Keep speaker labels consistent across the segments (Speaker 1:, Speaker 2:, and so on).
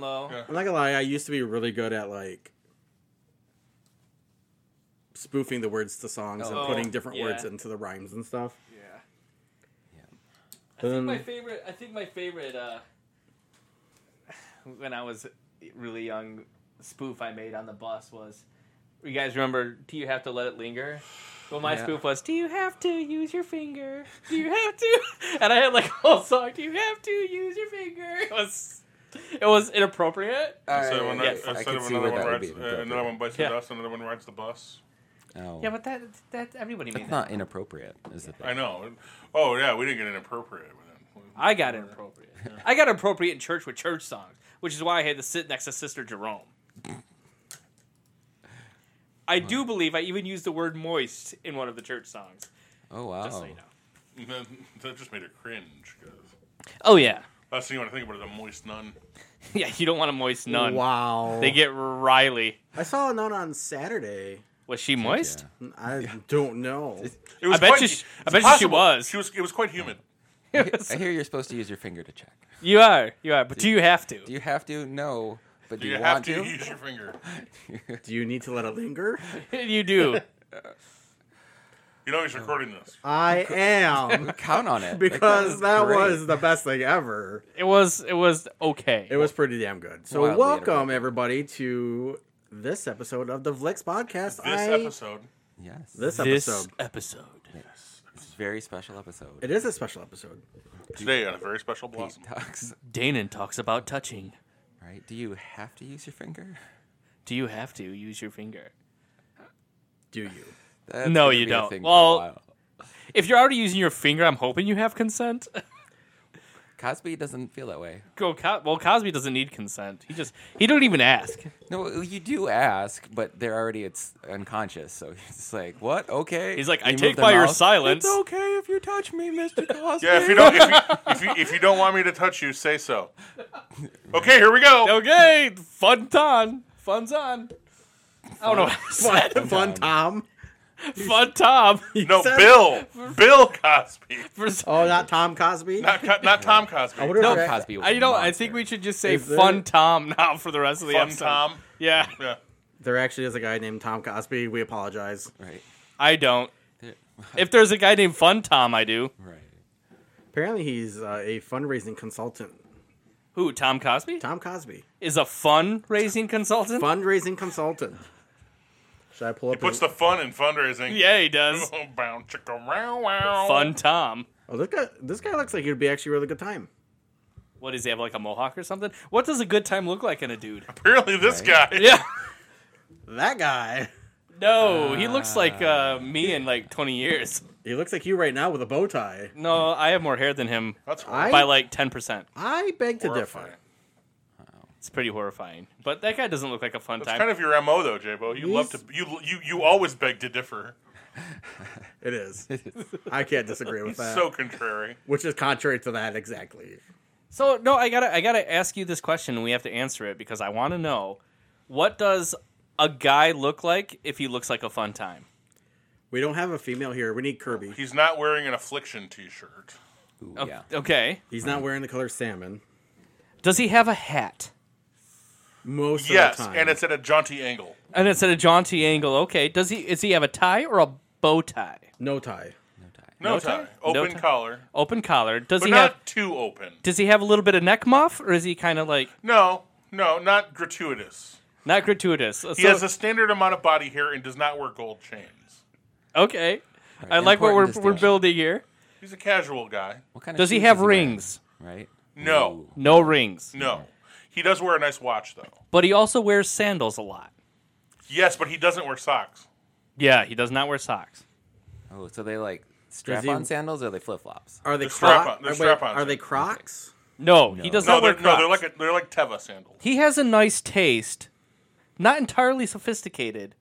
Speaker 1: low.
Speaker 2: Yeah.
Speaker 3: I'm not gonna lie, I used to be really good at like spoofing the words to songs
Speaker 1: Oh,
Speaker 3: and putting different
Speaker 1: yeah.
Speaker 3: words into the rhymes and stuff.
Speaker 2: Yeah.
Speaker 1: I think
Speaker 3: Um,
Speaker 1: my favorite. I think my favorite. Uh, when I was really young, spoof I made on the bus was, you guys remember? Do you have to let it linger? Well, my
Speaker 3: Yeah.
Speaker 1: spoof was, "Do you have to use your finger? Do you have to?" And I had like a whole song, "Do you have to use your finger?" It was, it was inappropriate.
Speaker 2: I
Speaker 4: All
Speaker 2: said
Speaker 4: right,
Speaker 2: when I-
Speaker 1: Yes.
Speaker 2: I
Speaker 4: I
Speaker 2: said
Speaker 4: can
Speaker 2: when
Speaker 4: see
Speaker 2: another
Speaker 4: where
Speaker 2: one
Speaker 4: that would
Speaker 2: rides-
Speaker 4: be
Speaker 2: uh, Another one bites the
Speaker 1: Yeah.
Speaker 2: dust. Another one rides the bus.
Speaker 4: Oh,
Speaker 1: Yeah, but that that everybody made
Speaker 4: that's
Speaker 1: that.
Speaker 4: not inappropriate, is the thing.
Speaker 2: I know. Oh yeah, we didn't get inappropriate with him.
Speaker 1: I got inappropriate. I got appropriate in church with church songs, which is why I had to sit next to Sister Jerome. I do believe I even used the word moist in one of the church songs.
Speaker 4: Oh wow.
Speaker 1: Just so you know.
Speaker 2: that just made her cringe. 'cause
Speaker 1: Oh yeah,
Speaker 2: Last thing you want to think about is a moist nun.
Speaker 1: yeah. You don't want a moist nun.
Speaker 3: Wow.
Speaker 1: They get Riley.
Speaker 3: I saw a nun on Saturday.
Speaker 1: Was she moist?
Speaker 3: I don't know.
Speaker 2: It was
Speaker 1: I bet
Speaker 2: quite-
Speaker 1: you she- I
Speaker 2: it's
Speaker 1: bet you she
Speaker 2: possible.
Speaker 1: was.
Speaker 2: She was. It was quite humid.
Speaker 4: I hear you're supposed to use your finger to check.
Speaker 1: you are. You are. But do you have to?
Speaker 4: Do you have to? No. But do,
Speaker 2: Do
Speaker 4: you,
Speaker 2: you have
Speaker 4: want
Speaker 2: to
Speaker 4: to?
Speaker 2: use your finger?
Speaker 3: Do you need to let it linger?
Speaker 1: You do.
Speaker 2: You know he's recording this.
Speaker 3: I am.
Speaker 4: Count on it. Like,
Speaker 3: Because that
Speaker 4: great.
Speaker 3: was the best thing ever.
Speaker 1: It was. It was okay.
Speaker 3: It was pretty damn good. So
Speaker 4: Wildly
Speaker 3: welcome
Speaker 4: inappropriate.
Speaker 3: everybody to this episode of the Vlix
Speaker 2: This
Speaker 3: Podcast. I-
Speaker 2: episode.
Speaker 4: Yes.
Speaker 3: This episode.
Speaker 1: this episode.
Speaker 4: It's a very special episode.
Speaker 3: It is a special episode.
Speaker 2: Today on a very special
Speaker 4: Pete
Speaker 2: blossom.
Speaker 4: talks.
Speaker 1: Danon talks about touching.
Speaker 4: Right? Do you have to use your finger?
Speaker 1: Do you have to use your finger?
Speaker 3: Do you?
Speaker 4: That's
Speaker 1: No,
Speaker 4: gonna
Speaker 1: you
Speaker 4: be a
Speaker 1: don't.
Speaker 4: thing for a
Speaker 1: Well-
Speaker 4: while.
Speaker 1: If you're already using your finger, I'm hoping you have consent.
Speaker 4: Cosby doesn't feel that way.
Speaker 1: Go, Co- well, Cosby doesn't need consent. He just he don't even ask.
Speaker 4: No, you do ask, but they're already it's unconscious. So he's like, "What? Okay."
Speaker 1: He's like,
Speaker 4: You
Speaker 1: I
Speaker 4: move
Speaker 1: take
Speaker 4: their
Speaker 1: by your
Speaker 4: mouth.
Speaker 1: silence.
Speaker 4: It's okay if you touch me, Mister Cosby.
Speaker 2: Yeah, if you don't, if you, if you if you don't want me to touch you, say so. Okay, here we go.
Speaker 1: Okay, fun's on, fun's on. I don't know. What I said.
Speaker 3: Fun, fun Tom.
Speaker 1: Fun Tom
Speaker 2: No,
Speaker 3: said-
Speaker 2: Bill, Bill Cosby,
Speaker 1: for some-
Speaker 3: Oh, not Tom Cosby.
Speaker 2: not Co- not Tom Cosby.
Speaker 3: I wonder
Speaker 4: No,
Speaker 3: if that-
Speaker 4: Cosby. Was
Speaker 1: I
Speaker 4: a
Speaker 1: you know. I
Speaker 4: monster.
Speaker 1: think we should just say
Speaker 3: Is there-
Speaker 1: Fun Tom now for the rest of the
Speaker 2: Fun
Speaker 1: episode.
Speaker 2: Tom.
Speaker 1: Yeah,
Speaker 2: Yeah.
Speaker 3: there actually is a guy named Tom Cosby. We apologize.
Speaker 4: Right.
Speaker 1: I don't.
Speaker 4: There-
Speaker 1: If there's a guy named Fun Tom, I do.
Speaker 4: Right.
Speaker 3: Apparently, he's uh, a fundraising consultant.
Speaker 1: Who? Tom Cosby
Speaker 3: Tom Cosby,
Speaker 1: is a fun raising consultant.
Speaker 3: fundraising consultant. Should I pull up?
Speaker 2: Puts
Speaker 3: His...
Speaker 2: the fun in fundraising.
Speaker 1: Yeah, he does.
Speaker 2: Bound chicka wow wow.
Speaker 1: Fun Tom.
Speaker 3: Oh, this guy. This guy looks like he'd be actually a really good time.
Speaker 1: What does he have like a mohawk or something? What does a good time look like in a dude?
Speaker 2: Apparently, this guy.
Speaker 1: Yeah.
Speaker 3: That guy.
Speaker 1: No, he looks like
Speaker 3: Ah.
Speaker 1: uh, me in like 20 years.
Speaker 3: He looks like you right now with a bow tie.
Speaker 1: No, I have more hair than him
Speaker 2: That's
Speaker 3: I-
Speaker 1: by like 10%.
Speaker 3: I beg to
Speaker 2: horrifying.
Speaker 3: differ.
Speaker 1: It's pretty horrifying. But that guy doesn't look like a fun
Speaker 2: That's
Speaker 1: time.
Speaker 2: kind of your mo, though, Jabo. You love to
Speaker 3: He's-
Speaker 2: you you you always beg to differ.
Speaker 3: It is. I can't disagree with that.
Speaker 2: So contrary.
Speaker 3: Which is contrary to that exactly.
Speaker 1: so, no, I got to I got to ask you this question and we have to answer it because I want to know what does a guy look like if he looks like a fun time?
Speaker 3: We don't have a female here. We need Kirby.
Speaker 2: He's not wearing an affliction T-shirt.
Speaker 4: Ooh,
Speaker 1: O-
Speaker 4: yeah.
Speaker 1: Okay.
Speaker 3: He's not wearing the color salmon
Speaker 1: Does he have a hat?
Speaker 3: most of
Speaker 2: yes,
Speaker 3: the time.
Speaker 2: and it's at a jaunty angle.
Speaker 1: And it's at a jaunty angle. Okay. Does he is he have a tie or a bow tie?
Speaker 3: no tie.
Speaker 4: No tie.
Speaker 2: No,
Speaker 1: No
Speaker 2: tie.
Speaker 1: tie? No
Speaker 2: Open
Speaker 1: tie.
Speaker 2: collar,
Speaker 1: Open collar. Does
Speaker 2: but
Speaker 1: he
Speaker 2: not
Speaker 1: have
Speaker 2: too open.
Speaker 1: Does he have a little bit of neck muff, or is he kind of like
Speaker 2: No, no, not gratuitous.
Speaker 1: not gratuitous?
Speaker 2: He has a standard amount of body hair and does not wear gold chains.
Speaker 1: okay. I like what we're
Speaker 4: important
Speaker 1: we're
Speaker 4: distinction.
Speaker 1: building here.
Speaker 2: He's a casual guy.
Speaker 4: What kind of
Speaker 1: Does he
Speaker 4: shoes
Speaker 1: have
Speaker 4: does wear?
Speaker 1: rings?
Speaker 4: Right.
Speaker 2: No,
Speaker 4: Ooh.
Speaker 1: No rings,
Speaker 2: no. He does wear a nice watch though.
Speaker 1: but he also wears sandals a lot.
Speaker 2: Yes, but he doesn't wear socks.
Speaker 1: Yeah, he does not wear socks.
Speaker 4: Oh, so they like strap-on sandals or they flip-flops?
Speaker 3: Are they
Speaker 2: They're strap
Speaker 3: Croc-
Speaker 2: on- they're
Speaker 3: wait,
Speaker 2: strap on
Speaker 3: Are they
Speaker 2: sandals.
Speaker 3: Crocs?
Speaker 1: No, he does
Speaker 2: No,
Speaker 1: not wear
Speaker 2: they're,
Speaker 1: Crocs.
Speaker 2: no, they're like a, they're like Teva sandals.
Speaker 1: he has a nice taste, not entirely sophisticated,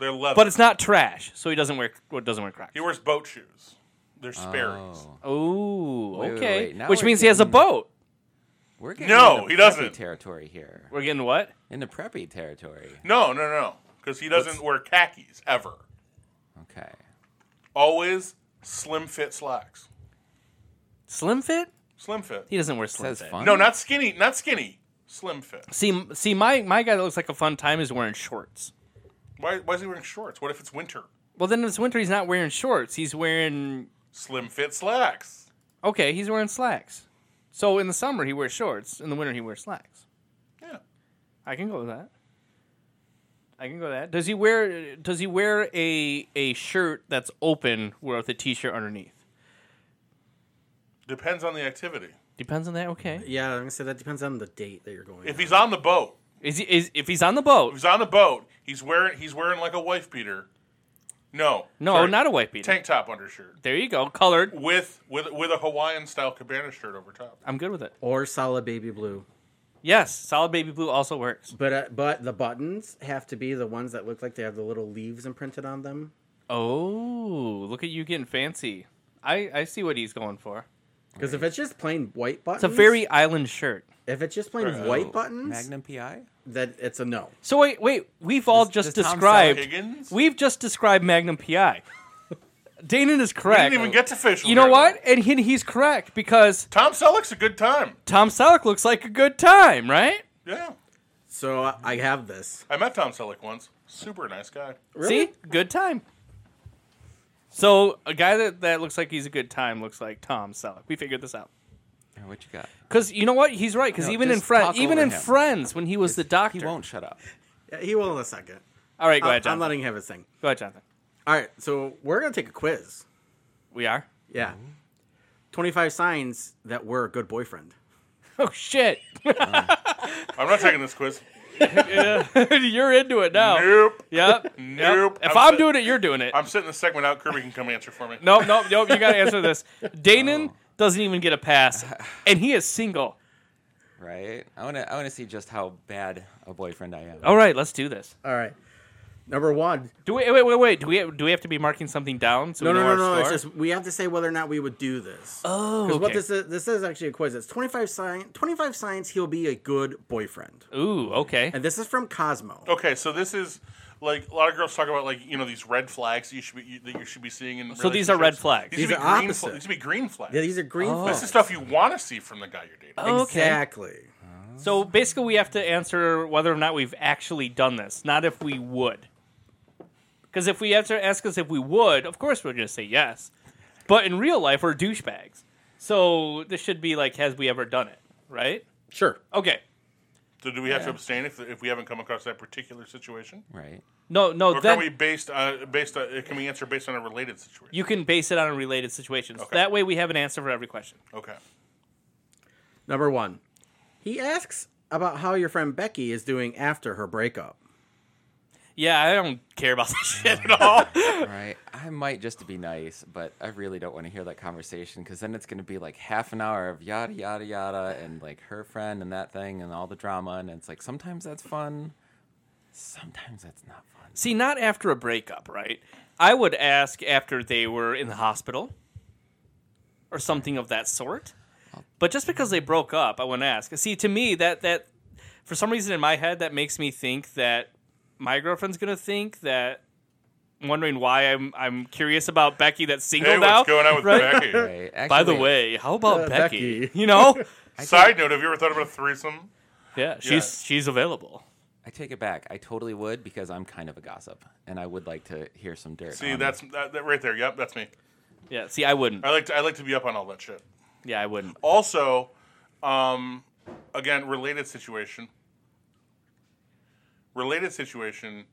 Speaker 2: They're leather.
Speaker 1: but it's not trash. So he doesn't wear well, doesn't wear Crocs.
Speaker 2: he wears boat shoes. They're Sperry's.
Speaker 4: Oh.
Speaker 1: Oh,
Speaker 4: Wait, wait,
Speaker 1: okay.
Speaker 4: wait, now
Speaker 1: Which
Speaker 4: we're
Speaker 1: means he has a
Speaker 4: getting-
Speaker 1: boat.
Speaker 4: We're getting
Speaker 2: No,
Speaker 4: into
Speaker 2: he doesn't.
Speaker 4: preppy Territory here.
Speaker 1: We're getting what?
Speaker 4: In the preppy territory.
Speaker 2: No, no, no, because he doesn't wear khakis ever.
Speaker 4: Okay.
Speaker 2: Always slim fit slacks.
Speaker 1: Slim fit?
Speaker 2: Slim fit.
Speaker 1: He doesn't wear slim
Speaker 4: Says
Speaker 1: fit.
Speaker 4: fun.
Speaker 2: No, not skinny. Not skinny. Slim fit.
Speaker 1: See, see, my my guy that looks like a fun time is wearing shorts.
Speaker 2: Why, why is he wearing shorts? What if it's winter?
Speaker 1: Well, then it's winter. He's not wearing shorts. He's wearing
Speaker 2: Slim fit slacks.
Speaker 1: okay. He's wearing slacks. So in the summer he wears shorts. In the winter he wears slacks.
Speaker 2: Yeah.
Speaker 1: I can go with that. I can go with that. Does he wear does he wear a a shirt that's open with a t-shirt underneath?
Speaker 2: Depends on the activity.
Speaker 1: Depends on that. Okay.
Speaker 3: Yeah, I'm gonna say that depends on the date that you're going.
Speaker 2: If
Speaker 3: on.
Speaker 2: he's on the boat,
Speaker 1: Is he is if he's on the
Speaker 2: if
Speaker 1: boat?
Speaker 2: he's on the boat, he's wearing he's wearing like a wife beater. No.
Speaker 1: No,
Speaker 2: sorry,
Speaker 1: not a white beater.
Speaker 2: tank top undershirt
Speaker 1: There you go. Colored.
Speaker 2: with with with a Hawaiian style cabana shirt over top.
Speaker 1: I'm good with it.
Speaker 3: or solid baby blue,
Speaker 1: Yes, solid baby blue also works.
Speaker 3: but uh, but the buttons have to be the ones that look like they have the little leaves imprinted on them.
Speaker 1: Oh, look at you getting fancy. I I see what he's going for.
Speaker 3: Because if it's just plain white buttons,
Speaker 1: It's a very island shirt.
Speaker 3: if it's just plain
Speaker 2: Right.
Speaker 4: Oh.
Speaker 3: white buttons,
Speaker 4: Magnum PI.
Speaker 3: that it's a no.
Speaker 1: So wait, wait. We've all
Speaker 4: Does-
Speaker 1: just
Speaker 4: does Tom
Speaker 1: described.
Speaker 2: Higgins.
Speaker 1: We've just described Magnum PI. Danon is
Speaker 2: we
Speaker 1: correct.
Speaker 2: didn't even get to facial.
Speaker 1: You know
Speaker 2: hair,
Speaker 1: what?
Speaker 2: though.
Speaker 1: And he, he's correct because
Speaker 2: Tom Selleck's a good time.
Speaker 1: Tom Selleck looks like a good time, right?
Speaker 2: Yeah,
Speaker 3: So I- I have this.
Speaker 2: I met Tom Selleck once. Super nice guy.
Speaker 3: Really?
Speaker 1: See, good time. So a guy that, that looks like he's a good time looks like Tom Selleck. We figured this out
Speaker 4: Here, What you got?
Speaker 1: because you know what? He's right. Because
Speaker 4: No,
Speaker 1: even in
Speaker 4: just
Speaker 1: Friends,
Speaker 4: talk
Speaker 1: even
Speaker 4: over
Speaker 1: in
Speaker 4: him.
Speaker 1: Friends, when he was the doctor,
Speaker 4: He won't shut up.
Speaker 3: Yeah, he will in a second.
Speaker 1: All right, go
Speaker 3: I'm,
Speaker 1: ahead,
Speaker 3: I'm
Speaker 1: Jonathan.
Speaker 3: letting him have his thing.
Speaker 1: Go ahead, Jonathan.
Speaker 3: All right, so we're gonna take a quiz.
Speaker 1: We are.
Speaker 3: Yeah, 25 signs that we're a good boyfriend.
Speaker 1: Oh shit!
Speaker 2: I'm not taking this quiz.
Speaker 1: you're into it now.
Speaker 2: Nope.
Speaker 1: Yep. yep.
Speaker 2: Nope.
Speaker 1: If
Speaker 2: I'm
Speaker 1: I'm
Speaker 2: set.
Speaker 1: doing it, you're doing it.
Speaker 2: I'm sitting the segment out. Kirby can come answer for me.
Speaker 1: Nope, nope, nope. You got to answer this. Danon doesn't even get a pass, and he is single.
Speaker 4: Right? I want to. I want to see just how bad a boyfriend I am.
Speaker 1: All right, let's do this.
Speaker 3: All right, number one.
Speaker 1: Do we wait, wait, wait? Do we do we have to be marking something down? So
Speaker 3: No,
Speaker 1: we
Speaker 3: no,
Speaker 1: know
Speaker 3: no,
Speaker 1: our
Speaker 3: no. It's
Speaker 1: score?
Speaker 3: just we have to say whether or not we would do this.
Speaker 1: oh,
Speaker 3: Because
Speaker 1: okay.
Speaker 3: what this is, this is actually a quiz. It's 25 sign, 25 signs he'll be a good boyfriend.
Speaker 1: Ooh, okay.
Speaker 3: And this is from Cosmo.
Speaker 2: Okay, so this is like a lot of girls talk about like you know these red flags that you should be you, that you should be seeing in.
Speaker 1: So these are red
Speaker 2: relationships.
Speaker 1: flags.
Speaker 2: These,
Speaker 3: These
Speaker 2: would be
Speaker 3: are
Speaker 2: green
Speaker 3: opposite.
Speaker 2: flags. These would be green flags.
Speaker 3: Yeah, these are green
Speaker 1: Oh.
Speaker 3: flags.
Speaker 2: this is stuff you want to see from the guy you're dating.
Speaker 1: Oh, okay.
Speaker 3: Exactly.
Speaker 1: So basically, we have to answer whether or not we've actually done this, not if we would. Because if we answer, ask us if we would, of course we're going to say yes. But in real life, we're douchebags. So this should be like, has we ever done it? Right?
Speaker 3: Sure.
Speaker 1: Okay.
Speaker 2: So do we have to abstain if, if we haven't come across that particular situation?
Speaker 4: Right.
Speaker 1: No, no.
Speaker 2: Or
Speaker 1: Then
Speaker 2: can we based on based on can we answer based on a related situation?
Speaker 1: you can base it on related situations.
Speaker 2: Okay.
Speaker 1: That way, we have an answer for every question.
Speaker 2: Okay.
Speaker 3: Number one. He asks about how your friend Becky is doing after her breakup.
Speaker 1: Yeah, I don't care about this shit at all.
Speaker 4: Right. I might just to be nice, but I really don't want to hear that conversation because then it's going to be like half an hour of yada yada yada and like her friend and that thing and all the drama and it's like sometimes that's fun, sometimes that's not fun.
Speaker 1: See, not after a breakup, right? I would ask after they were in the hospital or something of that sort. But just because they broke up, I wouldn't ask. See, to me, that that for some reason in my head that makes me think that my girlfriend's gonna think that wondering why I'm I'm curious about Becky that's single
Speaker 2: Hey,
Speaker 1: now.
Speaker 2: what's going on with Becky?
Speaker 4: Right.
Speaker 1: By
Speaker 4: Actually,
Speaker 1: the way, how about
Speaker 3: Uh,
Speaker 1: Becky?
Speaker 3: Becky.
Speaker 1: You know?
Speaker 2: Side note: Have you ever thought about a threesome?
Speaker 1: yeah, she's
Speaker 2: Yes.
Speaker 1: she's available.
Speaker 4: I take it back. I totally would because I'm kind of a gossip and I would like to hear some dirt.
Speaker 2: See,
Speaker 3: Um,
Speaker 4: on-
Speaker 2: that's that, that right there. Yep, that's me.
Speaker 1: Yeah, see, I wouldn't.
Speaker 2: I like to I like to be up on all that shit.
Speaker 1: Yeah, I wouldn't.
Speaker 2: Also, um, again, related situation. Related situation.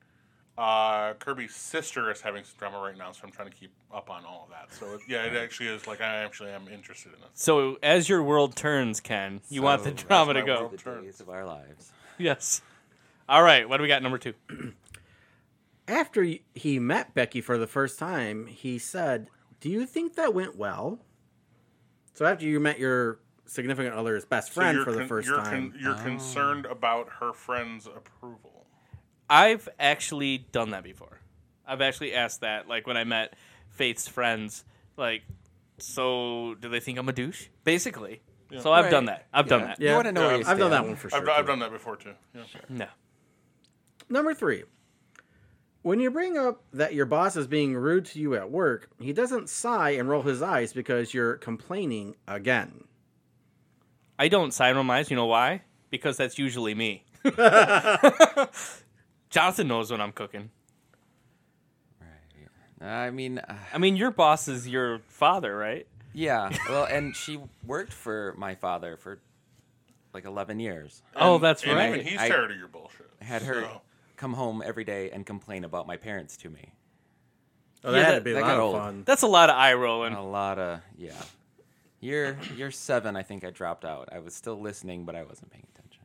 Speaker 2: Uh, Kirby's sister is having some drama right now, so I'm trying to keep up on all of that. So it, yeah, it actually is like I actually am interested in this.
Speaker 1: So as your world turns, Ken, you want the
Speaker 4: So,
Speaker 1: drama to
Speaker 2: that's my
Speaker 1: go.
Speaker 2: world.
Speaker 4: the
Speaker 2: Sure.
Speaker 4: days of our lives.
Speaker 1: Yes. All right. What do we got? Number two.
Speaker 3: After y- he met Becky for the first time, he said, Do you think that went well? So after you met your significant other's best friend
Speaker 2: you're
Speaker 3: for the
Speaker 2: con-
Speaker 3: first
Speaker 2: you're
Speaker 3: time. Oh.
Speaker 2: con- you're concerned about her friend's approval.
Speaker 1: I've actually done that before. I've actually asked that, like when I met Faith's friends, like, so do they think I'm a douche? Basically. So I've done
Speaker 4: Right.
Speaker 1: that. I've done
Speaker 4: Yeah.
Speaker 1: that.
Speaker 4: You
Speaker 3: Yeah.
Speaker 4: want to know where you
Speaker 3: I've done that
Speaker 4: stand.
Speaker 3: one for sure.
Speaker 2: I've, I've done that before too. Yeah.
Speaker 1: No.
Speaker 3: Number three. When you bring up that your boss is being rude to you at work, he doesn't sigh and roll his eyes because you're complaining again.
Speaker 1: I don't sign my eyes. You know why? because that's usually me. Jonathan knows when I'm cooking.
Speaker 4: Right. I mean, uh,
Speaker 1: I mean, your boss is your father, right?
Speaker 4: yeah. Well, and she worked for my father for like 11 years.
Speaker 1: oh, that's
Speaker 2: and
Speaker 1: right.
Speaker 2: even he's
Speaker 4: I-
Speaker 2: tired of your bullshit.
Speaker 4: I had her
Speaker 2: So,
Speaker 4: come home every day and complain about my parents to me.
Speaker 3: Oh, that
Speaker 1: Yeah,
Speaker 3: had
Speaker 1: that-
Speaker 3: to be a
Speaker 4: that
Speaker 3: lot
Speaker 4: got
Speaker 3: of
Speaker 4: old.
Speaker 3: fun.
Speaker 1: that's a lot of eye rolling.
Speaker 4: And a lot of yeah. Year year seven, I think I dropped out. I was still listening, but I wasn't paying attention.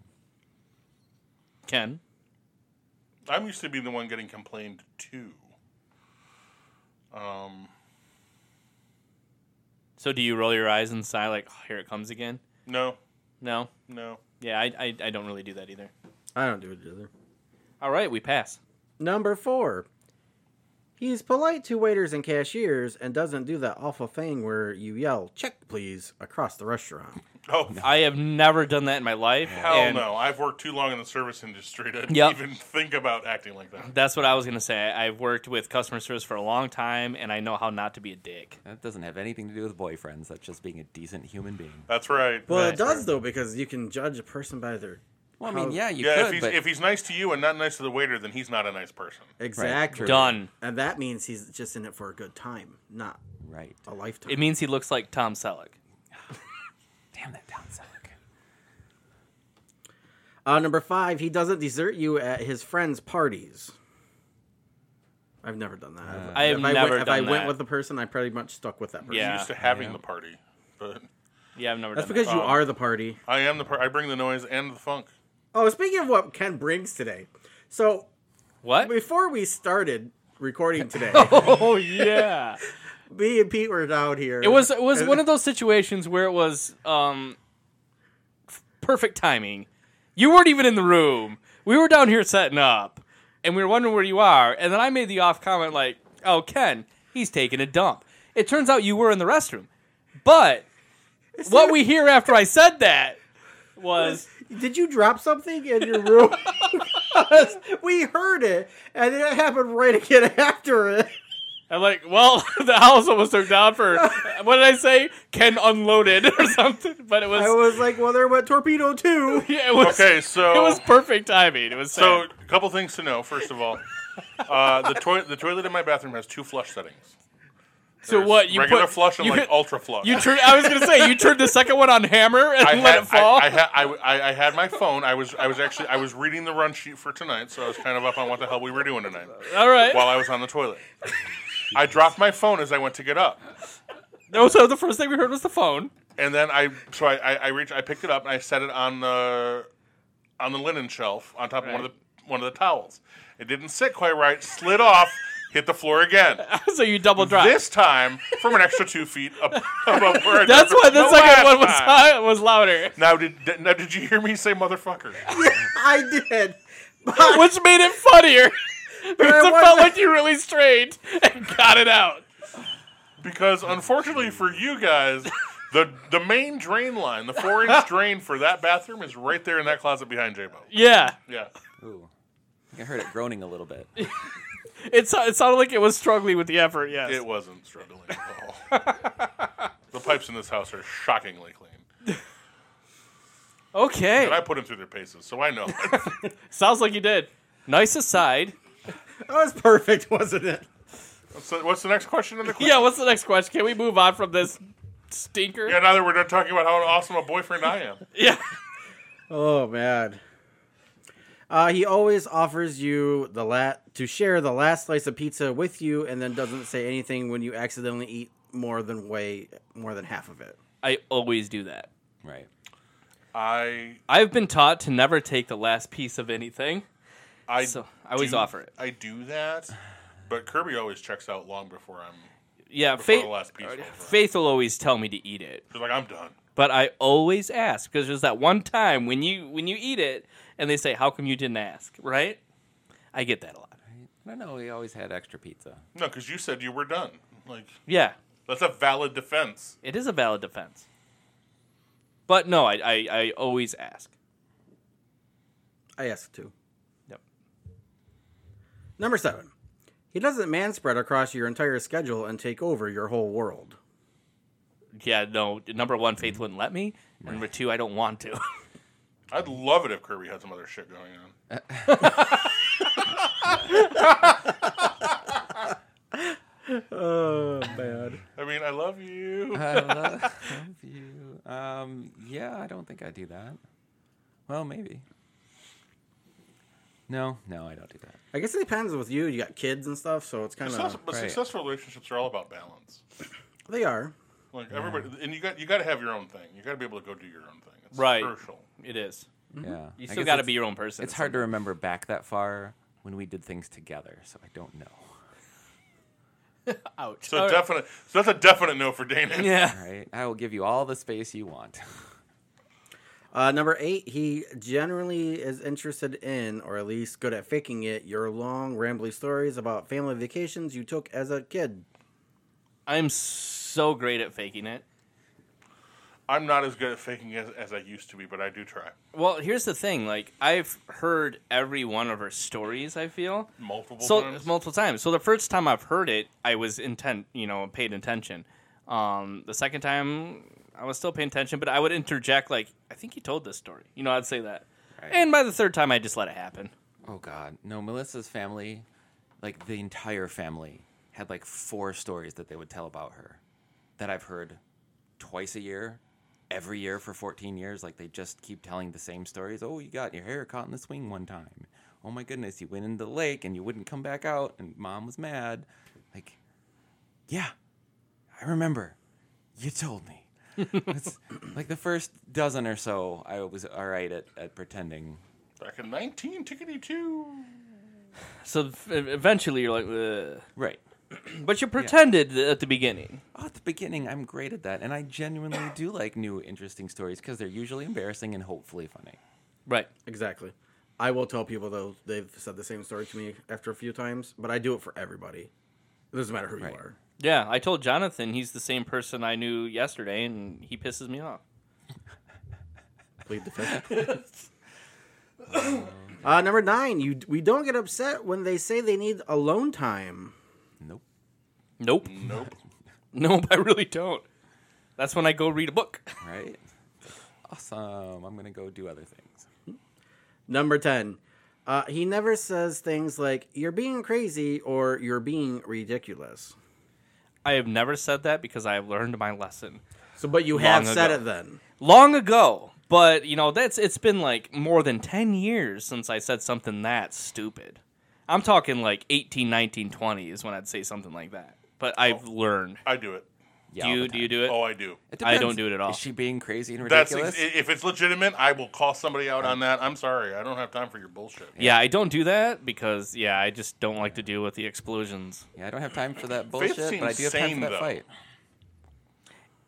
Speaker 1: Ken,
Speaker 2: I'm used to being the one getting complained to. Um,
Speaker 1: so do you roll your eyes and sigh like, oh, here it comes again?
Speaker 2: no,
Speaker 1: No.
Speaker 2: no.
Speaker 1: Yeah, I, I, I don't really do that either.
Speaker 3: I don't do it either.
Speaker 1: All right, we pass.
Speaker 3: Number four. He's polite to waiters and cashiers and doesn't do that awful thing where you yell, check please, across the restaurant.
Speaker 2: Oh,
Speaker 1: I have never done that in my life.
Speaker 2: hell
Speaker 1: and
Speaker 2: no. I've worked too long in the service industry to
Speaker 1: Yep.
Speaker 2: even think about acting like that.
Speaker 1: That's what I was gonna say. I've worked with customer service for a long time, and I know how not to be a dick.
Speaker 4: That doesn't have anything to do with boyfriends. That's just being a decent human being.
Speaker 2: That's right.
Speaker 3: Well,
Speaker 1: Right.
Speaker 3: it does, though, because you can judge a person by their.
Speaker 4: Well, I mean,
Speaker 3: How-
Speaker 4: yeah, you
Speaker 2: yeah, if
Speaker 4: could,
Speaker 2: he's,
Speaker 4: but
Speaker 2: if he's nice to you and not nice to the waiter, then he's not a nice person.
Speaker 3: Exactly.
Speaker 1: Done.
Speaker 3: And that means he's just in it for a good time, not
Speaker 4: right.
Speaker 3: a lifetime.
Speaker 1: It means he looks like Tom Selleck.
Speaker 4: Damn that down suck.
Speaker 3: Uh, number five, he doesn't desert you at his friends' parties. I've never done that. If-
Speaker 1: Uh, I have
Speaker 3: if I
Speaker 1: never
Speaker 3: went, If I
Speaker 1: done
Speaker 3: went
Speaker 1: that.
Speaker 3: with the person, I pretty much stuck with that person.
Speaker 1: Yeah.
Speaker 2: I'm used to having the party, but
Speaker 1: Yeah, I've never
Speaker 3: That's
Speaker 1: done
Speaker 3: because
Speaker 1: that. Oh.
Speaker 3: you are the party.
Speaker 2: I am the par- I bring the noise and the funk.
Speaker 3: Oh, speaking of what Ken brings today. So
Speaker 1: What?
Speaker 3: before we started recording today,
Speaker 1: Oh yeah.
Speaker 3: me and Pete were down here.
Speaker 1: It was it was one of those situations where it was um f- perfect timing. You weren't even in the room. We were down here setting up, and we were wondering where you are. And then I made the off comment like, "Oh, Ken, he's taking a dump." It turns out you were in the restroom, but what we hear after I said that was
Speaker 3: Did you drop something in your room? 'Cause we heard it, and then it happened right again after it.
Speaker 1: I'm like, "Well, the house almost took down for what did I say? Ken unloaded or something." But it was,
Speaker 3: I was like, "Well, there went torpedo too."
Speaker 1: yeah, it was
Speaker 2: Okay, so
Speaker 1: it was perfect timing. It was
Speaker 2: so
Speaker 1: sad.
Speaker 2: a couple things to know. First of all, uh, the toilet the toilet in my bathroom has two flush settings.
Speaker 1: So
Speaker 2: There's
Speaker 1: what you
Speaker 2: regular
Speaker 1: put,
Speaker 2: flush and
Speaker 1: you
Speaker 2: like
Speaker 1: hit-
Speaker 2: ultra flush.
Speaker 1: You turn. I was gonna say you turned the second one on hammer and
Speaker 2: I
Speaker 1: let
Speaker 2: had,
Speaker 1: it fall.
Speaker 2: I, I, ha- I, w- I- I had my phone. I was I was actually I was reading the run sheet for tonight, so I was kind of up on what the hell we were doing tonight
Speaker 1: All right,
Speaker 2: while I was on the toilet. I dropped my phone as I went to get up,
Speaker 1: no. So the first thing we heard was the phone.
Speaker 2: and then I so I, I, I reached I picked it up and I set it on the on the linen shelf on top of one of the one of the towels. It didn't sit quite right. Slid off. Hit the floor again.
Speaker 1: So you double dropped.
Speaker 2: This time, from an extra two feet up, above where I
Speaker 1: That's
Speaker 2: dropped
Speaker 1: why
Speaker 2: it
Speaker 1: the
Speaker 2: last
Speaker 1: second one was
Speaker 2: time.
Speaker 1: high, was louder,
Speaker 2: Now did, did now did you hear me say motherfucker?
Speaker 3: I did.
Speaker 1: which made it funnier. because it felt
Speaker 3: wasn't-
Speaker 1: like you really strained and got it out.
Speaker 2: Because unfortunately for you guys, the the main drain line, the four inch drain for that bathroom is right there in that closet behind J Bo.
Speaker 1: Yeah,
Speaker 2: Yeah.
Speaker 4: Ooh. I think I heard it groaning a little bit.
Speaker 1: it, so- it sounded like it was struggling with the effort. Yes,
Speaker 2: It wasn't struggling at all. the pipes in this house are shockingly clean.
Speaker 1: okay.
Speaker 2: And I put them through their paces, so I know.
Speaker 1: Sounds like you did. Nice aside.
Speaker 3: That was perfect, wasn't it?
Speaker 2: so what's the next question in the question?
Speaker 1: Yeah. What's the next question? Can we move on from this stinker?
Speaker 2: Yeah, now that we're done talking about how awesome a boyfriend I am.
Speaker 1: yeah.
Speaker 3: Oh man. Uh, he always offers you the lat to share the last slice of pizza with you, and then doesn't say anything when you accidentally eat more than way more than half of it.
Speaker 1: I always do that.
Speaker 4: Right.
Speaker 2: I
Speaker 1: I've been taught to never take the last piece of anything.
Speaker 2: I
Speaker 1: So, I always
Speaker 2: do-
Speaker 1: offer it.
Speaker 2: I do that, but Kirby always checks out long before I'm.
Speaker 1: Yeah,
Speaker 2: Before
Speaker 1: Faith,
Speaker 2: the last piece falls out.
Speaker 1: Faith will always tell me to eat it,
Speaker 2: She's like, I'm done.
Speaker 1: but I always ask because there's that one time when you when you eat it and they say, "How come you didn't ask?" Right? I get that a lot.
Speaker 4: I don't know. We always had extra pizza.
Speaker 2: No, because you said you were done. Like
Speaker 1: Yeah,
Speaker 2: that's a valid defense.
Speaker 1: it is a valid defense, but no, I I, I always ask.
Speaker 3: I asked too.
Speaker 1: Yep.
Speaker 3: Number seven. He doesn't manspread across your entire schedule and take over your whole world.
Speaker 4: Mm-hmm.
Speaker 1: Yeah, no. Number one, Faith wouldn't let me. and Number two, I don't want to.
Speaker 2: I'd love it if Kirby had some other shit going on.
Speaker 3: Oh, man.
Speaker 2: I mean, I love you.
Speaker 4: I love love you. Um, yeah, I don't think I do that. Well, maybe. No, no, I don't do that.
Speaker 3: I guess it depends with you. You got kids and stuff, so it's kind
Speaker 2: Success,
Speaker 3: of.
Speaker 2: but
Speaker 4: right.
Speaker 2: successful relationships are all about balance.
Speaker 3: They are.
Speaker 2: Like everybody, and you got you got to have your own thing. You got to be able to go do your own thing. It's
Speaker 1: Right.
Speaker 2: crucial.
Speaker 1: It is.
Speaker 4: Yeah.
Speaker 1: Mm-hmm. You
Speaker 4: I
Speaker 1: still got
Speaker 4: guess
Speaker 1: to
Speaker 4: it's-
Speaker 1: be your own person.
Speaker 4: It's hard to remember back that far when we did things together, so I don't know.
Speaker 1: Ouch.
Speaker 2: So
Speaker 1: All right.
Speaker 2: definite. So that's a definite no for Dana.
Speaker 1: Yeah.
Speaker 4: All right. I will give you all the space you want.
Speaker 3: Uh, number eight, he generally is interested in, or at least good at faking it, your long, rambly stories about family vacations you took as a kid.
Speaker 1: I'm so great at faking it.
Speaker 2: I'm not as good at faking as, as I used to be, but I do try
Speaker 1: Well, here's the thing. Like I've heard every one of her stories. I feel
Speaker 2: multiple
Speaker 1: so
Speaker 2: times.
Speaker 1: multiple times. So the first time I've heard it, I was intent, you know, paid attention. Um, the second time, I was still paying attention, but I would interject like, "I think he told this story." You know, I'd say that.
Speaker 4: Right.
Speaker 1: And by the third time, I just let it happen.
Speaker 4: Oh God, no! Melissa's family, like the entire family, had like four stories that they would tell about her, that I've heard twice a year, every year for 14 years. Like they just keep telling the same stories. Oh, you got your hair caught in the swing one time. Oh my goodness, you went into the lake and you wouldn't come back out, and mom was mad. Like, yeah, I remember. You told me. it's like the first dozen or so, I was all right at, at pretending
Speaker 2: Back in 19 tickety two.
Speaker 1: So f- e, eventually, you're like, Ugh.
Speaker 4: right.
Speaker 1: but you pretended at the beginning.
Speaker 4: Oh, at the beginning, I'm great at that, and I genuinely do like new, interesting stories because they're usually embarrassing and hopefully funny.
Speaker 1: Right.
Speaker 3: Exactly. I will tell people, though, they've said the same story to me after a few times, but I do it for everybody. It doesn't matter who
Speaker 4: Right.
Speaker 3: you are.
Speaker 1: Yeah, I told Jonathan he's the same person I knew yesterday, and he pisses me off.
Speaker 3: Plead the fifth. uh, number nine, you we don't get upset when they say they need alone time.
Speaker 4: Nope.
Speaker 1: Nope.
Speaker 2: Nope.
Speaker 1: Nope, I really don't. That's when I go read a book.
Speaker 4: Right? It's like, awesome. I'm gonna go do other things.
Speaker 3: Number 10. Uh, he never says things like, you're being crazy or you're being ridiculous.
Speaker 1: I have never said that because I have learned my lesson
Speaker 3: So, but you have
Speaker 1: Long
Speaker 3: said
Speaker 1: ago.
Speaker 3: it then.
Speaker 1: long ago. But you know, that's it's been like more than ten years since I said something that stupid. I'm talking like 18, 19, 20 is when I'd say something like that. But I've learned.
Speaker 2: I do it.
Speaker 4: Yeah.
Speaker 1: do
Speaker 4: all
Speaker 1: you
Speaker 4: the
Speaker 1: do you
Speaker 4: time.
Speaker 1: do it?
Speaker 2: Oh, I do.
Speaker 4: It
Speaker 1: I
Speaker 4: depends.
Speaker 1: don't do it at all.
Speaker 4: Is she being crazy and
Speaker 2: That's
Speaker 4: ridiculous?
Speaker 2: ex- if it's legitimate, I will call somebody out on that. I'm sorry, I don't have time for your bullshit.
Speaker 1: yeah, I don't do that because yeah, I just don't like to deal with the explosions.
Speaker 4: yeah, I don't have time for that bullshit,
Speaker 2: seems
Speaker 4: but I do have time
Speaker 2: sane,
Speaker 4: for that
Speaker 2: though.
Speaker 4: fight.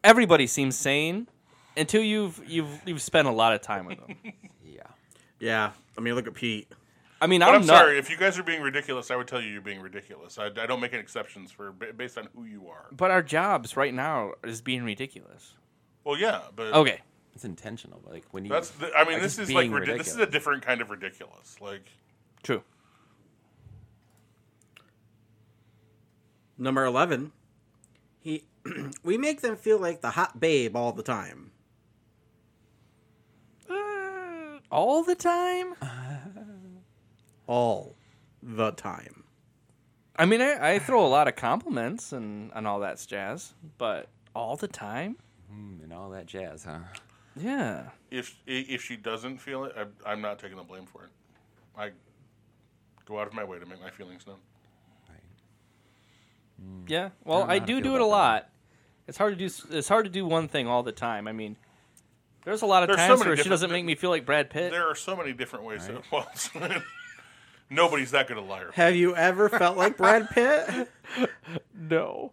Speaker 1: Everybody seems sane until you've you've you've spent a lot of time with them.
Speaker 4: Yeah.
Speaker 3: Yeah. I mean, look at Pete.
Speaker 1: I mean,
Speaker 2: But
Speaker 1: I'm,
Speaker 2: I'm,
Speaker 1: not.
Speaker 2: sorry if you guys are being ridiculous. I would tell you you're being ridiculous. I, I don't make any exceptions for ba- based on who you are.
Speaker 1: But our jobs right now is being ridiculous.
Speaker 2: Well, yeah, but
Speaker 1: Okay.
Speaker 4: It's intentional. Like when you.
Speaker 2: that's. The, I mean,
Speaker 4: Like,
Speaker 2: this
Speaker 4: just
Speaker 2: is like
Speaker 4: being
Speaker 2: ridi- this is a
Speaker 4: ridiculous.
Speaker 2: different kind of ridiculous. Like
Speaker 1: True.
Speaker 3: Number 11. He, we make them feel like the hot babe all the time.
Speaker 1: Uh, all the time?
Speaker 3: All the time.
Speaker 1: I mean, I, I throw a lot of compliments and, and all that jazz, but all the time?
Speaker 4: Mm, and all that jazz, huh?
Speaker 1: Yeah.
Speaker 2: if if she doesn't feel it, I, I'm not taking the blame for it. I go out of my way to make my feelings known.
Speaker 4: Right.
Speaker 1: Yeah. Well,
Speaker 4: know
Speaker 1: I
Speaker 4: how to
Speaker 1: do
Speaker 4: feel
Speaker 1: do it a
Speaker 4: about that.
Speaker 1: lot. It's hard to do s- it's hard to do one thing all the time. I mean, there's a lot of
Speaker 2: There's so
Speaker 1: times
Speaker 2: many
Speaker 1: where she
Speaker 2: different-
Speaker 1: doesn't make me feel like Brad Pitt.
Speaker 2: There are so many different ways that it was. Nobody's that good a liar.
Speaker 3: Have you ever felt like Brad Pitt?
Speaker 1: No.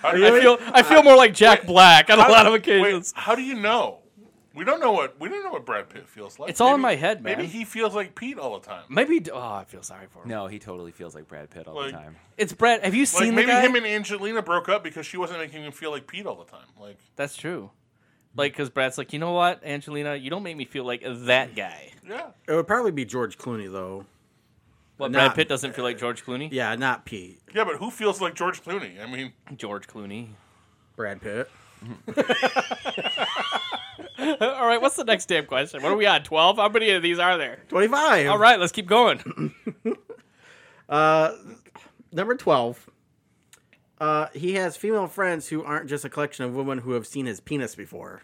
Speaker 2: How do you-
Speaker 1: I feel I feel more like Jack Black on a lot of
Speaker 2: Wait,
Speaker 1: occasions.
Speaker 2: how do you know? We don't know what we don't know what Brad Pitt feels like.
Speaker 1: It's all in my head,
Speaker 2: Maybe
Speaker 1: man.
Speaker 2: he feels like Pete all the time.
Speaker 1: Maybe oh, I feel sorry for him.
Speaker 4: No, he totally feels like Brad Pitt all
Speaker 2: Like-
Speaker 4: the time.
Speaker 1: It's Brad. Have you
Speaker 2: Like
Speaker 1: seen the
Speaker 2: maybe
Speaker 1: guy?
Speaker 2: him and Angelina broke up because she wasn't making him feel like Pete all the time. Like
Speaker 1: That's true. Like, because Brad's like, you know what, Angelina, you don't make me feel like that guy.
Speaker 2: yeah,
Speaker 3: It would probably be George Clooney, though.
Speaker 1: But
Speaker 3: Nah.
Speaker 1: Brad Pitt doesn't feel like George Clooney.
Speaker 3: Yeah, not Pete.
Speaker 2: yeah, but who feels like George Clooney? I mean,
Speaker 1: George Clooney.
Speaker 3: Brad Pitt.
Speaker 1: All right, what's the next damn question? What are we on? 12? How many of these are there?
Speaker 3: 25.
Speaker 1: All right, let's keep going.
Speaker 3: Number 12. Uh, he has female friends who aren't just a collection of women who have seen his penis before.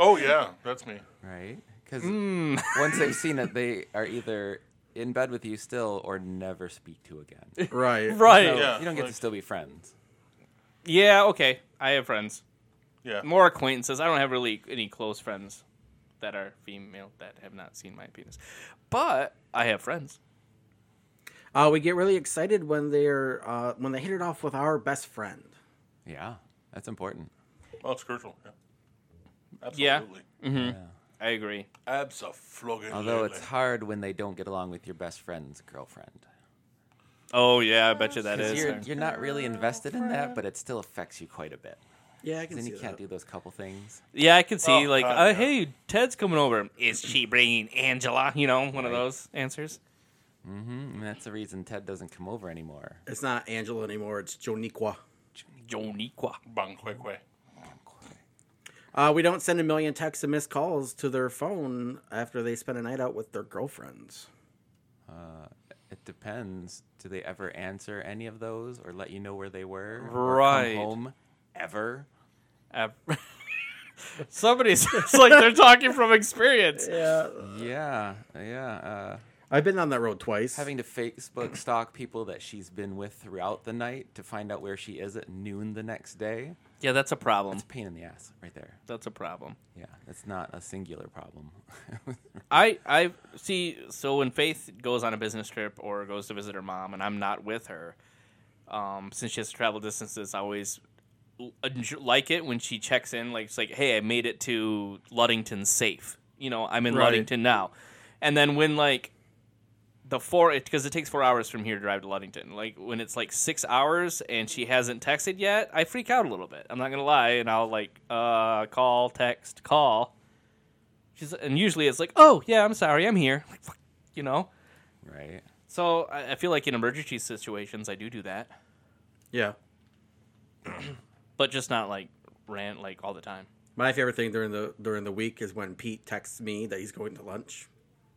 Speaker 2: Oh yeah, that's me.
Speaker 4: right? Because
Speaker 1: Mm.
Speaker 4: once they've seen it, they are either in bed with you still or never speak to again.
Speaker 3: Right.
Speaker 1: Right.
Speaker 4: So
Speaker 2: Yeah,
Speaker 4: you don't get
Speaker 2: like-
Speaker 4: to still be friends.
Speaker 1: Yeah, okay. I have friends.
Speaker 2: Yeah.
Speaker 1: More acquaintances. I don't have really any close friends that are female that have not seen my penis. But I have friends.
Speaker 3: Uh, we get really excited when they're uh, when they hit it off with our best friend.
Speaker 4: Yeah, that's important.
Speaker 2: Oh, it's crucial. Yeah.
Speaker 1: Yeah.
Speaker 2: Absolutely.
Speaker 1: I agree.
Speaker 2: Absolutely.
Speaker 4: Although it's hard when they don't get along with your best friend's girlfriend.
Speaker 1: Oh, yeah, I bet you that
Speaker 4: 'Cause
Speaker 1: is.
Speaker 4: you're, you're not really invested in that, but it still affects you quite a bit.
Speaker 3: Yeah, I can
Speaker 4: Then
Speaker 3: see
Speaker 4: you can't do those couple things.
Speaker 1: Yeah, I can see,
Speaker 2: Oh,
Speaker 1: like,
Speaker 2: God,
Speaker 1: uh,
Speaker 2: yeah.
Speaker 1: hey, Ted's coming over. Is she bringing Angela? You know, one of those answers.
Speaker 4: And that's the reason Ted doesn't come over anymore.
Speaker 3: It's not Angela anymore. It's Joniqua.
Speaker 1: Joniqua.
Speaker 2: bang quick way.
Speaker 3: Uh, we don't send a million texts and missed calls to their phone after they spend a night out with their girlfriends.
Speaker 4: It depends. Do they ever answer any of those or let you know where they were? Or
Speaker 1: Right.
Speaker 4: come home ever?
Speaker 1: Uh, Somebody sounds like they're talking from experience.
Speaker 3: Yeah,
Speaker 4: Yeah, yeah. Uh,
Speaker 3: I've been on that road twice.
Speaker 4: having to Facebook stalk people that she's been with throughout the night to find out where she is at noon the next day.
Speaker 1: Yeah, that's a problem.
Speaker 4: It's a pain in the ass right there.
Speaker 1: That's a problem.
Speaker 4: Yeah, it's not a singular problem.
Speaker 1: I I see. So when Faith goes on a business trip or goes to visit her mom, and I'm not with her, um, since she has to travel distances, I always l- enj- like it when she checks in. Like it's like, hey, I made it to Luddington safe. You know, I'm in
Speaker 3: Right.
Speaker 1: Luddington now. And then when like the four, because it, takes four hours from here to drive to Luddington. Like when it's like six hours and she hasn't texted yet, I freak out a little bit. I'm not gonna lie, and I'll like uh, call, text, call. She's, and usually it's like, oh yeah, I'm sorry, I'm here. Like, fuck, you know.
Speaker 4: right?
Speaker 1: So I, I feel like in emergency situations, I do do that,
Speaker 3: yeah,
Speaker 1: but just not like rant like all the time.
Speaker 3: my favorite thing during the during the week is when Pete texts me that he's going to lunch.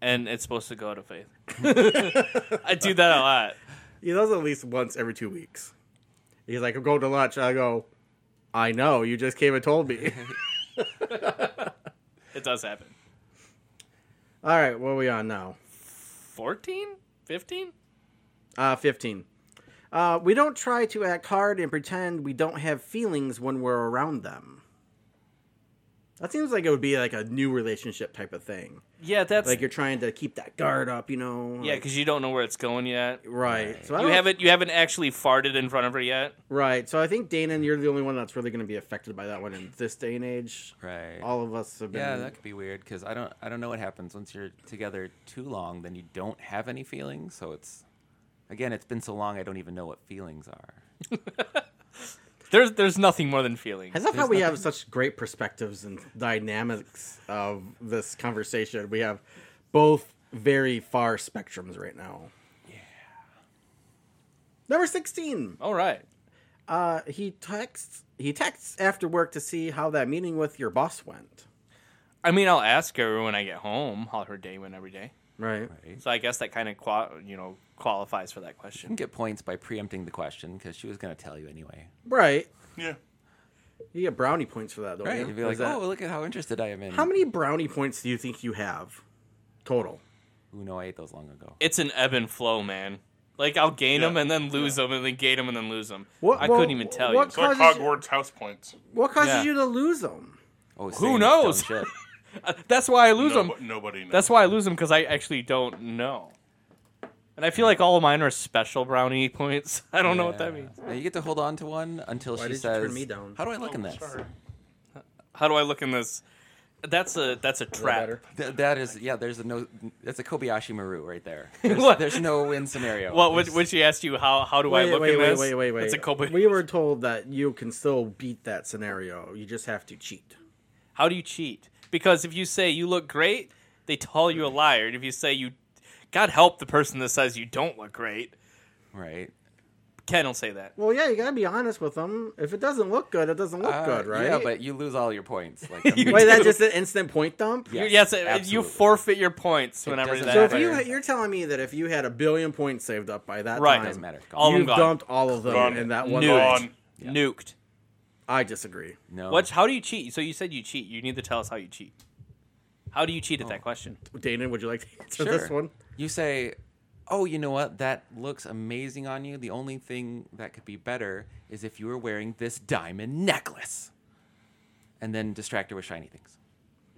Speaker 1: And it's supposed to go to faith. I do that a lot.
Speaker 3: He does it at least once every two weeks. He's like, "I'm going to lunch." I go, "I know. You just came and told me."
Speaker 1: It does happen.
Speaker 3: All right, what are we on now?
Speaker 1: 14? 15?
Speaker 3: Uh, 15. Uh, we don't try to act hard and pretend we don't have feelings when we're around them. That seems like it would be like a new relationship type of thing.
Speaker 1: Yeah, that's
Speaker 3: Like you're trying to keep that guard up, you know?
Speaker 1: yeah,
Speaker 3: like-
Speaker 1: because you don't know where it's going yet.
Speaker 3: right. So I
Speaker 1: You
Speaker 3: don't-
Speaker 1: haven't you haven't actually farted in front of her yet.
Speaker 3: Right. So I think Dana, you're the only one that's really going to be affected by that one in this day and age.
Speaker 4: Right.
Speaker 3: All of us have been.
Speaker 4: yeah, that could be weird because I don't, I don't know what happens once you're together too long. Then you don't have any feelings, so it's again, it's been so long, I don't even know what feelings are.
Speaker 1: There's there's nothing more than feeling.
Speaker 3: I love how we have such great perspectives and dynamics of this conversation. We have both very far spectrums right now. Yeah. Number 16.
Speaker 1: All right.
Speaker 3: Uh, he texts he texts after work to see how that meeting with your boss went.
Speaker 1: I mean, I'll ask her when I get home how her day went every day.
Speaker 3: Right.
Speaker 1: So I guess that kind of qua you know qualifies for that
Speaker 4: You can
Speaker 1: question.
Speaker 4: get points by preempting the question because she was going to tell you anyway.
Speaker 3: Right.
Speaker 2: Yeah.
Speaker 3: You get brownie points for that, don't you?
Speaker 4: You'd be
Speaker 3: Or
Speaker 4: like,
Speaker 3: is that-
Speaker 4: oh, look at how interested I am in.
Speaker 3: How many brownie points do you think you have total?
Speaker 4: Who know I ate those long ago.
Speaker 1: It's an ebb and flow, man. Like I'll gain
Speaker 2: Yeah.
Speaker 1: them and then lose them, and then gain them and then lose them.
Speaker 3: What-
Speaker 1: I
Speaker 3: well,
Speaker 1: couldn't even tell
Speaker 3: what-
Speaker 2: It's like
Speaker 3: Causes-
Speaker 2: Hogwarts house points.
Speaker 3: What causes
Speaker 1: Yeah.
Speaker 3: you to lose them?
Speaker 4: Oh,
Speaker 1: Who
Speaker 4: same
Speaker 1: knows?
Speaker 4: dumb shit.
Speaker 1: you. That's why I lose them.
Speaker 2: Nobo- nobody knows.
Speaker 1: That's why I lose them because I actually don't know. And I feel like all of mine are special brownie points. I don't know what that
Speaker 4: Yeah.
Speaker 1: means.
Speaker 4: Now you get to hold on to one until
Speaker 3: Why
Speaker 4: she
Speaker 3: did you
Speaker 4: says,
Speaker 3: turn me down? Oh,
Speaker 4: "How do I look
Speaker 1: Oh,
Speaker 4: in this?"
Speaker 2: sorry.
Speaker 1: How do I look in this? That's a that's a trap.
Speaker 3: better?
Speaker 4: Th- that is, yeah. There's a no. That's a Kobayashi Maru right there.
Speaker 1: What?
Speaker 4: There's, there's no win scenario.
Speaker 1: Well, when, when she asked you how how do I
Speaker 3: Wait,
Speaker 1: look
Speaker 3: wait,
Speaker 1: in
Speaker 3: wait,
Speaker 1: this?
Speaker 3: wait, wait, wait.
Speaker 1: It's a couple.
Speaker 3: We were told that you can still beat that scenario. You just have to cheat.
Speaker 1: How do you cheat? Because if you say you look great, they call you a liar. And if you say you, God help the person that says you don't look great,
Speaker 4: right.
Speaker 1: Ken will say that.
Speaker 3: Well, yeah, you gotta be honest with them. If it doesn't look good, it doesn't look
Speaker 4: Uh,
Speaker 3: good, right?
Speaker 4: Yeah, but you lose all your points. Like
Speaker 1: You
Speaker 3: wait,
Speaker 1: do.
Speaker 3: that's just an instant point dump.
Speaker 1: You-
Speaker 4: Yes,
Speaker 1: Yes, it- you
Speaker 4: absolutely.
Speaker 1: forfeit your points whenever
Speaker 4: doesn't
Speaker 1: that.
Speaker 3: So if
Speaker 4: matter.
Speaker 3: you
Speaker 1: happens.
Speaker 3: you're telling me that if you had a billion points saved up by that
Speaker 1: Right.
Speaker 3: time,
Speaker 1: Doesn't
Speaker 4: matter. Gone.
Speaker 1: All of
Speaker 3: you've
Speaker 1: them gone.
Speaker 3: dumped all of them
Speaker 2: Gone.
Speaker 3: in that one.
Speaker 1: nuked,
Speaker 3: round.
Speaker 2: Gone.
Speaker 1: nuked.
Speaker 3: I disagree.
Speaker 4: no.
Speaker 1: What's how do you cheat? So you said you cheat. You need to tell us how you cheat. How do you cheat at that question?
Speaker 3: Dana, would you like to answer
Speaker 4: Sure.
Speaker 3: this one?
Speaker 4: You say, "Oh, you know what? That looks amazing on you. The only thing that could be better is if you were wearing this diamond necklace." And then distract her with shiny things.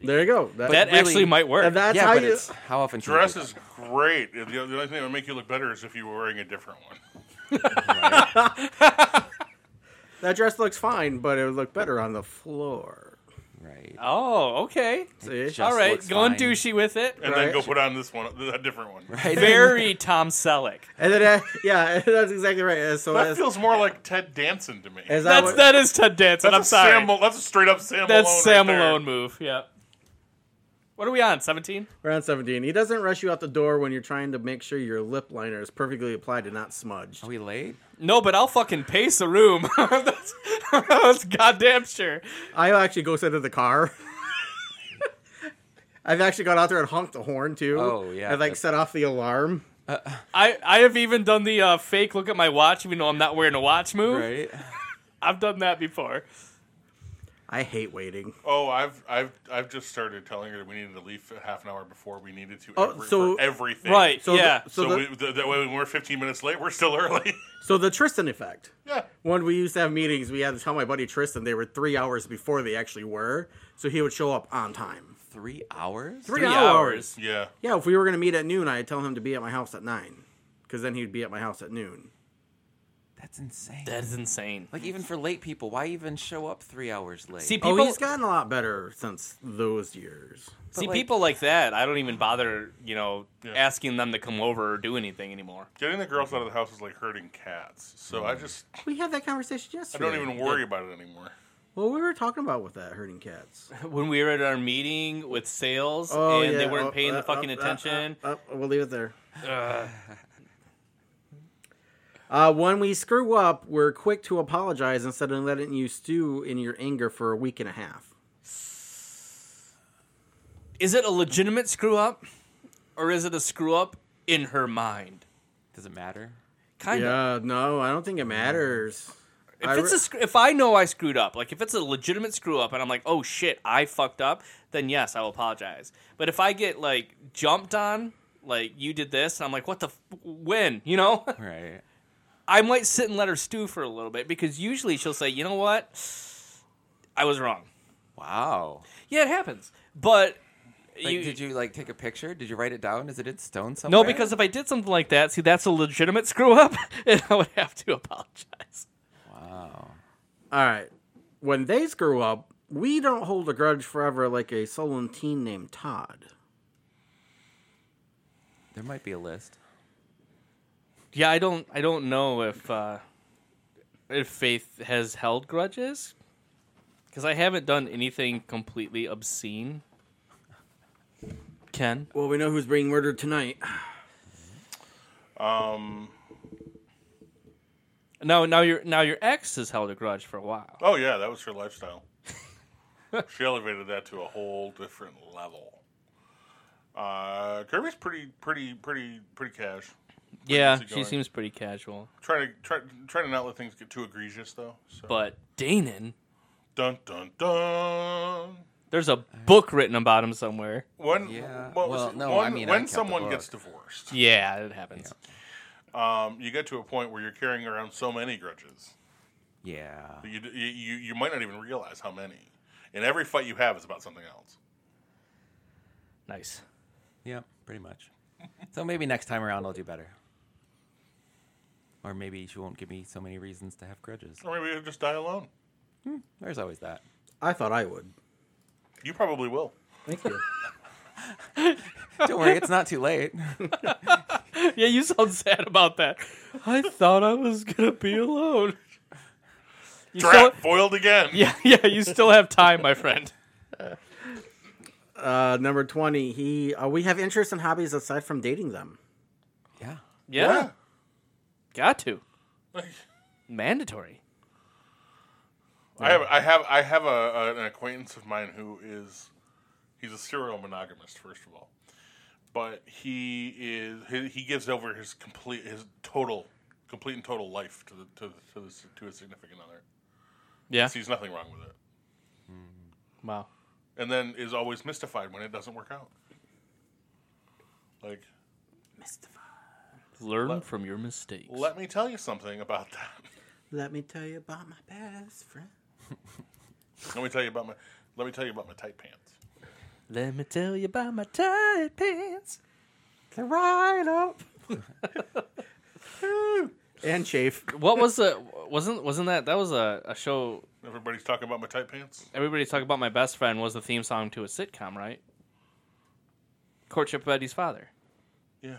Speaker 3: There you go. That,
Speaker 1: that
Speaker 4: really-
Speaker 1: actually might work.
Speaker 3: and that's
Speaker 4: yeah,
Speaker 3: how
Speaker 4: but
Speaker 3: you.
Speaker 4: it's how often can you do
Speaker 2: Dress
Speaker 4: that?
Speaker 2: is great. The, the only thing that would make you look better is if you were wearing a different one.
Speaker 3: That dress looks fine, but it would look better on the floor.
Speaker 4: right.
Speaker 1: oh, okay.
Speaker 3: See?
Speaker 4: just-
Speaker 1: All right,
Speaker 4: looks
Speaker 1: going
Speaker 4: fine.
Speaker 1: douchey with it.
Speaker 2: And
Speaker 3: Right.
Speaker 2: then go put on this one, a different one.
Speaker 4: Right?
Speaker 1: Very Tom Selleck.
Speaker 3: And then, uh, yeah, that's exactly right. Uh, So
Speaker 2: That
Speaker 3: as,
Speaker 2: feels more like Ted Danson to me.
Speaker 3: as I
Speaker 1: That's
Speaker 3: was,
Speaker 1: that is Ted Danson.
Speaker 2: That's
Speaker 1: I'm
Speaker 2: a
Speaker 1: sorry.
Speaker 2: Sam, Mal- that's a straight up Sam
Speaker 1: That's
Speaker 2: Malone.
Speaker 1: Sam
Speaker 2: right there.
Speaker 1: Malone move. Yeah. What are we on? Seventeen.
Speaker 3: round seventeen, he doesn't rush you out the door when you're trying to make sure your lip liner is perfectly applied and not smudged.
Speaker 4: Are we late?
Speaker 1: No, but I'll fucking pace the room. that's, that's goddamn sure.
Speaker 3: I actually go sit in the car. I've actually got out there and honked the horn too.
Speaker 4: Oh, yeah,
Speaker 3: I like
Speaker 4: that's-
Speaker 3: set off the alarm.
Speaker 1: I, I have even done the uh, fake look at my watch, even though I'm not wearing a watch move.
Speaker 4: Right?
Speaker 1: I've done that before.
Speaker 3: I hate waiting.
Speaker 2: Oh, I've I've I've just started telling her that we needed to leave half an hour before we needed to.
Speaker 3: Oh,
Speaker 2: every,
Speaker 3: so-
Speaker 2: for everything.
Speaker 1: Right.
Speaker 3: So
Speaker 1: yeah.
Speaker 3: the, so,
Speaker 2: So,
Speaker 3: the,
Speaker 2: we, th- that way, when we're 15 minutes late, we're still early.
Speaker 3: so the Tristan effect.
Speaker 2: yeah.
Speaker 3: When we used to have meetings, we had to tell my buddy Tristan they were three hours before they actually were, so he would show up on time.
Speaker 4: Three hours?
Speaker 3: Three,
Speaker 1: Three hours.
Speaker 3: hours.
Speaker 2: Yeah.
Speaker 3: Yeah, if we were gonna meet at noon, I'd tell him to be at my house at nine, because then he'd be at my house at noon.
Speaker 4: That's insane.
Speaker 1: That is insane.
Speaker 4: like even for late people, why even show up three hours late?
Speaker 1: See people.
Speaker 3: Oh, he's gotten a lot better since those years.
Speaker 1: see
Speaker 4: like-
Speaker 1: people like that. I don't even bother. You know,
Speaker 2: Yeah.
Speaker 1: asking them to come over or do anything anymore.
Speaker 2: Getting the girls out of the house is like herding cats. So I just
Speaker 3: We had that conversation
Speaker 2: I
Speaker 3: yesterday.
Speaker 2: don't even worry about it anymore.
Speaker 3: Well, we were talking about with that herding cats.
Speaker 1: When we were at our meeting with sales
Speaker 3: Oh,
Speaker 1: and they
Speaker 3: yeah,
Speaker 1: weren't
Speaker 3: oh,
Speaker 1: paying
Speaker 3: uh,
Speaker 1: the fucking
Speaker 3: uh, uh,
Speaker 1: attention.
Speaker 3: uh, uh, we'll leave it there. Uh, when we screw up, we're quick to apologize instead of letting you stew in your anger for a week and a half.
Speaker 1: Is it a legitimate screw up, or is it a screw up in her mind?
Speaker 4: Does it matter?
Speaker 1: Kind of.
Speaker 3: Yeah, no, I don't think it matters.
Speaker 1: If
Speaker 3: I
Speaker 1: it's a
Speaker 3: re-
Speaker 1: sc- if I know I screwed up, like if it's a legitimate screw up, and I'm like, oh shit, I fucked up, then yes, I will apologize. But if I get like jumped on, like you did this, and I'm like, what the f- when, you know,
Speaker 4: Right.
Speaker 1: I might sit and let her stew for a little bit because usually she'll say, you know what, I was wrong.
Speaker 4: Wow.
Speaker 1: Yeah, it happens. But
Speaker 4: Like,
Speaker 1: you,
Speaker 4: did you like take a picture? Did you write it down? Is it in stone somewhere?
Speaker 1: no, because if I did something like that, see, that's a legitimate screw up, and I would have to apologize.
Speaker 4: wow.
Speaker 3: All right. When they screw up, we don't hold a grudge forever like a sullen teen named Todd.
Speaker 4: There might be a list.
Speaker 1: Yeah, I don't. I don't know if uh, if Faith has held grudges because I haven't done anything completely obscene. Ken,
Speaker 3: Well, we know who's being murdered tonight.
Speaker 2: Um,
Speaker 1: now now your now your ex has held a grudge for a while.
Speaker 2: Oh yeah, that was her lifestyle. she elevated that to a whole different level. Uh, Kirby's pretty, pretty, pretty, pretty cash.
Speaker 1: Yeah,
Speaker 2: how's it
Speaker 1: she
Speaker 2: going?
Speaker 1: seems pretty casual,
Speaker 2: Trying to try, trying to not let things get too egregious though. So
Speaker 1: but Danon,
Speaker 2: dun dun dun.
Speaker 1: there's a book written about him somewhere.
Speaker 2: When
Speaker 4: Yeah.
Speaker 2: what was
Speaker 4: Well,
Speaker 2: it?
Speaker 4: no, I
Speaker 2: when,
Speaker 4: mean, I
Speaker 2: when
Speaker 4: kept the
Speaker 2: someone
Speaker 4: book.
Speaker 2: gets divorced,
Speaker 1: Yeah, it happens.
Speaker 2: um, you get to a point where you're carrying around so many grudges
Speaker 4: Yeah.
Speaker 2: that you, d- you you you might not even realize how many. And every fight you have is about something else.
Speaker 1: Nice.
Speaker 4: Yeah, pretty much. so maybe next time around I'll do better. Or maybe she won't give me so many reasons to have grudges.
Speaker 2: Or maybe you'll just die alone.
Speaker 4: There's always that.
Speaker 3: I thought I would.
Speaker 2: You probably will.
Speaker 3: Thank you.
Speaker 4: Don't worry, it's not too late.
Speaker 1: Yeah, you sound sad about that. I thought I was gonna be alone. You still-
Speaker 2: Drat, foiled again.
Speaker 1: yeah, yeah, you still have time, my friend.
Speaker 3: Uh, number 20, he uh, we have interests and hobbies aside from dating them.
Speaker 4: Yeah.
Speaker 1: Yeah, got to. Mandatory.
Speaker 2: I have I have I have a, a, an acquaintance of mine who is he's a serial monogamist first of all, but he is he, he gives over his complete his total complete and total life to the to the, to, the, to his significant other.
Speaker 1: Yeah.
Speaker 2: Sees nothing wrong with it,
Speaker 1: Wow.
Speaker 2: and then is always mystified when it doesn't work out. Like,
Speaker 1: Learn from your mistakes.
Speaker 2: let me tell you something about that.
Speaker 3: Let me tell you about my best friend.
Speaker 2: let me tell you about my let me tell you about my tight pants.
Speaker 1: Let me tell you about my tight pants.
Speaker 3: They're right up. and chafe.
Speaker 1: What was the? Wasn't wasn't that that was a, a show?
Speaker 2: Everybody's talking about my tight pants.
Speaker 1: Everybody's talking about my best friend was the theme song to a sitcom, right? Courtship of Eddie's father.
Speaker 2: Yeah.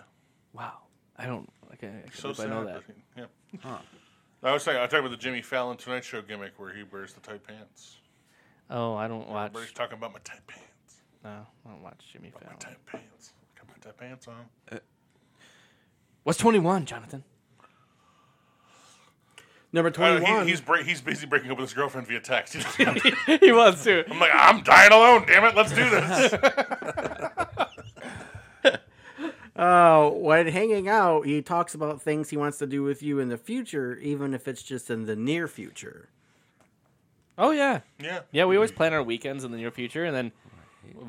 Speaker 1: Wow. I don't. Okay, I can't
Speaker 2: So
Speaker 1: believe I
Speaker 2: sad.
Speaker 1: know that.
Speaker 2: but- Yeah. I was talking. I was talking about the Jimmy Fallon Tonight Show gimmick where he wears the tight pants.
Speaker 1: Oh, I don't watch.
Speaker 2: Everybody's talking about my tight pants.
Speaker 1: No, I don't watch Jimmy
Speaker 2: My
Speaker 1: Fallon.
Speaker 2: tight pants. Got my tight pants on.
Speaker 1: What's twenty one, Jonathan?
Speaker 3: Number
Speaker 2: Uh,
Speaker 3: 21.
Speaker 2: he, he's break, he's busy breaking up with his girlfriend via text. I'm
Speaker 1: he was too.
Speaker 2: like, I'm dying alone. Damn it, let's do this.
Speaker 3: Uh, when hanging out, he talks about things he wants to do with you in the future, even if it's just in the near future.
Speaker 1: Oh yeah,
Speaker 2: yeah.
Speaker 1: yeah. We always plan our weekends in the near future, and then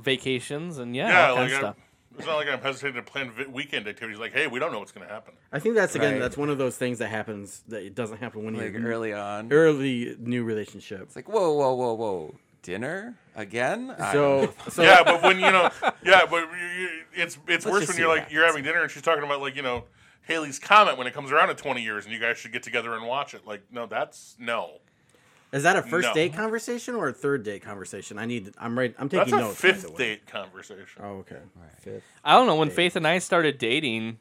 Speaker 1: vacations, and yeah,
Speaker 2: Oh, Yeah.
Speaker 1: all kinds
Speaker 2: Like
Speaker 1: of
Speaker 2: I,
Speaker 1: stuff.
Speaker 2: it's not like I'm hesitating to plan vi- weekend activities. Like, hey, we don't know what's going to happen.
Speaker 3: I think that's again
Speaker 4: Right.
Speaker 3: that's one of those things that happens that it doesn't happen when
Speaker 4: Like
Speaker 1: Mm-hmm.
Speaker 3: you're
Speaker 4: early on.
Speaker 1: Er
Speaker 4: It's
Speaker 3: early new relationship.
Speaker 4: like, whoa, whoa, whoa, whoa. Dinner? Again? I don't know.
Speaker 3: So so
Speaker 2: yeah, but when you know, yeah, but you, you, it's it's
Speaker 4: Let's
Speaker 2: worse
Speaker 4: just
Speaker 2: when
Speaker 4: see
Speaker 2: you're
Speaker 4: what
Speaker 2: like you're
Speaker 4: happens.
Speaker 2: having dinner and she's talking about like you know Haley's Comet when it comes around in 20 years and you guys should get together and watch it. Like, no, that's no.
Speaker 3: is that a first
Speaker 2: No.
Speaker 3: date conversation or a third date conversation? I need I'm right I'm
Speaker 2: That's
Speaker 3: taking
Speaker 2: a
Speaker 3: notes. by the
Speaker 2: fifth
Speaker 3: way.
Speaker 2: date conversation.
Speaker 3: Oh okay. Fifth.
Speaker 1: I don't know when Faith and I started dating.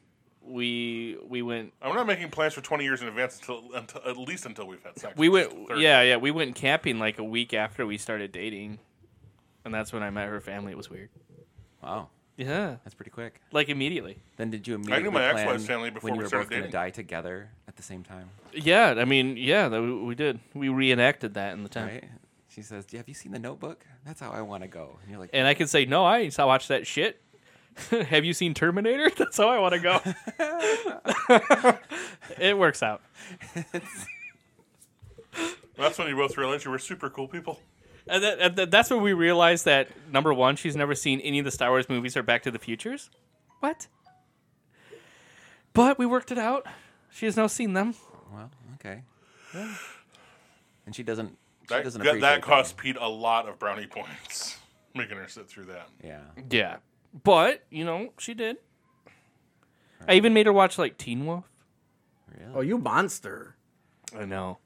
Speaker 1: We we went
Speaker 2: I'm not making plans for 20 years in advance until, until at least until we've had sex.
Speaker 1: we went
Speaker 2: Third.
Speaker 1: yeah yeah we went camping like a week after we started dating, and that's when I met her family. It was weird.
Speaker 4: Wow.
Speaker 1: Yeah,
Speaker 4: That's pretty quick.
Speaker 1: like immediately.
Speaker 4: Then did you immediately
Speaker 2: my
Speaker 4: plan
Speaker 2: ex-wife's family before
Speaker 4: when you
Speaker 2: we
Speaker 4: were
Speaker 2: started
Speaker 4: both gonna
Speaker 2: dating.
Speaker 4: die together at the same time?
Speaker 1: Yeah, I mean yeah, that we, we did. We reenacted that in the time.
Speaker 4: Right? She says, "Yeah, "Have you seen the Notebook? That's how I want to go." And you're like,
Speaker 1: And I can say no, I ain't I watch that shit. Have you seen Terminator? That's how I want to go. it works out.
Speaker 2: That's when you both realized you were super cool people.
Speaker 1: And, that, and that- that's when we realized that number one, she's never seen any of the Star Wars movies or Back to the Futures. What? But we worked it out. She has now seen them.
Speaker 4: "Well, okay." And she doesn't. She
Speaker 2: That,
Speaker 4: doesn't
Speaker 2: that,
Speaker 4: appreciate
Speaker 2: that cost Pete a lot of brownie points, making her sit through that.
Speaker 4: Yeah.
Speaker 1: Yeah, but you know she did. I even made her watch like Teen Wolf.
Speaker 3: Oh you monster.
Speaker 1: I know.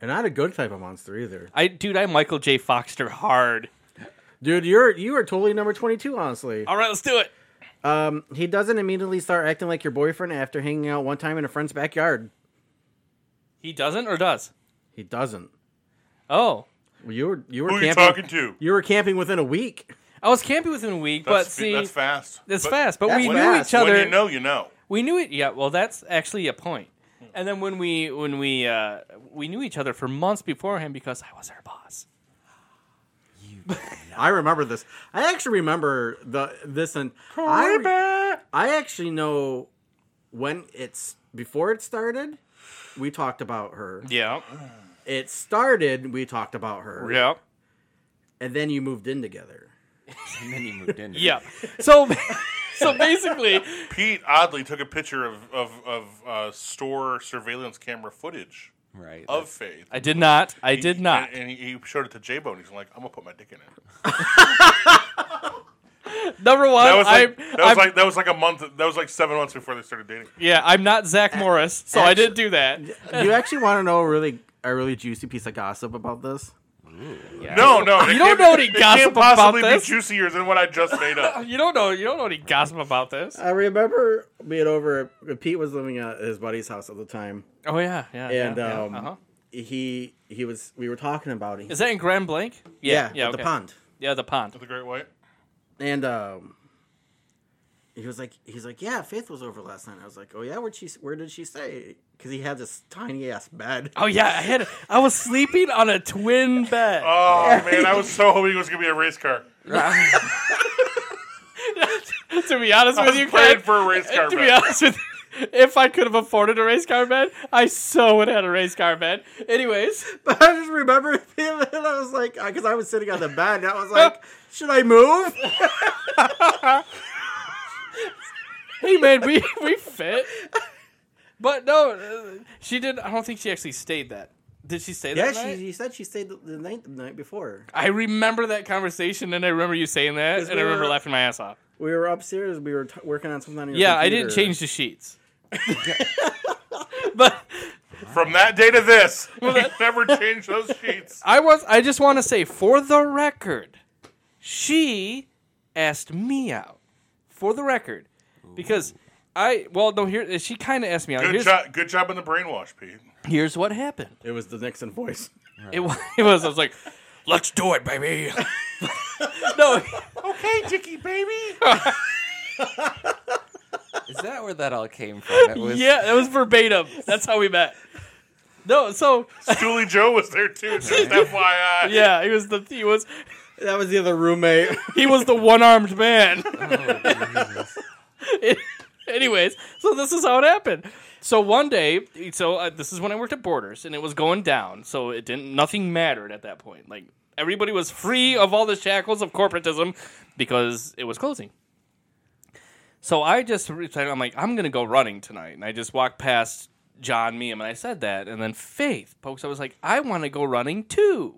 Speaker 3: And not a good type of monster either.
Speaker 1: I dude, I Michael J. Foxed her hard.
Speaker 3: Dude, you're you are totally number twenty two, honestly.
Speaker 1: All right, let's do it.
Speaker 3: Um he doesn't immediately start acting like your boyfriend after hanging out one time in a friend's backyard.
Speaker 1: He doesn't or does?
Speaker 3: He doesn't.
Speaker 1: Oh,
Speaker 3: Well, you were you were
Speaker 2: Who are
Speaker 3: camping
Speaker 2: you talking to?
Speaker 3: you were camping within a week.
Speaker 1: I was camping within a week,
Speaker 2: That's,
Speaker 1: but
Speaker 2: fe-
Speaker 1: see,
Speaker 2: that's fast.
Speaker 1: It's
Speaker 2: But
Speaker 1: fast, but we
Speaker 3: That's
Speaker 1: knew
Speaker 3: fast.
Speaker 1: each other.
Speaker 2: When you know, you know.
Speaker 1: We knew it. Yeah. Well, that's actually a point. And then when we when we uh, we knew each other for months beforehand because I was her boss.
Speaker 3: I remember this. I actually remember the this and I, re- I actually know when it's before it started. We talked about her.
Speaker 1: Yeah.
Speaker 3: It started. We talked about her.
Speaker 1: Yeah.
Speaker 3: And then you moved in together.
Speaker 4: And then you moved in.
Speaker 1: Yeah. So so basically,
Speaker 2: Pete oddly took a picture of of, of uh, store surveillance camera footage
Speaker 4: Right.
Speaker 2: of Faith.
Speaker 1: I did not. I did
Speaker 2: He-
Speaker 1: not. Uh,
Speaker 2: And, and he he showed it to J Bone. He's like, I'm gonna put my dick in it.
Speaker 1: Number one,
Speaker 2: That was like
Speaker 1: I'm,
Speaker 2: that was
Speaker 1: I'm-
Speaker 2: like that was like a month. That was like seven months before they started dating.
Speaker 1: yeah, I'm not Zach Morris, so I didn't do that.
Speaker 3: you actually want to know a really a really juicy piece of gossip about this?
Speaker 4: Yeah.
Speaker 2: No, no, you
Speaker 1: don't know any
Speaker 2: it
Speaker 1: gossip
Speaker 2: can't possibly
Speaker 1: about this.
Speaker 2: be juicier than what I just made up.
Speaker 1: You don't know. You don't know any gossip about this.
Speaker 3: I remember being over. Pete was living at his buddy's house at the time,
Speaker 1: Oh yeah, yeah.
Speaker 3: and
Speaker 1: yeah, yeah,
Speaker 3: um,
Speaker 1: uh-huh.
Speaker 3: he he was. We were talking about it.
Speaker 1: is that in Grand Blanc?
Speaker 3: yeah,
Speaker 1: Yeah.
Speaker 3: at
Speaker 1: okay.
Speaker 3: the pond.
Speaker 1: Yeah, the pond.
Speaker 2: the Great White.
Speaker 3: and um he was like, he's like, yeah, Faith was over last night. I was like, oh yeah, where she, where did she stay? Because he had this tiny ass bed.
Speaker 1: Oh yeah, I had I was sleeping on a twin bed.
Speaker 2: Oh man, I was so hoping it was gonna be a race car.
Speaker 1: to be honest
Speaker 2: I
Speaker 1: with
Speaker 2: was
Speaker 1: you,
Speaker 2: praying
Speaker 1: Ken,
Speaker 2: for a race car.
Speaker 1: to be
Speaker 2: back.
Speaker 1: honest with you, if I could have afforded a race car bed, I so would have had a race car bed. Anyways,
Speaker 3: But I just remembered him, and I was like, because I was sitting on the bed, and I was like, should I move?
Speaker 1: hey man, we we fit. But no, uh, she did. I don't think she actually stayed that. Did she stay
Speaker 3: yeah,
Speaker 1: that night?
Speaker 3: she, she said she stayed the, the night the night before.
Speaker 1: I remember that conversation, and I remember you saying that, and
Speaker 3: we
Speaker 1: I remember
Speaker 3: were-
Speaker 1: laughing my ass off.
Speaker 3: We were upstairs. We were t- working on something. On your
Speaker 1: Yeah, I didn't
Speaker 3: computer.
Speaker 1: change the sheets. but
Speaker 2: From that day to this, we never changed those sheets.
Speaker 1: I was I just want to say for the record, she asked me out. For the record. Because I well no here she kind of asked me out.
Speaker 2: Good
Speaker 1: Here's,
Speaker 2: job, good job on the brainwash, Pete.
Speaker 1: here's what happened.
Speaker 3: It was the Nixon voice.
Speaker 1: It, wa- it was I was like, "Let's do it, baby." no.
Speaker 2: Okay, Dicky baby.
Speaker 4: Is that where that all came from? It was,
Speaker 1: Yeah, that was verbatim. That's how we met. No, so
Speaker 2: Julie Joe was there too. Just FYI.
Speaker 1: yeah, he was the he was
Speaker 3: That was the other roommate.
Speaker 1: he was the one-armed man. Anyways, so this is how it happened. So one day, so uh, this is when I worked at Borders, and it was going down. So it didn't, nothing mattered at that point. Like everybody was free of all the shackles of corporatism because it was closing. So I just, re- I'm like, I'm gonna go running tonight, and I just walked past John Meehan, and I said that, and then Faith pokes. I was like, I want to go running too,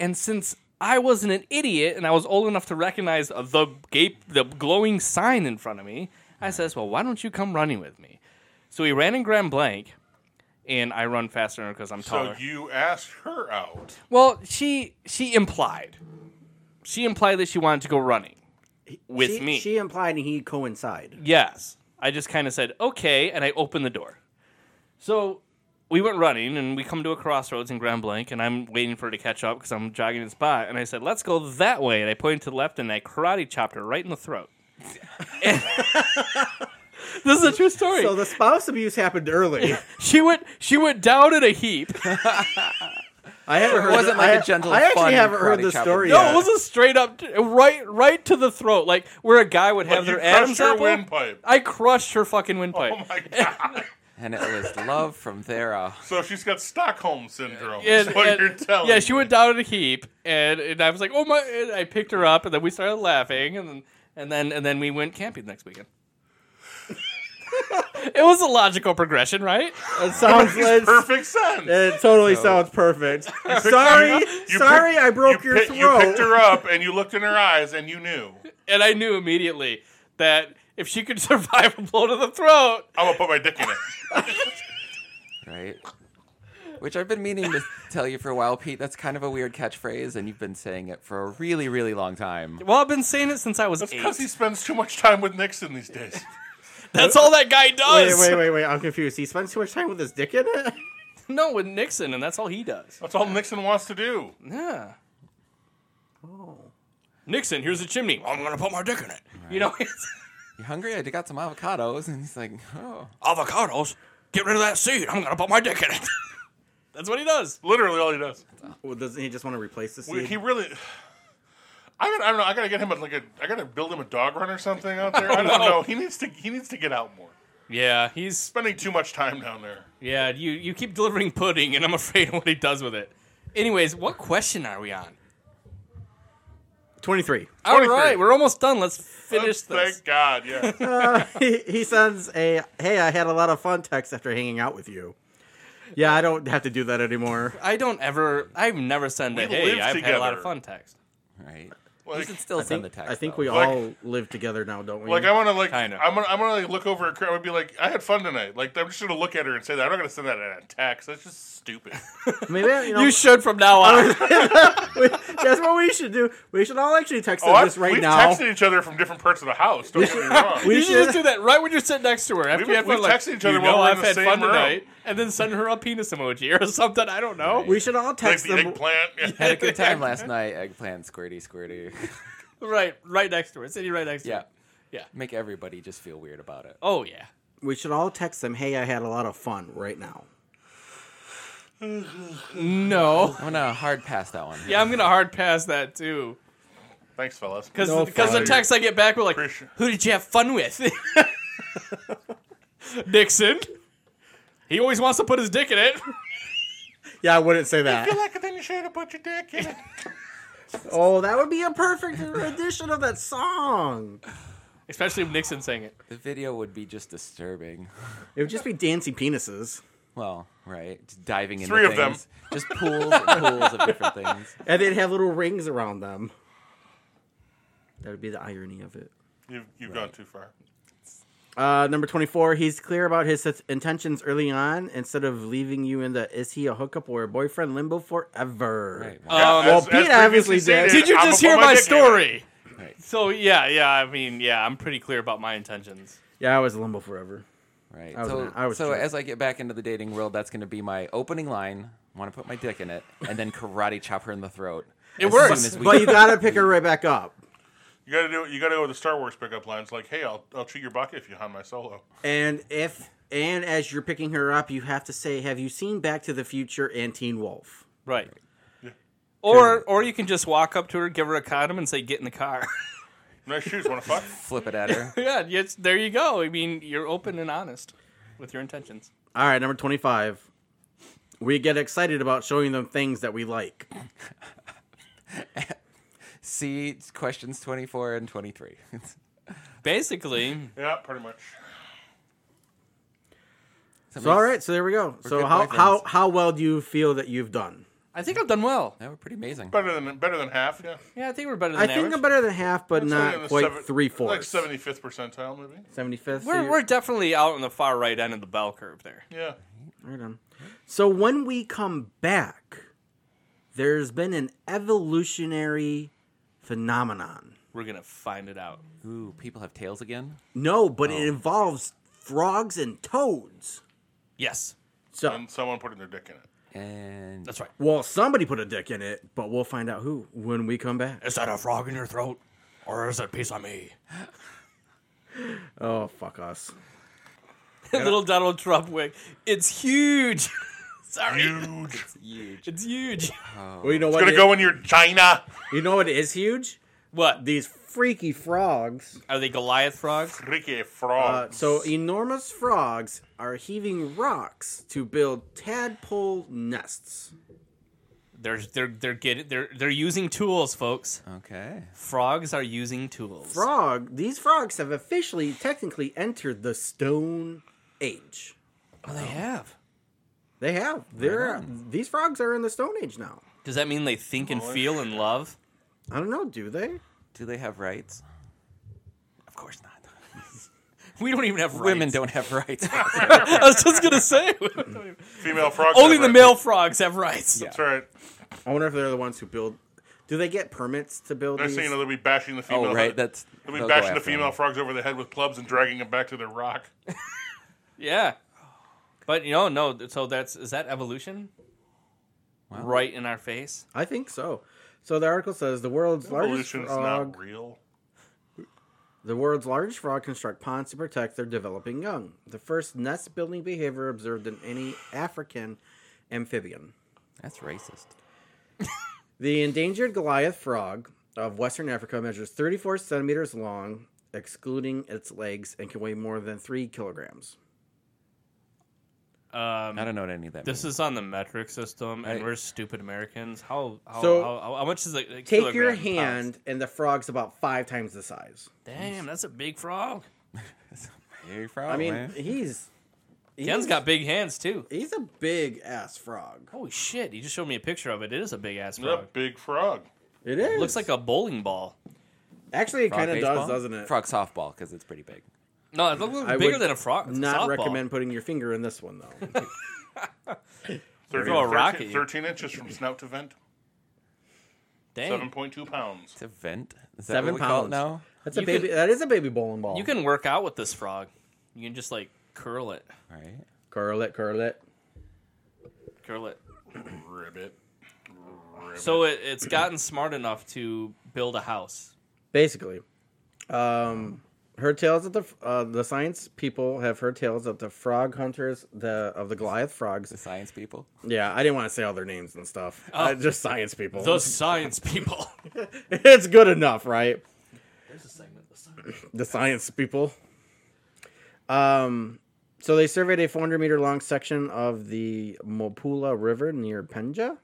Speaker 1: and since I wasn't an idiot and I was old enough to recognize the gape, the glowing sign in front of me, I says, well, why don't you come running with me? So we ran in Grand Blanc, and I run faster because I'm taller.
Speaker 2: So you asked her out.
Speaker 1: well, she she implied, she implied that she wanted to go running with
Speaker 3: she,
Speaker 1: me.
Speaker 3: She implied he coincide.
Speaker 1: Yes. I just kind of said, okay, and I opened the door. So we went running and we come to a crossroads in Grand Blanc, and I'm waiting for her to catch up because I'm jogging in spot. And I said, let's go that way. And I pointed to the left and I karate chopped her right in the throat. And- this is a true story.
Speaker 3: So the spouse abuse happened early.
Speaker 1: she went she went down in a heap.
Speaker 3: I haven't heard.
Speaker 4: wasn't
Speaker 3: the-
Speaker 4: like
Speaker 3: I,
Speaker 4: a gentle
Speaker 3: I actually
Speaker 4: fun
Speaker 3: haven't heard
Speaker 4: karate
Speaker 3: the
Speaker 4: chop
Speaker 3: story.
Speaker 1: No,
Speaker 3: yet.
Speaker 1: it was a straight up right right to the throat, like where a guy would have
Speaker 2: But you
Speaker 1: their
Speaker 2: crushed
Speaker 1: Adam's
Speaker 2: her
Speaker 1: apple.
Speaker 2: windpipe.
Speaker 1: I crushed her fucking windpipe.
Speaker 2: Oh my god.
Speaker 4: And it was love from there on.
Speaker 2: So she's got Stockholm syndrome.
Speaker 1: and,
Speaker 2: is what
Speaker 1: and-
Speaker 2: you're telling
Speaker 1: yeah, she
Speaker 2: me.
Speaker 1: went down in a heap, and, and I was like, "Oh my!" And I picked her up, and then we started laughing, and then and then and then we went camping the next weekend. it was a logical progression, right?
Speaker 3: It sounds
Speaker 2: Makes
Speaker 3: it's-
Speaker 2: perfect sense.
Speaker 3: It totally sounds perfect. sorry,
Speaker 2: You
Speaker 3: sorry,
Speaker 2: picked-
Speaker 3: I broke
Speaker 2: you
Speaker 3: your
Speaker 2: pick- You
Speaker 3: throat.
Speaker 2: picked her up and you looked in her eyes and you knew.
Speaker 1: And I knew immediately that if she could survive a blow to the throat,
Speaker 2: I'm gonna put my dick in it.
Speaker 4: right? Which I've been meaning to tell you for a while, Pete. That's kind of a weird catchphrase, and you've been saying it for a really, really long time.
Speaker 1: well, I've been saying it since I was
Speaker 2: That's
Speaker 1: eight.
Speaker 2: because he spends too much time with Nixon these days.
Speaker 1: That's all that guy
Speaker 3: Wait,
Speaker 1: does.
Speaker 3: wait, wait, wait! I'm confused. He spends too much time with his dick in it.
Speaker 1: No, with Nixon, and that's all he does.
Speaker 2: That's all Nixon wants to do.
Speaker 1: Yeah.
Speaker 2: Oh.
Speaker 1: Nixon, here's a chimney. I'm gonna put my dick in it. You know, it's,
Speaker 4: You hungry? I got some avocados, and he's like, "Oh,
Speaker 1: avocados. Get rid of that seed. I'm gonna put my dick in it. That's what he does.
Speaker 2: Literally all he does.
Speaker 3: Well, doesn't he just want to replace the
Speaker 2: We-
Speaker 3: seed?
Speaker 2: He really. I, gotta, I don't know. I gotta get him a, like a. I gotta build him a dog run or something out there. I don't
Speaker 1: no.
Speaker 2: know. He needs to. He needs to get out more.
Speaker 1: Yeah, he's
Speaker 2: Spending too much time down there.
Speaker 1: yeah. You you keep delivering pudding, and I'm afraid of what he does with it. Anyways, what question are we on?
Speaker 3: Twenty-three.
Speaker 1: All
Speaker 2: 23.
Speaker 1: right, we're almost done. Let's finish this.
Speaker 2: Thank God. Yeah.
Speaker 3: he, he sends a "Hey, I had a lot of fun" text after hanging out with you. Yeah, I don't have to do that anymore.
Speaker 1: I don't ever. I've never sent a
Speaker 2: We
Speaker 1: hey.
Speaker 2: live
Speaker 1: I've had a lot of
Speaker 2: together.
Speaker 1: fun text.
Speaker 4: right." You
Speaker 2: Like,
Speaker 4: should still send the text.
Speaker 3: I think
Speaker 4: though.
Speaker 3: we
Speaker 2: Like-
Speaker 3: all live together now, don't we?
Speaker 2: like I want to like.
Speaker 1: Kinda.
Speaker 2: I'm gonna. I'm gonna like look over at her. I would be like, I had fun tonight. Like I'm just gonna look at her and say that. I'm not gonna send that in a text. That's just stupid.
Speaker 3: Maybe you know.
Speaker 1: You should from now on.
Speaker 3: that's what we should do. We should all actually text them
Speaker 2: I've-
Speaker 3: just right
Speaker 2: Oh, we've
Speaker 3: now.
Speaker 2: texted each other from different parts of the house. Don't get me wrong.
Speaker 1: you
Speaker 3: We
Speaker 1: should just
Speaker 3: should-
Speaker 1: do that right when you're sitting next to her. After
Speaker 2: We've-
Speaker 1: you have fun,
Speaker 2: we've
Speaker 1: like,
Speaker 2: texted each other
Speaker 1: you know
Speaker 2: while we're in
Speaker 1: I've
Speaker 2: the
Speaker 1: had
Speaker 2: same
Speaker 1: fun
Speaker 2: room."
Speaker 1: tonight, and then send her a penis emoji or something. I don't know.
Speaker 3: we should all
Speaker 2: like
Speaker 3: text
Speaker 2: the
Speaker 3: them.
Speaker 2: eggplant.
Speaker 4: had a good time last night. Eggplant, squirty, squirty.
Speaker 1: Right, right next to her, sitting right next to
Speaker 4: yeah,
Speaker 1: her. Yeah.
Speaker 4: Make everybody just feel weird about it.
Speaker 1: Oh yeah.
Speaker 3: We should all text them, hey, I had a lot of fun right now.
Speaker 1: No.
Speaker 4: I'm gonna hard pass that one.
Speaker 1: Yeah, I'm gonna hard pass that too.
Speaker 2: Thanks, fellas.
Speaker 1: Because
Speaker 3: No
Speaker 1: because the
Speaker 3: fun.
Speaker 1: texts I get back were like,
Speaker 2: Appreciate-
Speaker 1: "Who did you have fun with?" Nixon. He always wants to put his dick in it.
Speaker 3: Yeah, I wouldn't say
Speaker 2: I feel
Speaker 3: that.
Speaker 2: like I didn't share to put your dick in it.
Speaker 3: Oh, that would be a perfect rendition of that song.
Speaker 1: Especially if Nixon sang it.
Speaker 4: The video would be just disturbing.
Speaker 3: It would just be dancing penises.
Speaker 4: Well, right, just diving into
Speaker 2: Three of them.
Speaker 4: things. just pools and pools of different things.
Speaker 3: And they'd have little rings around them. That would be the irony of it.
Speaker 2: You've, you've gone too far.
Speaker 3: Uh, number 24, he's clear about his s- intentions early on instead of leaving you in the is he a hookup or a boyfriend limbo forever.
Speaker 4: Right.
Speaker 1: Um,
Speaker 3: well, Pete
Speaker 2: previously
Speaker 3: obviously did.
Speaker 1: did you
Speaker 2: I'ma
Speaker 1: just
Speaker 2: put
Speaker 1: hear my
Speaker 2: dick in it.
Speaker 1: story?
Speaker 4: Right.
Speaker 1: So yeah, yeah. I mean, yeah. I'm pretty clear about my intentions.
Speaker 3: Yeah, I was limbo forever.
Speaker 4: Right.
Speaker 3: I was
Speaker 4: so
Speaker 3: an- I was
Speaker 4: so
Speaker 3: tricked.
Speaker 4: as I get back into the dating world, that's going to be my opening line. Want to put my dick in it, and then karate chop her in the throat.
Speaker 1: It
Speaker 4: as
Speaker 1: works.
Speaker 4: soon as we-
Speaker 3: But you gotta pick her right back up.
Speaker 2: You gotta do. You gotta go with the Star Wars pickup lines. Like, hey, I'll I'll chew your bucket if you hunt my solo.
Speaker 3: And if and as you're picking her up, you have to say, "Have you seen Back to the Future and Teen Wolf?"
Speaker 1: Right. Or or you can just walk up to her, give her a condom, and say, "Get in the car."
Speaker 2: Nice shoes. Want to fuck?
Speaker 4: flip it at her.
Speaker 1: yeah. Yes. There you go. I mean, you're open and honest with your intentions.
Speaker 3: All right, number twenty-five. We get excited about showing them things that we like.
Speaker 4: See questions twenty four and twenty three.
Speaker 1: Basically,
Speaker 2: Yeah, pretty much.
Speaker 3: So, all right, so there we go. so,
Speaker 4: good
Speaker 3: how, how
Speaker 4: boyfriends.
Speaker 3: how well do you feel that you've done?
Speaker 1: I think I've done well.
Speaker 4: That were pretty amazing.
Speaker 2: Better than better than half. Yeah.
Speaker 1: Yeah, I think we're better than
Speaker 3: I
Speaker 1: average.
Speaker 3: think I'm better than half, but
Speaker 2: Something in
Speaker 3: not
Speaker 2: the
Speaker 3: quite
Speaker 2: seven-
Speaker 3: three
Speaker 2: Like
Speaker 3: fourths.
Speaker 2: seventy fifth percentile, maybe.
Speaker 3: Seventy fifth.
Speaker 1: We're, we're definitely out on the far right end of the bell curve there.
Speaker 2: Yeah.
Speaker 3: Right on. So when we come back, there's been an evolutionary phenomenon.
Speaker 1: We're gonna find it out.
Speaker 4: Ooh, people have tails again.
Speaker 3: No, but
Speaker 2: Oh.
Speaker 3: it involves frogs and toads.
Speaker 1: Yes,
Speaker 3: So
Speaker 2: And someone putting their dick in it.
Speaker 4: And
Speaker 1: that's right.
Speaker 3: Well, somebody put a dick in it, but we'll find out who when we come back.
Speaker 1: Is that a frog in your throat, or is it a piece of me?
Speaker 3: Oh, fuck us.
Speaker 1: Little Donald Trump wig. It's huge. Sorry,
Speaker 2: Huge.
Speaker 4: huge.
Speaker 1: it's huge.
Speaker 3: Well, you know what?
Speaker 2: Oh. Gonna
Speaker 3: it-
Speaker 2: go in your China.
Speaker 3: you know what is huge?
Speaker 1: What
Speaker 3: These freaky frogs.
Speaker 1: are they, Goliath frogs?
Speaker 2: Ricky
Speaker 3: Uh,
Speaker 2: frog.
Speaker 3: so enormous frogs are heaving rocks to build tadpole nests.
Speaker 1: They're they're they're getting they're they're using tools, folks.
Speaker 4: Okay.
Speaker 1: Frogs are using tools.
Speaker 3: Frog. These frogs have officially, technically, entered the Stone Age.
Speaker 1: Oh, they have.
Speaker 3: They have. They're these frogs are in the Stone Age now.
Speaker 1: Does that mean they think and feel and love?
Speaker 3: I don't know. Do they?
Speaker 4: Do they have rights? Of course not.
Speaker 1: We don't even have
Speaker 4: Women
Speaker 1: rights.
Speaker 4: don't have rights.
Speaker 1: I was just gonna say.
Speaker 2: Female frog.
Speaker 1: Only the male frogs have rights.
Speaker 4: Yeah.
Speaker 2: That's right.
Speaker 3: I wonder if they're the ones who build. Do they get permits to build?
Speaker 2: Next
Speaker 3: These?
Speaker 2: thing you know, they'll be bashing the female.
Speaker 4: oh, right. That's
Speaker 2: They'll be
Speaker 4: they'll go
Speaker 2: bashing the
Speaker 4: after
Speaker 2: female
Speaker 4: them.
Speaker 2: frogs over the head with clubs and dragging them back to their rock.
Speaker 1: Yeah. But you know, no, th- so that's is that evolution? Right in our face.
Speaker 3: I think so. So the article says the world's largest
Speaker 2: Evolution's
Speaker 3: frog,
Speaker 2: not real.
Speaker 3: the world's largest frog construct ponds to protect their developing young. The first nest building behavior observed in any African amphibian.
Speaker 4: That's racist.
Speaker 3: The endangered Goliath frog of Western Africa measures 34 centimeters long, excluding its legs, and can weigh more than three kilograms.
Speaker 1: Um,
Speaker 4: I don't know what any of that
Speaker 1: this
Speaker 4: means.
Speaker 1: is on the metric system, and
Speaker 4: Right.
Speaker 1: we're stupid Americans. How how,
Speaker 3: So,
Speaker 1: how, how, how much is it?
Speaker 3: Take your hand, and the frog's about five times the size.
Speaker 1: Damn, that's a big frog.
Speaker 4: Hey, frog,
Speaker 3: I mean,
Speaker 4: man.
Speaker 3: he's
Speaker 1: Oh, Ken's got big hands too.
Speaker 3: he's a big ass frog.
Speaker 1: Holy shit! You just showed me a picture of it. It is a big ass frog.
Speaker 2: Yep, big frog.
Speaker 3: It is.
Speaker 1: Looks like a bowling ball.
Speaker 3: actually it
Speaker 4: Frog
Speaker 3: kind of does,
Speaker 4: baseball?
Speaker 3: doesn't it?
Speaker 4: Frog softball because it's pretty big.
Speaker 1: No, it looks
Speaker 3: I
Speaker 1: bigger
Speaker 3: would
Speaker 1: than a frog. It's a
Speaker 3: Not
Speaker 1: softball.
Speaker 3: recommend putting your finger in this one though.
Speaker 2: 13,
Speaker 1: Throw a rock at
Speaker 2: 13
Speaker 1: you.
Speaker 2: 13 inches from snout to vent.
Speaker 1: Dang.
Speaker 2: 7.2 pounds.
Speaker 4: It's a vent. Is that
Speaker 3: Seven
Speaker 4: what we call
Speaker 3: pounds.
Speaker 4: it now?
Speaker 3: That's a
Speaker 1: You
Speaker 3: baby.
Speaker 1: could-
Speaker 3: that is a baby bowling ball.
Speaker 1: You can work out with this frog. You can just like curl it,
Speaker 4: Right.
Speaker 3: curl it, curl it.
Speaker 1: curl it.
Speaker 2: Ribbit. Ribbit.
Speaker 1: So it, it's gotten smart enough to build a house.
Speaker 3: Basically, um, heard tales of the uh, the science people have heard tales of the frog hunters the of the Goliath
Speaker 4: The
Speaker 3: frogs.
Speaker 4: science people.
Speaker 3: Yeah, I didn't want to say all their names and stuff. Uh, just science people.
Speaker 1: Those science people.
Speaker 3: it's good enough, right?
Speaker 1: There's a segment.
Speaker 3: the science people. Um, so they surveyed a 400 meter long section of the Mopula River near Penja.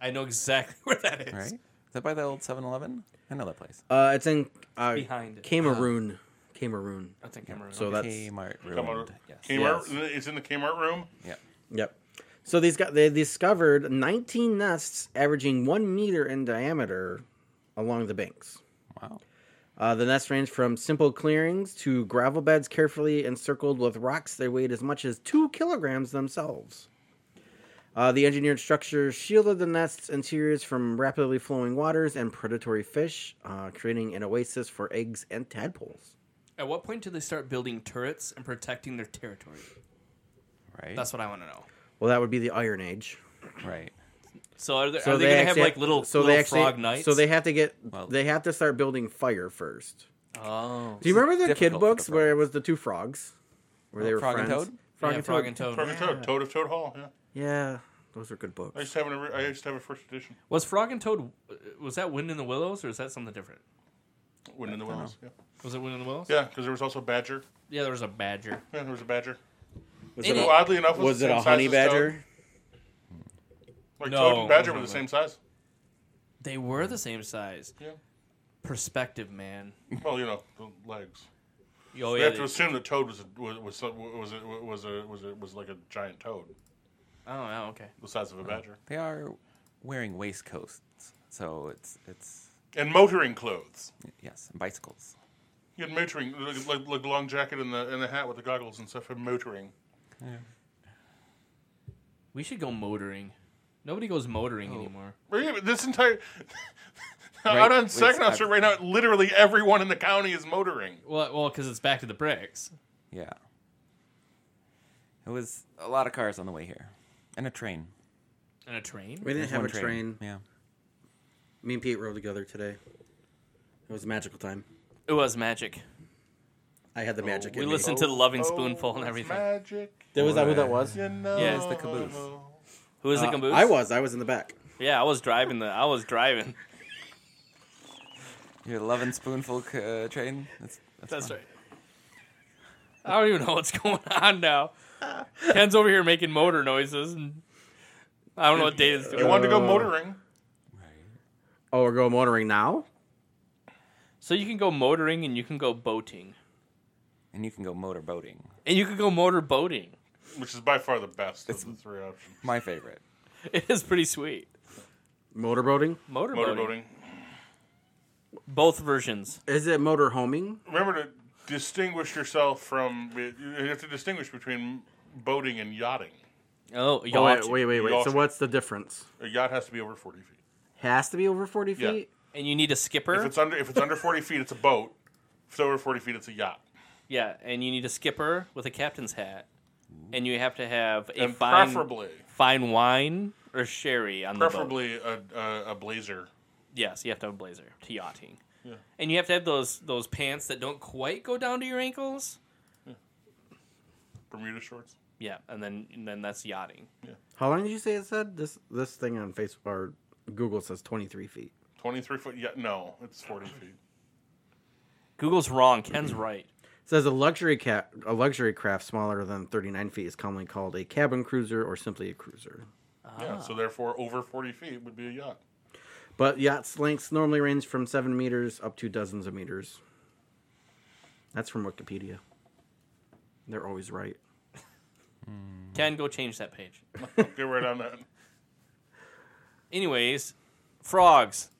Speaker 1: I know exactly where that is.
Speaker 4: Right? Is that by the old 7 Eleven? I know that place.
Speaker 3: Uh, it's in uh,
Speaker 1: Behind it.
Speaker 3: Cameroon. Cameroon.
Speaker 1: I think I'm right.
Speaker 3: Um, So that's
Speaker 4: Kmart
Speaker 2: Kmart,
Speaker 4: ruined. Yes.
Speaker 2: Kmart,
Speaker 3: Yes.
Speaker 2: It's in the Kmart room.
Speaker 4: Yeah.
Speaker 3: yep. So these got they discovered 19 nests averaging one meter in diameter along the banks.
Speaker 4: Wow.
Speaker 3: Uh, the nests range from simple clearings to gravel beds carefully encircled with rocks that weighed as much as two kilograms themselves. Uh, the engineered structure shielded the nest's interiors from rapidly flowing waters and predatory fish, uh, creating an oasis for eggs and tadpoles.
Speaker 1: At what point do they start building turrets and protecting their territory?
Speaker 4: Right.
Speaker 1: That's what I want to know.
Speaker 3: Well, that would be the Iron Age.
Speaker 4: right.
Speaker 1: So are they, are they, going to have
Speaker 3: actually
Speaker 1: like little,
Speaker 3: so
Speaker 1: little
Speaker 3: they actually,
Speaker 1: frog knights?
Speaker 3: So they have to get
Speaker 4: Well-
Speaker 3: they have to start building fire first.
Speaker 1: oh.
Speaker 3: Do you remember the kid
Speaker 4: difficult for the
Speaker 3: books where it was the two frogs, where they were
Speaker 4: Frog and
Speaker 3: friends?
Speaker 4: Toad?
Speaker 1: Oh, Frog, yeah, and, frog and Toad.
Speaker 2: Frog and Toad, Toad of Toad Hall. Yeah,
Speaker 3: Yeah, those are good books.
Speaker 2: I used to have an, ori- I used to have a first edition.
Speaker 1: Was Frog and Toad was that Wind in the Willows or is that something different?
Speaker 2: Wind in the Willows. Yeah,
Speaker 1: Was it Wind in the Willows?
Speaker 2: yeah, because there was also a Badger.
Speaker 1: Yeah, there was a badger.
Speaker 2: Yeah, there was a Badger.
Speaker 3: Was
Speaker 1: Any-
Speaker 3: it
Speaker 2: Who,
Speaker 3: a-
Speaker 2: oddly enough, was,
Speaker 3: was
Speaker 2: the
Speaker 3: it
Speaker 2: same
Speaker 3: a
Speaker 2: size
Speaker 3: honey
Speaker 2: as Toad.
Speaker 3: badger?
Speaker 2: Like
Speaker 1: No,
Speaker 2: Toad and Badger
Speaker 1: it
Speaker 2: were the
Speaker 1: wasn't
Speaker 2: same size.
Speaker 1: They were the same size.
Speaker 2: Yeah.
Speaker 1: Perspective, man.
Speaker 2: Well, you know, the legs.
Speaker 1: Oh
Speaker 2: We
Speaker 1: yeah.
Speaker 2: have to
Speaker 1: they-
Speaker 2: assume that Toad was a, was was some- was a, was a, was a, was like a giant toad,
Speaker 1: oh, yeah, okay.
Speaker 2: the size of
Speaker 1: Mm.
Speaker 2: a badger,
Speaker 4: They are wearing waistcoats. So it's, it's
Speaker 2: and motoring clothes.
Speaker 4: yes, and bicycles.
Speaker 2: He had motoring, like, like, like the long jacket and the and the hat with the goggles and stuff, and motoring.
Speaker 1: We should go motoring. Nobody goes motoring anymore.
Speaker 2: Really, but This entire
Speaker 4: Right,
Speaker 2: out on
Speaker 4: it's-
Speaker 2: Saginaw Street right now, literally everyone in the county is motoring.
Speaker 1: Well, well, because it's back to the bricks.
Speaker 4: Yeah. It was a lot of cars on the way here. And a train.
Speaker 1: And a train.
Speaker 3: We didn't
Speaker 4: There's
Speaker 3: have a
Speaker 4: one
Speaker 3: train.
Speaker 4: Yeah.
Speaker 3: Me and Pete rode together today. It was a magical time.
Speaker 1: It was magic.
Speaker 3: I had the magic.
Speaker 1: Oh, we
Speaker 3: in me.
Speaker 1: listened to the Loving
Speaker 2: Oh,
Speaker 1: Spoonful and
Speaker 2: it's
Speaker 1: everything.
Speaker 2: Magic,
Speaker 3: That was that who that
Speaker 4: Right.
Speaker 3: was?
Speaker 2: you know.
Speaker 1: Yeah, it's
Speaker 4: the caboose.
Speaker 1: Who was
Speaker 3: Uh,
Speaker 1: the caboose?
Speaker 3: I was. I was in the back.
Speaker 1: Yeah, I was driving the. I was driving.
Speaker 4: Your loving spoonful c- uh, train. That's, that's,
Speaker 1: That's
Speaker 4: fun.
Speaker 1: right. I don't even know what's going on now. Ken's over here making motor noises, and I don't know what Data's
Speaker 2: You
Speaker 1: doing.
Speaker 2: wanted to go motoring?
Speaker 3: Oh, we're going motoring now.
Speaker 1: So you can go motoring, and you can go boating,
Speaker 4: And you can go motor boating.
Speaker 1: and you can go motor boating.
Speaker 2: Which is by far the best of the three options.
Speaker 4: My favorite.
Speaker 1: It is pretty sweet.
Speaker 3: Motorboating.
Speaker 1: Motor, boating.
Speaker 2: Motorboating.
Speaker 1: Both versions.
Speaker 3: Is it motor homing?
Speaker 2: Remember to distinguish yourself from. You have to distinguish between boating and yachting.
Speaker 1: Oh,
Speaker 3: Oh,
Speaker 1: yacht.
Speaker 3: wait, wait, wait, wait. So
Speaker 2: Yacht.
Speaker 3: what's the difference?
Speaker 2: A yacht has to be over forty feet.
Speaker 3: Has to be over forty
Speaker 2: Yeah.
Speaker 3: feet.
Speaker 1: And you need a
Speaker 2: If
Speaker 1: skipper.
Speaker 2: it's under, if it's under forty feet, it's a boat. If it's over forty feet, it's a yacht.
Speaker 1: yeah, and you need a skipper with a captain's hat, and you have to have a
Speaker 2: And
Speaker 1: fine,
Speaker 2: preferably,
Speaker 1: fine wine or sherry on the boat.
Speaker 2: preferably a, a, a blazer.
Speaker 1: Yes, you have to have a blazer to yachting. And you have to have those those pants that don't quite go down to your ankles.
Speaker 2: Bermuda shorts.
Speaker 1: Yeah, and then and then that's yachting.
Speaker 3: How long did you say it said? This this thing on Facebook or Google says twenty three feet.
Speaker 2: Twenty three foot. Yeah, no, it's forty
Speaker 1: Ah.
Speaker 2: feet.
Speaker 1: Google's wrong. Ken's right.
Speaker 3: It says a luxury cat a luxury craft smaller than thirty nine feet is commonly called a cabin cruiser or simply a cruiser.
Speaker 2: Yeah, so therefore, over forty feet would be a yacht.
Speaker 3: But yachts' lengths normally range from seven meters up to dozens of meters. That's from Wikipedia. They're always right.
Speaker 1: Ken, go change that page.
Speaker 2: Get right on that.
Speaker 1: Anyways, frogs.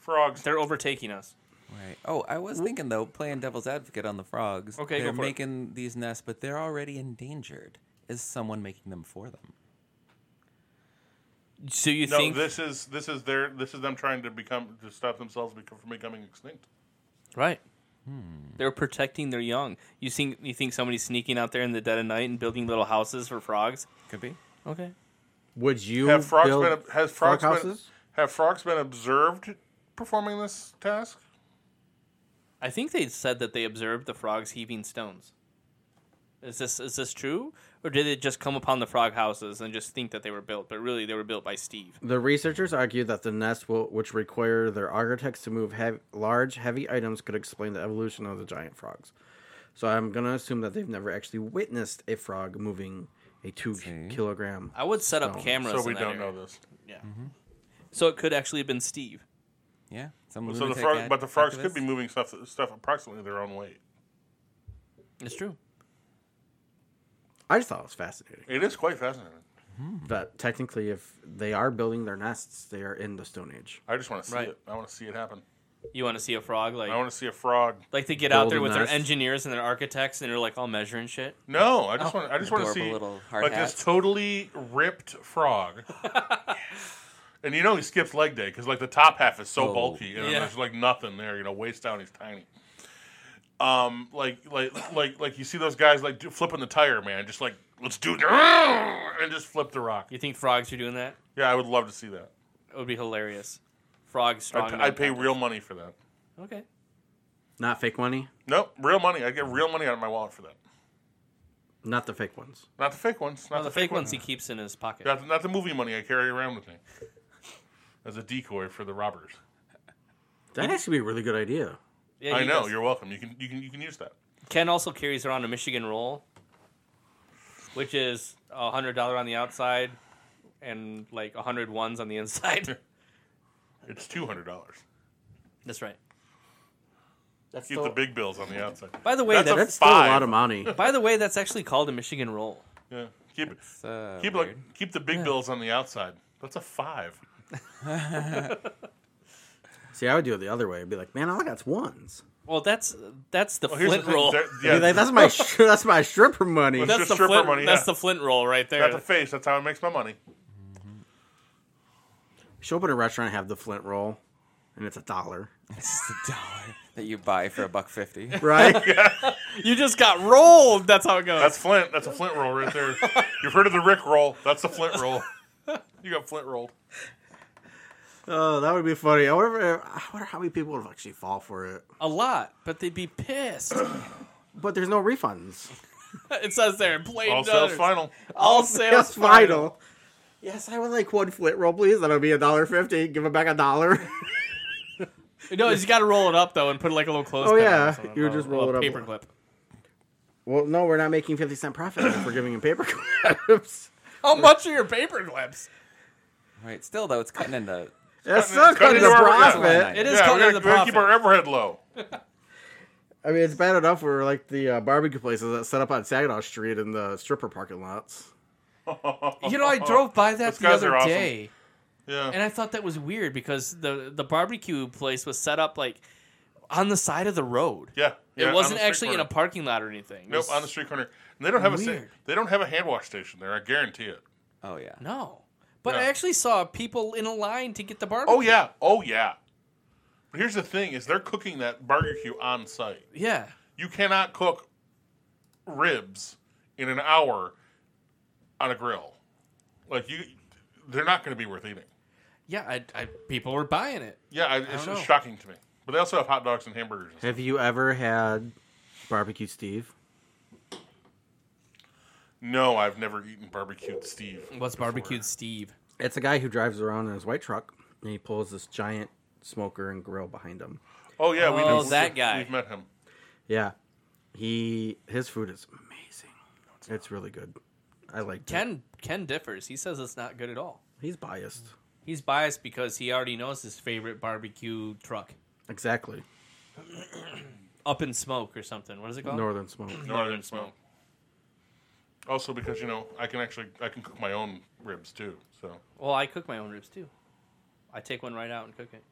Speaker 2: Frogs.
Speaker 1: They're overtaking us.
Speaker 4: Right. Oh, I was thinking though, playing devil's advocate on the frogs.
Speaker 1: Okay, go
Speaker 4: they're
Speaker 1: for it.
Speaker 4: making these nests, but they're already endangered. Is someone making them for them?
Speaker 1: So you
Speaker 2: No,
Speaker 1: think
Speaker 2: this is this is their this is them trying to become to stop themselves become, from becoming extinct.
Speaker 1: right? They're protecting their young. You think you think somebody's sneaking out there in the dead of night and building little houses for frogs?
Speaker 4: Could be.
Speaker 1: Okay.
Speaker 3: Would you
Speaker 2: Have frogs
Speaker 3: build
Speaker 2: been has
Speaker 3: frog
Speaker 2: frogs been,
Speaker 3: houses?
Speaker 2: have frogs been observed performing this task?
Speaker 1: I think they said that they observed the frogs heaving stones. Is this is this true, or did it just come upon the frog houses and just think that they were built, but really they were built by Steve?
Speaker 3: The researchers argue that the nests, will, which require their architects to move heav large, heavy items, could explain the evolution of the giant frogs. So I'm gonna assume that they've never actually witnessed a frog moving a two
Speaker 4: See?
Speaker 3: kilogram.
Speaker 1: I would set up
Speaker 3: Stones.
Speaker 1: cameras.
Speaker 2: So we
Speaker 1: in that
Speaker 2: don't know
Speaker 1: area.
Speaker 2: this.
Speaker 1: Yeah. So it could actually have been Steve.
Speaker 4: Yeah. Some
Speaker 2: So the
Speaker 4: lunatic
Speaker 2: frog,
Speaker 4: ad-
Speaker 2: but the frogs could
Speaker 4: activist.
Speaker 2: be moving stuff stuff approximately their own weight.
Speaker 1: It's true.
Speaker 3: I just thought it was fascinating.
Speaker 2: It is quite fascinating.
Speaker 3: But technically, if they are building their nests, they are in the Stone Age.
Speaker 2: I just want to see
Speaker 1: Right.
Speaker 2: it. I want to see it happen.
Speaker 1: You want to see a frog like
Speaker 2: I want to see a frog.
Speaker 1: like they get out there
Speaker 3: Build a
Speaker 1: with their
Speaker 3: nest.
Speaker 1: engineers and their architects and they're like all measuring shit.
Speaker 2: No, I
Speaker 1: Oh.
Speaker 2: just want. I just want to
Speaker 4: adorable
Speaker 2: see
Speaker 4: little hard
Speaker 2: like
Speaker 4: hats.
Speaker 2: this totally ripped frog. and you know he skips leg day because like the top half is so
Speaker 4: Oh.
Speaker 2: bulky and
Speaker 1: Yeah.
Speaker 2: there's like nothing there. You know, waist down, he's tiny. Um, like like like like you see those guys like do, flipping the tire, man. Just like let's do it and just flip the rock.
Speaker 1: You think frogs are doing that?
Speaker 2: Yeah, I would love to see that.
Speaker 1: It would be hilarious. Frogs strong.
Speaker 2: I'd, I'd pay real money for that.
Speaker 1: Okay.
Speaker 3: Not fake money.
Speaker 2: Nope, real money. I'd get real money out of my wallet for that.
Speaker 3: Not the fake ones.
Speaker 2: Not the fake ones. Not
Speaker 1: Well, the fake ones he keeps in his pocket.
Speaker 2: Not, not the movie money I carry around with me as a decoy for the robbers.
Speaker 3: That actually be a really good idea.
Speaker 1: Yeah,
Speaker 2: I
Speaker 1: he
Speaker 2: know.
Speaker 1: does.
Speaker 2: You're welcome. You can you can you can use that.
Speaker 1: Ken also carries around a Michigan roll, which is a hundred dollar on the outside and like a hundred ones on the inside.
Speaker 2: It's two hundred dollars.
Speaker 1: That's right.
Speaker 3: That's
Speaker 2: Keep the big bills on the outside.
Speaker 1: By the way,
Speaker 2: That's a
Speaker 1: that,
Speaker 3: That's still a
Speaker 2: five.
Speaker 3: lot of money.
Speaker 1: by the way, that's actually called a Michigan roll.
Speaker 2: Yeah. Keep it.
Speaker 4: It's, uh,
Speaker 2: Keep
Speaker 4: weird.
Speaker 2: like keep the big bills on the outside. That's a five.
Speaker 3: See, I would do it the other way. I'd be like, man, all I got's ones.
Speaker 1: Well, that's that's the
Speaker 2: Well, here's
Speaker 1: Flint
Speaker 2: the thing.
Speaker 1: roll.
Speaker 2: There-
Speaker 3: I'd
Speaker 2: yeah,
Speaker 3: be like, that's my sh- that's my stripper money.
Speaker 2: That's
Speaker 1: That's
Speaker 2: just
Speaker 1: the
Speaker 2: stripper
Speaker 1: Flint.
Speaker 2: money,
Speaker 1: That's
Speaker 2: yeah.
Speaker 1: the Flint roll right
Speaker 2: that's a
Speaker 1: there.
Speaker 2: face. That's how it makes my money.
Speaker 3: Show up at a restaurant, and have the Flint roll, and it's a dollar,
Speaker 4: It's the dollar that you buy for a buck fifty.
Speaker 3: right?
Speaker 1: You just got rolled. That's how it goes.
Speaker 2: That's Flint. That's a Flint roll right there. You've heard of the Rick roll? That's the Flint roll. You got Flint rolled.
Speaker 3: Oh, that would be funny. I wonder, I wonder how many people would actually fall for it.
Speaker 1: a lot, but they'd be pissed.
Speaker 3: But there's no refunds.
Speaker 1: it says there, blame
Speaker 2: All sales
Speaker 1: dollars.
Speaker 2: final.
Speaker 1: All sales
Speaker 3: Yes,
Speaker 1: final.
Speaker 3: final. Yes, I would like one Flint roll, please. That'll be a dollar fifty. Give it back a dollar.
Speaker 1: No, you got to roll it up though and put like a little close.
Speaker 3: Oh, yeah. You would just roll it up.
Speaker 1: Paperclip.
Speaker 3: well, no, we're not making fifty cent profit if we're giving him paper clips.
Speaker 1: How much are your paperclips?
Speaker 4: Right. Still though, it's cutting into.
Speaker 3: That's so
Speaker 2: cutting
Speaker 3: good
Speaker 2: into
Speaker 3: the
Speaker 2: our- yeah.
Speaker 3: profit.
Speaker 1: It is
Speaker 2: Yeah,
Speaker 1: cutting
Speaker 2: we gotta,
Speaker 1: into the
Speaker 2: we gotta
Speaker 1: profit.
Speaker 2: keep our overhead low.
Speaker 3: I mean, it's bad enough where like the uh, barbecue places that set up on Saginaw Street in the stripper parking lots.
Speaker 1: You know, I drove by that
Speaker 2: Those
Speaker 1: the
Speaker 2: guys
Speaker 1: other
Speaker 2: are awesome.
Speaker 1: day,
Speaker 2: Yeah.
Speaker 1: and I thought that was weird because the the barbecue place was set up like on the side of the road.
Speaker 2: yeah. yeah,
Speaker 1: it
Speaker 2: on
Speaker 1: wasn't
Speaker 2: the street
Speaker 1: actually in
Speaker 2: corner.
Speaker 1: a parking lot or anything. It
Speaker 2: Nope,
Speaker 1: was-
Speaker 2: on the street corner. And they don't have a
Speaker 1: Weird.
Speaker 2: sa- they don't have a hand wash station there. I guarantee it.
Speaker 4: Oh yeah.
Speaker 1: No, but I
Speaker 2: No.
Speaker 1: actually saw people in a line to get the barbecue.
Speaker 2: Oh yeah, oh yeah. But here's the thing: is they're cooking that barbecue on site.
Speaker 1: yeah.
Speaker 2: You cannot cook ribs in an hour on a grill. Like you, they're not going to be worth eating.
Speaker 1: Yeah, I, I, people were buying it.
Speaker 2: Yeah, I, it's
Speaker 1: know.
Speaker 2: just shocking to me. But they also have hot dogs and hamburgers. and stuff.
Speaker 3: Have you ever had barbecue Steve?
Speaker 2: No, I've never eaten barbecued Steve.
Speaker 1: What's barbecued Steve?
Speaker 3: It's a guy who drives around in his white truck and he pulls this giant smoker and grill behind him.
Speaker 2: Oh yeah, we
Speaker 1: Oh,
Speaker 2: we've-
Speaker 1: that guy.
Speaker 2: We've met him.
Speaker 3: Yeah. He his food is amazing. It's really good. I like it.
Speaker 1: Ken Ken differs. He says it's not good at all.
Speaker 3: He's biased.
Speaker 1: He's biased because he already knows his favorite barbecue truck,
Speaker 3: Exactly.
Speaker 1: Up in Smoke or something. What is it called?
Speaker 3: Northern smoke.
Speaker 2: Northern smoke. Also, because you know, I can actually I can cook my own ribs too. So
Speaker 1: Well, I cook my own ribs too. I take one right out and cook it.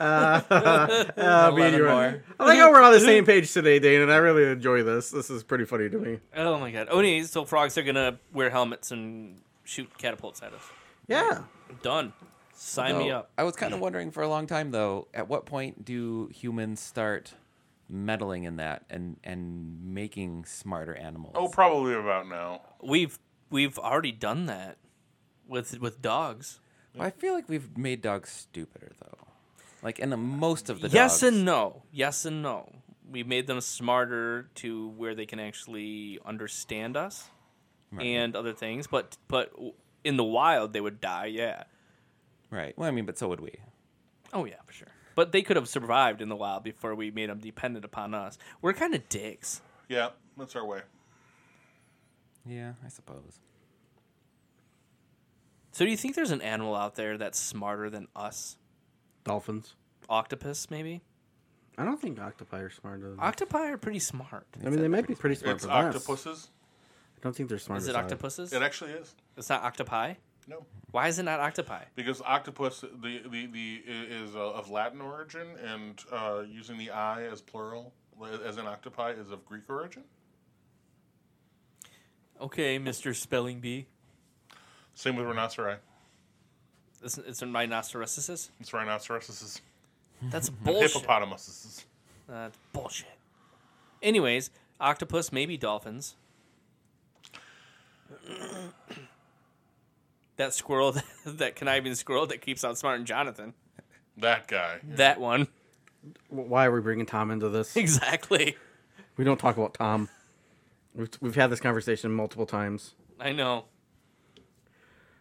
Speaker 3: Uh, me and you are- I like how we're on the same page today, Dane, and I really enjoy this. This is pretty funny to me.
Speaker 1: Oh my god. Oh, anyways, so frogs are gonna wear helmets and shoot catapults at us.
Speaker 3: Yeah.
Speaker 1: Done. Sign me
Speaker 4: Though,
Speaker 1: up.
Speaker 4: I was kind of wondering for a long time though, at what point do humans start meddling in that and and making smarter animals?
Speaker 2: oh, probably about now.
Speaker 1: We've we've already done that with with dogs.
Speaker 4: I feel like we've made dogs stupider though. Like, and the, most of the
Speaker 1: yes
Speaker 4: dogs-
Speaker 1: and no. Yes and no. We made them smarter to where they can actually understand us and other things, but but in the wild they would die. Yeah.
Speaker 4: right. Well, I mean, but so would we.
Speaker 1: Oh yeah, for sure. But they could have survived in the wild before we made them dependent upon us. We're kind of dicks.
Speaker 2: Yeah, that's our way.
Speaker 4: Yeah, I suppose.
Speaker 1: So do you think there's an animal out there that's smarter than us?
Speaker 3: Dolphins.
Speaker 1: Octopus, maybe.
Speaker 3: I don't think octopi are smarter. Than
Speaker 1: Octopi are pretty smart.
Speaker 3: I mean, they might be pretty smart.
Speaker 2: It's
Speaker 3: than us.
Speaker 2: octopuses.
Speaker 3: I don't think they're smart.
Speaker 1: Is it octopuses?
Speaker 2: It actually is.
Speaker 1: It's not octopi.
Speaker 2: No,
Speaker 1: Why is it not octopi?
Speaker 2: because octopus the the, the is uh, of Latin origin, and uh, using the I as plural as in octopi is of Greek origin.
Speaker 1: Okay, Mister Spelling Bee.
Speaker 2: Same with rhinoceri.
Speaker 1: It's, it's in rhinoceroses.
Speaker 2: It's rhinoceroses,
Speaker 1: That's bullshit.
Speaker 2: hippopotamuses.
Speaker 1: That's bullshit. Anyways, octopus, maybe dolphins. that squirrel, that conniving squirrel that keeps on smarting Jonathan.
Speaker 2: That guy.
Speaker 1: That one.
Speaker 3: Why are we bringing Tom into this?
Speaker 1: Exactly.
Speaker 3: We don't talk about Tom. We've, we've had this conversation multiple times.
Speaker 1: I know.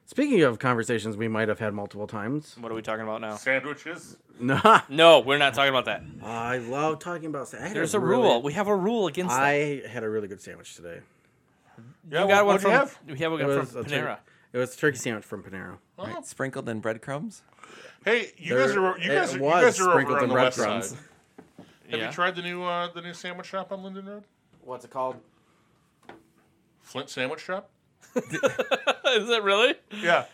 Speaker 3: Speaking of conversations we might have had multiple times.
Speaker 1: What are we talking about now?
Speaker 2: Sandwiches.
Speaker 3: No,
Speaker 1: No, we're not talking about that.
Speaker 3: I love talking about sandwiches.
Speaker 1: There's a rule. We have a rule against that.
Speaker 3: I had a really good sandwich today.
Speaker 2: Yeah,
Speaker 1: We got
Speaker 2: what-
Speaker 1: one from,
Speaker 2: what'd you have?
Speaker 1: We have one
Speaker 3: It
Speaker 1: from
Speaker 3: was a tur-
Speaker 1: Panera.
Speaker 3: it was a turkey sandwich from Panera.
Speaker 1: Uh-huh.
Speaker 4: Right, Sprinkled in breadcrumbs.
Speaker 2: Hey, you
Speaker 3: There-
Speaker 2: guys are you
Speaker 3: it
Speaker 2: guys are, you
Speaker 3: was
Speaker 2: guys are
Speaker 3: sprinkled
Speaker 2: over on
Speaker 3: in
Speaker 2: the west side.
Speaker 3: breadcrumbs.
Speaker 2: Have
Speaker 1: Yeah.
Speaker 2: you tried the new uh, the new sandwich shop on Linden Road?
Speaker 3: What's it called?
Speaker 2: Flint Sandwich Shop.
Speaker 1: Is it really?
Speaker 2: Yeah,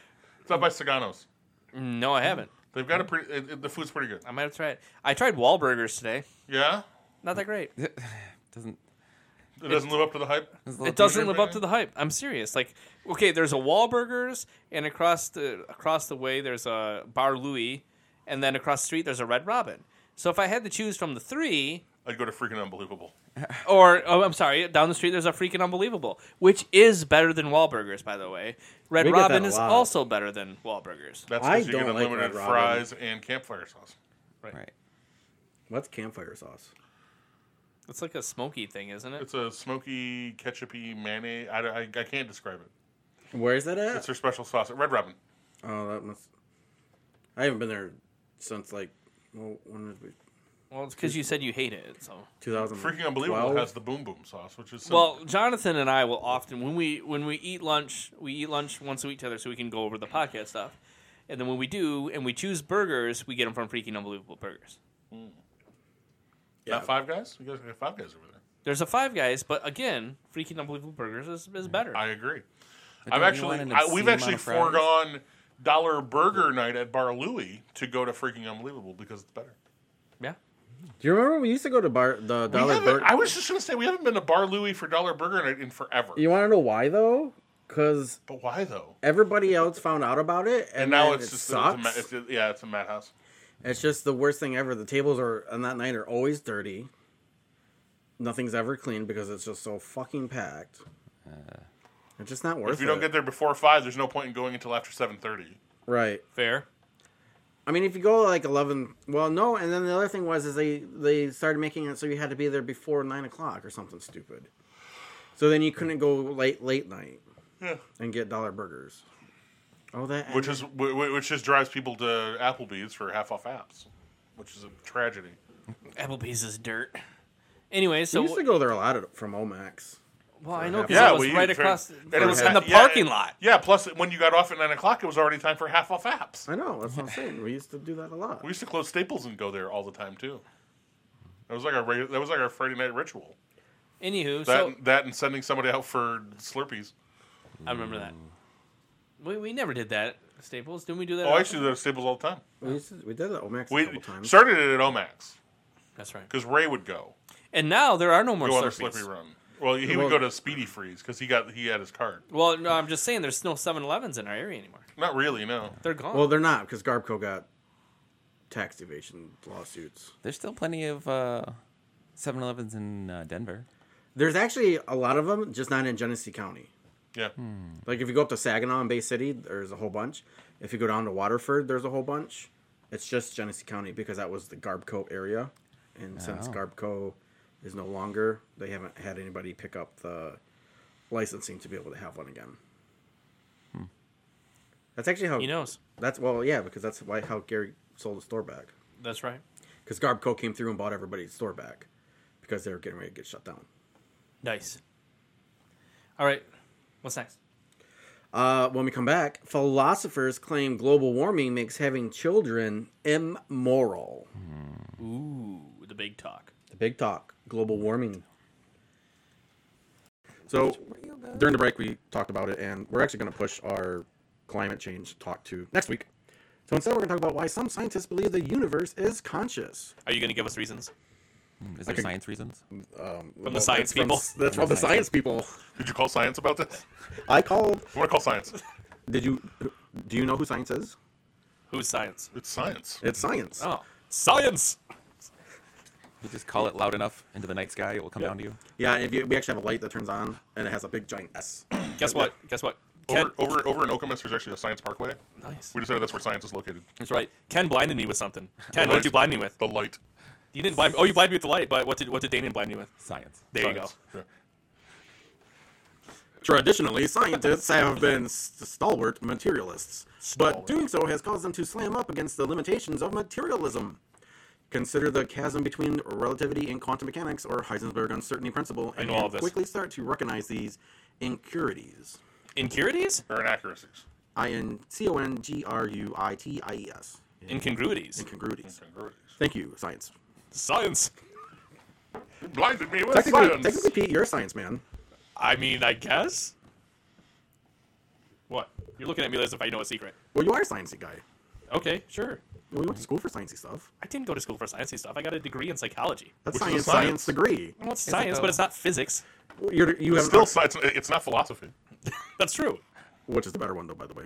Speaker 2: it's up by Sagano's.
Speaker 1: No, I haven't.
Speaker 2: They've got a pretty. It, it- the food's pretty good.
Speaker 1: I might have tried it. I tried Wahlburgers today.
Speaker 2: Yeah,
Speaker 1: Not that great.
Speaker 4: Doesn't.
Speaker 2: it doesn't live up to the hype.
Speaker 4: doesn't
Speaker 1: It doesn't
Speaker 2: T-shirt
Speaker 1: live
Speaker 2: right
Speaker 1: up to the hype. I'm serious. Like, okay, there's a Wahlburgers, and across the across the way there's a Bar Louie, and then across the street there's a Red Robin. So if I had to choose from the three,
Speaker 2: I'd go to freaking unbelievable.
Speaker 1: or oh, I'm sorry, down the street there's a freaking unbelievable, which is better than Wahlburgers, by the way. Red
Speaker 3: We get that
Speaker 1: Robin
Speaker 3: a
Speaker 1: is
Speaker 3: lot.
Speaker 1: also better than Wahlburgers.
Speaker 2: That's
Speaker 3: I
Speaker 2: because you get
Speaker 3: don't like
Speaker 2: unlimited
Speaker 3: Red Robin.
Speaker 2: fries and campfire sauce.
Speaker 4: Right.
Speaker 3: What's campfire sauce?
Speaker 1: It's like a smoky thing, isn't it?
Speaker 2: It's a smoky, ketchupy mayonnaise. I, I, I can't describe it.
Speaker 3: Where is that at?
Speaker 2: It's their special sauce at Red Robin.
Speaker 3: oh, that must. I haven't been there since like well, when did we?
Speaker 1: Well, it's because you said you hate it. So,
Speaker 3: 2000.
Speaker 2: Freaking unbelievable has the boom boom sauce, which is simple.
Speaker 1: well, Jonathan and I will often when we when we eat lunch, we eat lunch once a week together, so we can go over the podcast stuff. And then when we do, and we choose burgers, we get them from freaking unbelievable burgers.
Speaker 2: not Five Guys. You guys got Five Guys over there.
Speaker 1: There's a Five Guys, but again, freaking unbelievable burgers is, is better.
Speaker 2: I agree.
Speaker 4: don't
Speaker 2: I've
Speaker 4: you
Speaker 2: actually
Speaker 4: want an
Speaker 2: I,
Speaker 4: obscene
Speaker 2: we've
Speaker 4: amount
Speaker 2: actually
Speaker 4: of fries?
Speaker 2: foregone dollar burger night at Bar Louie to go to freaking unbelievable because it's better.
Speaker 1: yeah,
Speaker 3: Do you remember when we used to go to bar the
Speaker 2: We
Speaker 3: Dollar
Speaker 2: haven't-
Speaker 3: Burger?
Speaker 2: I was just gonna say we haven't been to Bar Louie for dollar burger night in forever.
Speaker 3: You want to know why though? Because
Speaker 2: But why though?
Speaker 3: everybody else found out about it, and,
Speaker 2: And now
Speaker 3: then
Speaker 2: it's
Speaker 3: it
Speaker 2: just
Speaker 3: sucks.
Speaker 2: It's a, ma- it's a- yeah, it's a madhouse.
Speaker 3: It's just the worst thing ever. The tables are on that night are always dirty. Nothing's ever clean because it's just so fucking packed. it's just not worth
Speaker 2: If you don't
Speaker 3: it.
Speaker 2: get there before five, there's no point in going until after seven thirty.
Speaker 3: right.
Speaker 1: fair.
Speaker 3: I mean, if you go like eleven, well, no. And then the other thing was is they they started making it so you had to be there before nine o'clock or something stupid. So then you couldn't go late late night
Speaker 2: Yeah.
Speaker 3: and get dollar burgers. Oh, that
Speaker 2: Which is wh- wh- which just drives people to Applebee's for half off apps, which is a tragedy.
Speaker 1: Applebee's is dirt. Anyway,
Speaker 3: we
Speaker 1: so
Speaker 3: used to go there a lot from Omax.
Speaker 1: well, I know because
Speaker 3: Yeah,
Speaker 1: it was
Speaker 2: we-
Speaker 1: right
Speaker 2: for-
Speaker 1: across.
Speaker 2: and
Speaker 1: It was in
Speaker 2: ha-
Speaker 1: the
Speaker 2: yeah,
Speaker 1: parking
Speaker 2: it-
Speaker 1: lot.
Speaker 2: Yeah, plus when you got off at nine o'clock, it was already time for half off apps.
Speaker 3: I know that's what I'm saying. We used to do that a lot.
Speaker 2: We used to close Staples and go there all the time too. That was like our regu- that was like our Friday night ritual.
Speaker 1: Anywho,
Speaker 2: That
Speaker 1: so
Speaker 2: that and sending somebody out for Slurpees.
Speaker 1: I remember that. We, we never did that. at Staples, didn't we do that?
Speaker 2: Oh,
Speaker 1: at
Speaker 2: I
Speaker 1: all?
Speaker 2: used to do that at Staples all the time.
Speaker 3: We, used to, we did that Omax a
Speaker 2: We
Speaker 3: couple times.
Speaker 2: started it at Omax
Speaker 1: That's right.
Speaker 2: because Ray would go
Speaker 1: And now there are no more
Speaker 2: go on the
Speaker 1: Slurpees.
Speaker 2: slippery run. Well, he would
Speaker 3: Well-
Speaker 2: go to Speedy Freeze because he got he had his card.
Speaker 1: Well, no, I'm just saying there's no 7-Elevens in our area anymore.
Speaker 2: Not really, no.
Speaker 1: They're gone.
Speaker 3: Well, they're not because Garbco got tax evasion lawsuits.
Speaker 4: There's still plenty of uh, 7-Elevens in uh, Denver.
Speaker 3: There's actually a lot of them, just not in Genesee County.
Speaker 2: Yeah,
Speaker 3: Hmm. Like if you go up to Saginaw and Bay City, there's a whole bunch. If you go down to Waterford, there's a whole bunch. It's just Genesee County because that was the Garbco area, and since
Speaker 4: Oh.
Speaker 3: Garbco is no longer, they haven't had anybody pick up the licensing to be able to have one again. That's actually how
Speaker 1: He knows.
Speaker 3: That's well, yeah, because that's why how Gary sold the store back
Speaker 1: That's right.
Speaker 3: because Garbco came through and bought everybody's store back because they were getting ready to get shut down.
Speaker 1: Nice. All right. What's next?
Speaker 3: Uh, when we come back, philosophers claim global warming makes having children immoral.
Speaker 1: Ooh, the big talk.
Speaker 3: The big talk, global warming. So
Speaker 4: Real good.
Speaker 3: during the break, we talked about it, and we're actually going to push our climate change talk to next week. So instead, we're going to talk about why some scientists believe the universe is conscious.
Speaker 1: Are you going to give us reasons?
Speaker 4: Is there
Speaker 3: Okay.
Speaker 4: science reasons?
Speaker 1: From the science
Speaker 3: that's from-
Speaker 1: people.
Speaker 3: that's from the science people.
Speaker 2: Did you call science about this?
Speaker 3: I called.
Speaker 2: I want to call science.
Speaker 3: Did you? Do you know who science is?
Speaker 1: Who's science?
Speaker 2: It's science.
Speaker 3: It's science.
Speaker 1: Oh, science.
Speaker 4: You just call it loud enough into the night sky, it will come down to you.
Speaker 3: Yeah, if you, we actually have a light that turns on, and it has a big giant S.
Speaker 1: Guess what? Guess what? Ken,
Speaker 2: Over, over, over in Okemos, there's actually a science parkway.
Speaker 1: nice.
Speaker 2: We decided that's where science is located.
Speaker 1: That's right. Ken blinded me with something. Ken, what did you blind me with?
Speaker 2: The light.
Speaker 1: You didn't blind. Oh, you blinded me with the light. But what did what did Daniel blind me with?
Speaker 4: Science.
Speaker 1: There
Speaker 2: Science. Yeah.
Speaker 3: Traditionally, scientists have been s- stalwart materialists, but doing so has caused them to slam up against the limitations of materialism. Consider the chasm between relativity and quantum mechanics, or Heisenberg uncertainty principle, and
Speaker 1: know all
Speaker 3: you'll
Speaker 1: this.
Speaker 3: quickly start to recognize these incurities.
Speaker 1: you go. Incurities?
Speaker 2: Or inaccuracies.
Speaker 3: I N C O N G R U I T I E S.
Speaker 1: Incongruities.
Speaker 3: Incongruities.
Speaker 2: Incongruities.
Speaker 3: Thank you, science.
Speaker 1: Science.
Speaker 2: You blinded me with
Speaker 3: Technically,
Speaker 2: science.
Speaker 3: technically, Pete, you're a science man.
Speaker 1: I mean, I guess. What? You're looking at me as if I know a secret.
Speaker 3: Well, you are a sciencey guy.
Speaker 1: Okay, sure.
Speaker 3: We went to school for sciencey stuff.
Speaker 1: I didn't go to school for sciencey stuff. I got a degree in psychology.
Speaker 3: That's
Speaker 2: Which is a
Speaker 3: science,
Speaker 2: science.
Speaker 3: science degree.
Speaker 1: Well, it's science,
Speaker 4: though?
Speaker 1: but it's not physics.
Speaker 3: You're, you have
Speaker 2: Still, science. It's not philosophy.
Speaker 1: That's true.
Speaker 3: which is the better one though, by the way.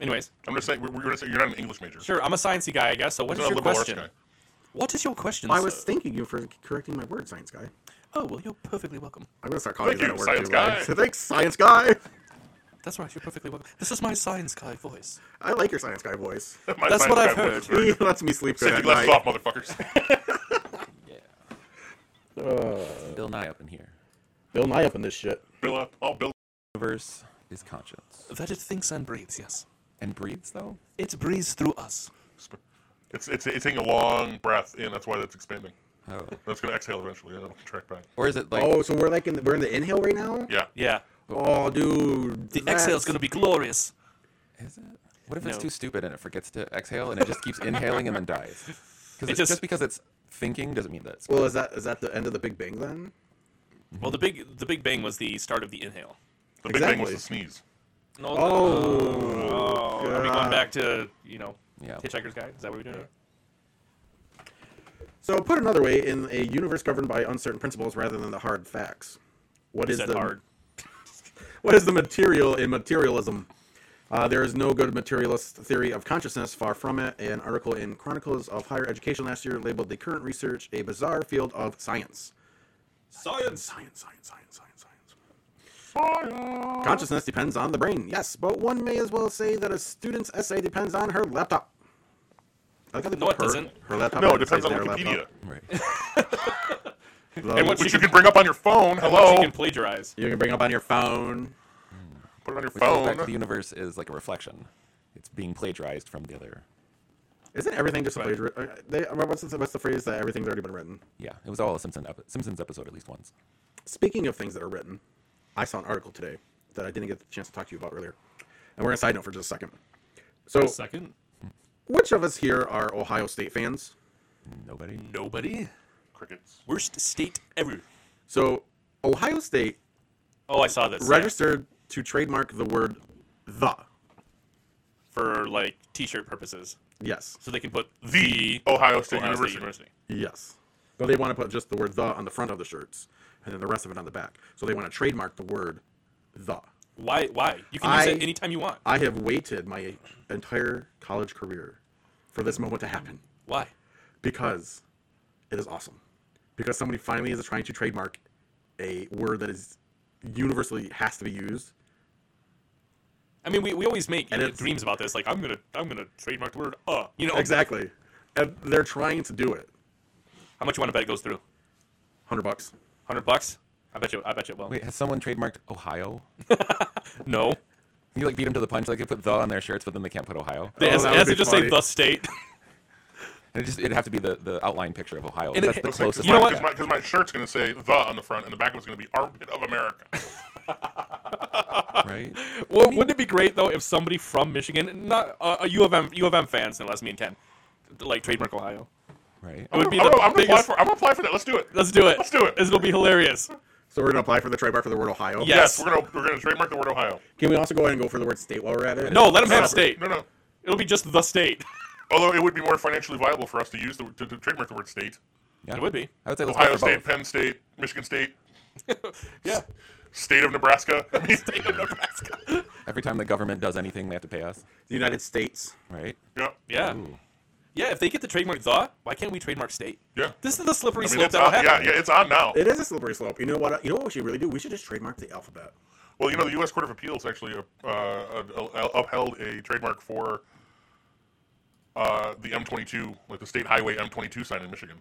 Speaker 1: Anyways,
Speaker 2: I'm just saying. We're, we're gonna say you're not an English major.
Speaker 1: sure. I'm a sciencey guy, I guess. So what
Speaker 2: You're
Speaker 1: is your
Speaker 2: not a liberal arts
Speaker 1: question?
Speaker 2: guy.
Speaker 1: What is your question?
Speaker 3: I
Speaker 1: sir?
Speaker 3: was thanking you for correcting my word, science guy.
Speaker 1: Oh well, you're perfectly welcome.
Speaker 3: I'm gonna start calling
Speaker 2: Thank
Speaker 3: that
Speaker 2: you,
Speaker 3: at work
Speaker 2: science
Speaker 3: too, like,
Speaker 2: guy.
Speaker 3: Thanks, science guy.
Speaker 1: That's right. You're perfectly welcome. This is my science guy voice.
Speaker 3: I like your science guy voice.
Speaker 2: My
Speaker 1: That's
Speaker 2: science
Speaker 1: what I've
Speaker 2: guy
Speaker 1: heard.
Speaker 2: was very-
Speaker 3: he lets me sleep good
Speaker 2: Take your
Speaker 3: at
Speaker 2: glasses
Speaker 3: night.
Speaker 2: off, motherfuckers.
Speaker 4: Bill Nye up in here.
Speaker 3: Bill Nye up in this shit.
Speaker 2: Bill up. All Bill.
Speaker 4: Universe is conscious.
Speaker 1: That it thinks and breathes. Yes,
Speaker 4: And breathes though?
Speaker 1: it breathes through us.
Speaker 2: It's it's it's taking a long breath in. That's why that's expanding.
Speaker 4: Oh.
Speaker 2: That's gonna exhale eventually, and it'll contract back.
Speaker 4: Or is it like
Speaker 3: Oh, so we're like in the, we're in the inhale right now.
Speaker 2: Yeah.
Speaker 1: Yeah.
Speaker 3: Oh, dude.
Speaker 1: The exhale's gonna be glorious.
Speaker 4: Is it? What if it's
Speaker 1: No.
Speaker 4: too stupid and it forgets to exhale and it just keeps inhaling and then dies? Because
Speaker 1: It
Speaker 4: just,
Speaker 1: just-
Speaker 4: because it's thinking doesn't mean that. It's,
Speaker 3: Well, is that is that the end of the Big Bang then?
Speaker 1: Well, the big the Big Bang was the start of the inhale.
Speaker 2: The big thing
Speaker 3: Exactly.
Speaker 2: was the sneeze.
Speaker 1: No,
Speaker 3: Oh,
Speaker 1: are we
Speaker 3: God.
Speaker 1: going back to you know
Speaker 4: Yeah.
Speaker 1: Hitchhiker's Guide? Is that what we're doing?
Speaker 3: So put another way, in a universe governed by uncertain principles rather than the hard facts, what is
Speaker 1: Is that
Speaker 3: the
Speaker 1: hard?
Speaker 3: what is the material in materialism? Uh, there is no good materialist theory of consciousness, far from it. An article in Chronicles of Higher Education last year labeled the current research a bizarre field of science.
Speaker 1: Science.
Speaker 3: Science, science, science, science, science. Consciousness depends on the brain, yes, but one may as well say that a student's essay depends on her laptop. I like how they
Speaker 1: No,
Speaker 3: put
Speaker 1: it
Speaker 3: her,
Speaker 1: doesn't.
Speaker 3: Her laptop
Speaker 2: No, it
Speaker 3: and say
Speaker 2: depends on
Speaker 3: their
Speaker 2: Wikipedia.
Speaker 3: laptop.
Speaker 4: right.
Speaker 3: Love
Speaker 2: And
Speaker 3: it.
Speaker 2: what, which you can bring up on your phone.
Speaker 1: You
Speaker 3: Oh.
Speaker 2: Hello.
Speaker 1: can plagiarize.
Speaker 3: you can bring up on your phone.
Speaker 2: Put it on your
Speaker 4: Which goes back to the
Speaker 2: phone.
Speaker 4: universe is like a reflection. It's being plagiarized from the other.
Speaker 3: Isn't everything just a
Speaker 1: Right.
Speaker 3: plagiar- uh, they, what's, the, what's the phrase that everything's already been written?
Speaker 4: Yeah, it was all a Simpson epi- Simpsons episode at least once.
Speaker 3: Speaking of things that are written, I saw an article today that I didn't get the chance to talk to you about earlier. And we're going to side note for just a second. So,
Speaker 1: Second.
Speaker 3: which of us here are Ohio State fans?
Speaker 4: Nobody.
Speaker 1: Nobody.
Speaker 2: Crickets.
Speaker 1: Worst state ever.
Speaker 3: So, Ohio State
Speaker 1: Oh, I saw this. yeah.
Speaker 3: registered to trademark the word the.
Speaker 1: for like t-shirt purposes,
Speaker 3: Yes.
Speaker 1: so they can put the Ohio
Speaker 2: Ohio State
Speaker 1: State
Speaker 2: University.
Speaker 1: University.
Speaker 3: Yes. But they want to put just the word the on the front of the shirts and then the rest of it on the back. So, they want to trademark the word the.
Speaker 1: Why? Why? You can use
Speaker 3: I-
Speaker 1: it anytime you want.
Speaker 3: I have waited my entire college career for this moment to happen.
Speaker 1: Why?
Speaker 3: because it is awesome. Because somebody finally is trying to trademark a word that is universally has to be used.
Speaker 1: I mean, we, we always make
Speaker 3: And
Speaker 1: idiot
Speaker 3: it's-
Speaker 1: dreams about this. Like, I'm gonna I'm gonna trademark the word uh. You know
Speaker 3: Exactly. And they're trying to do it.
Speaker 1: How much you want to bet it goes through?
Speaker 3: Hundred bucks.
Speaker 1: Hundred bucks? I bet you. I bet you. Well,
Speaker 4: Wait, has someone trademarked Ohio?
Speaker 3: Oh,
Speaker 1: no.
Speaker 4: You like beat them to the punch. Like they put the on their shirts, but then they can't put Ohio.
Speaker 1: They
Speaker 3: Oh,
Speaker 1: has,
Speaker 3: that
Speaker 1: has
Speaker 3: would
Speaker 1: to
Speaker 3: be
Speaker 1: just say
Speaker 3: funny.
Speaker 1: the state.
Speaker 4: And it just it'd have to be the, the outline picture of Ohio.
Speaker 1: And
Speaker 4: That's
Speaker 1: it-
Speaker 4: the
Speaker 1: it's like-
Speaker 4: closest.
Speaker 1: you know
Speaker 4: I've
Speaker 1: what?
Speaker 4: got.
Speaker 2: Because my, 'cause my shirt's going to say the on the front, and the back one's going to be armpit of America.
Speaker 4: right?
Speaker 1: Well, wouldn't it be great though if somebody from Michigan, not uh, a U of M, U of M fans, unless me and Ken, like trademark Ohio.
Speaker 4: Right.
Speaker 1: It would be
Speaker 2: I'm
Speaker 1: the
Speaker 2: going to apply
Speaker 1: biggest-
Speaker 2: for. I'm going to apply for that. Let's do it.
Speaker 1: Let's do it.
Speaker 2: Let's do it.
Speaker 1: It'll be hilarious.
Speaker 3: So we're gonna apply for the trademark for the word Ohio.
Speaker 1: Yeah.
Speaker 2: yes,
Speaker 1: yes.
Speaker 2: we're going to we're going to trademark the word Ohio.
Speaker 3: Can we also go ahead and go for the word state while we're at it?
Speaker 1: No, let them have
Speaker 2: No,
Speaker 1: state.
Speaker 2: No, no.
Speaker 1: It'll be just the state.
Speaker 2: Although it would be more financially viable for us to use the to, to trademark the word state.
Speaker 4: Yeah.
Speaker 1: It would be.
Speaker 4: I would say let's
Speaker 2: Ohio
Speaker 4: go for
Speaker 2: State,
Speaker 4: both.
Speaker 2: Penn State, Michigan State,
Speaker 1: Yeah.
Speaker 2: State of Nebraska. I mean,
Speaker 4: Every time the government does anything, they have to pay us.
Speaker 3: The United States.
Speaker 4: Right.
Speaker 2: yeah,
Speaker 1: Yeah. Yeah. If they get the trademark the, why can't we trademark state?
Speaker 2: yeah.
Speaker 1: This is the slippery
Speaker 2: I mean,
Speaker 1: slope
Speaker 2: it's
Speaker 1: that will
Speaker 2: on, yeah,
Speaker 1: happen.
Speaker 2: yeah, it's on now.
Speaker 3: It is a slippery slope. You know what? You know what we should really do? We should just trademark the alphabet.
Speaker 2: Well, you know, the U.S. Court of Appeals actually uh, uh, uh, upheld a trademark for uh, the M22, like the state highway M22 sign in Michigan.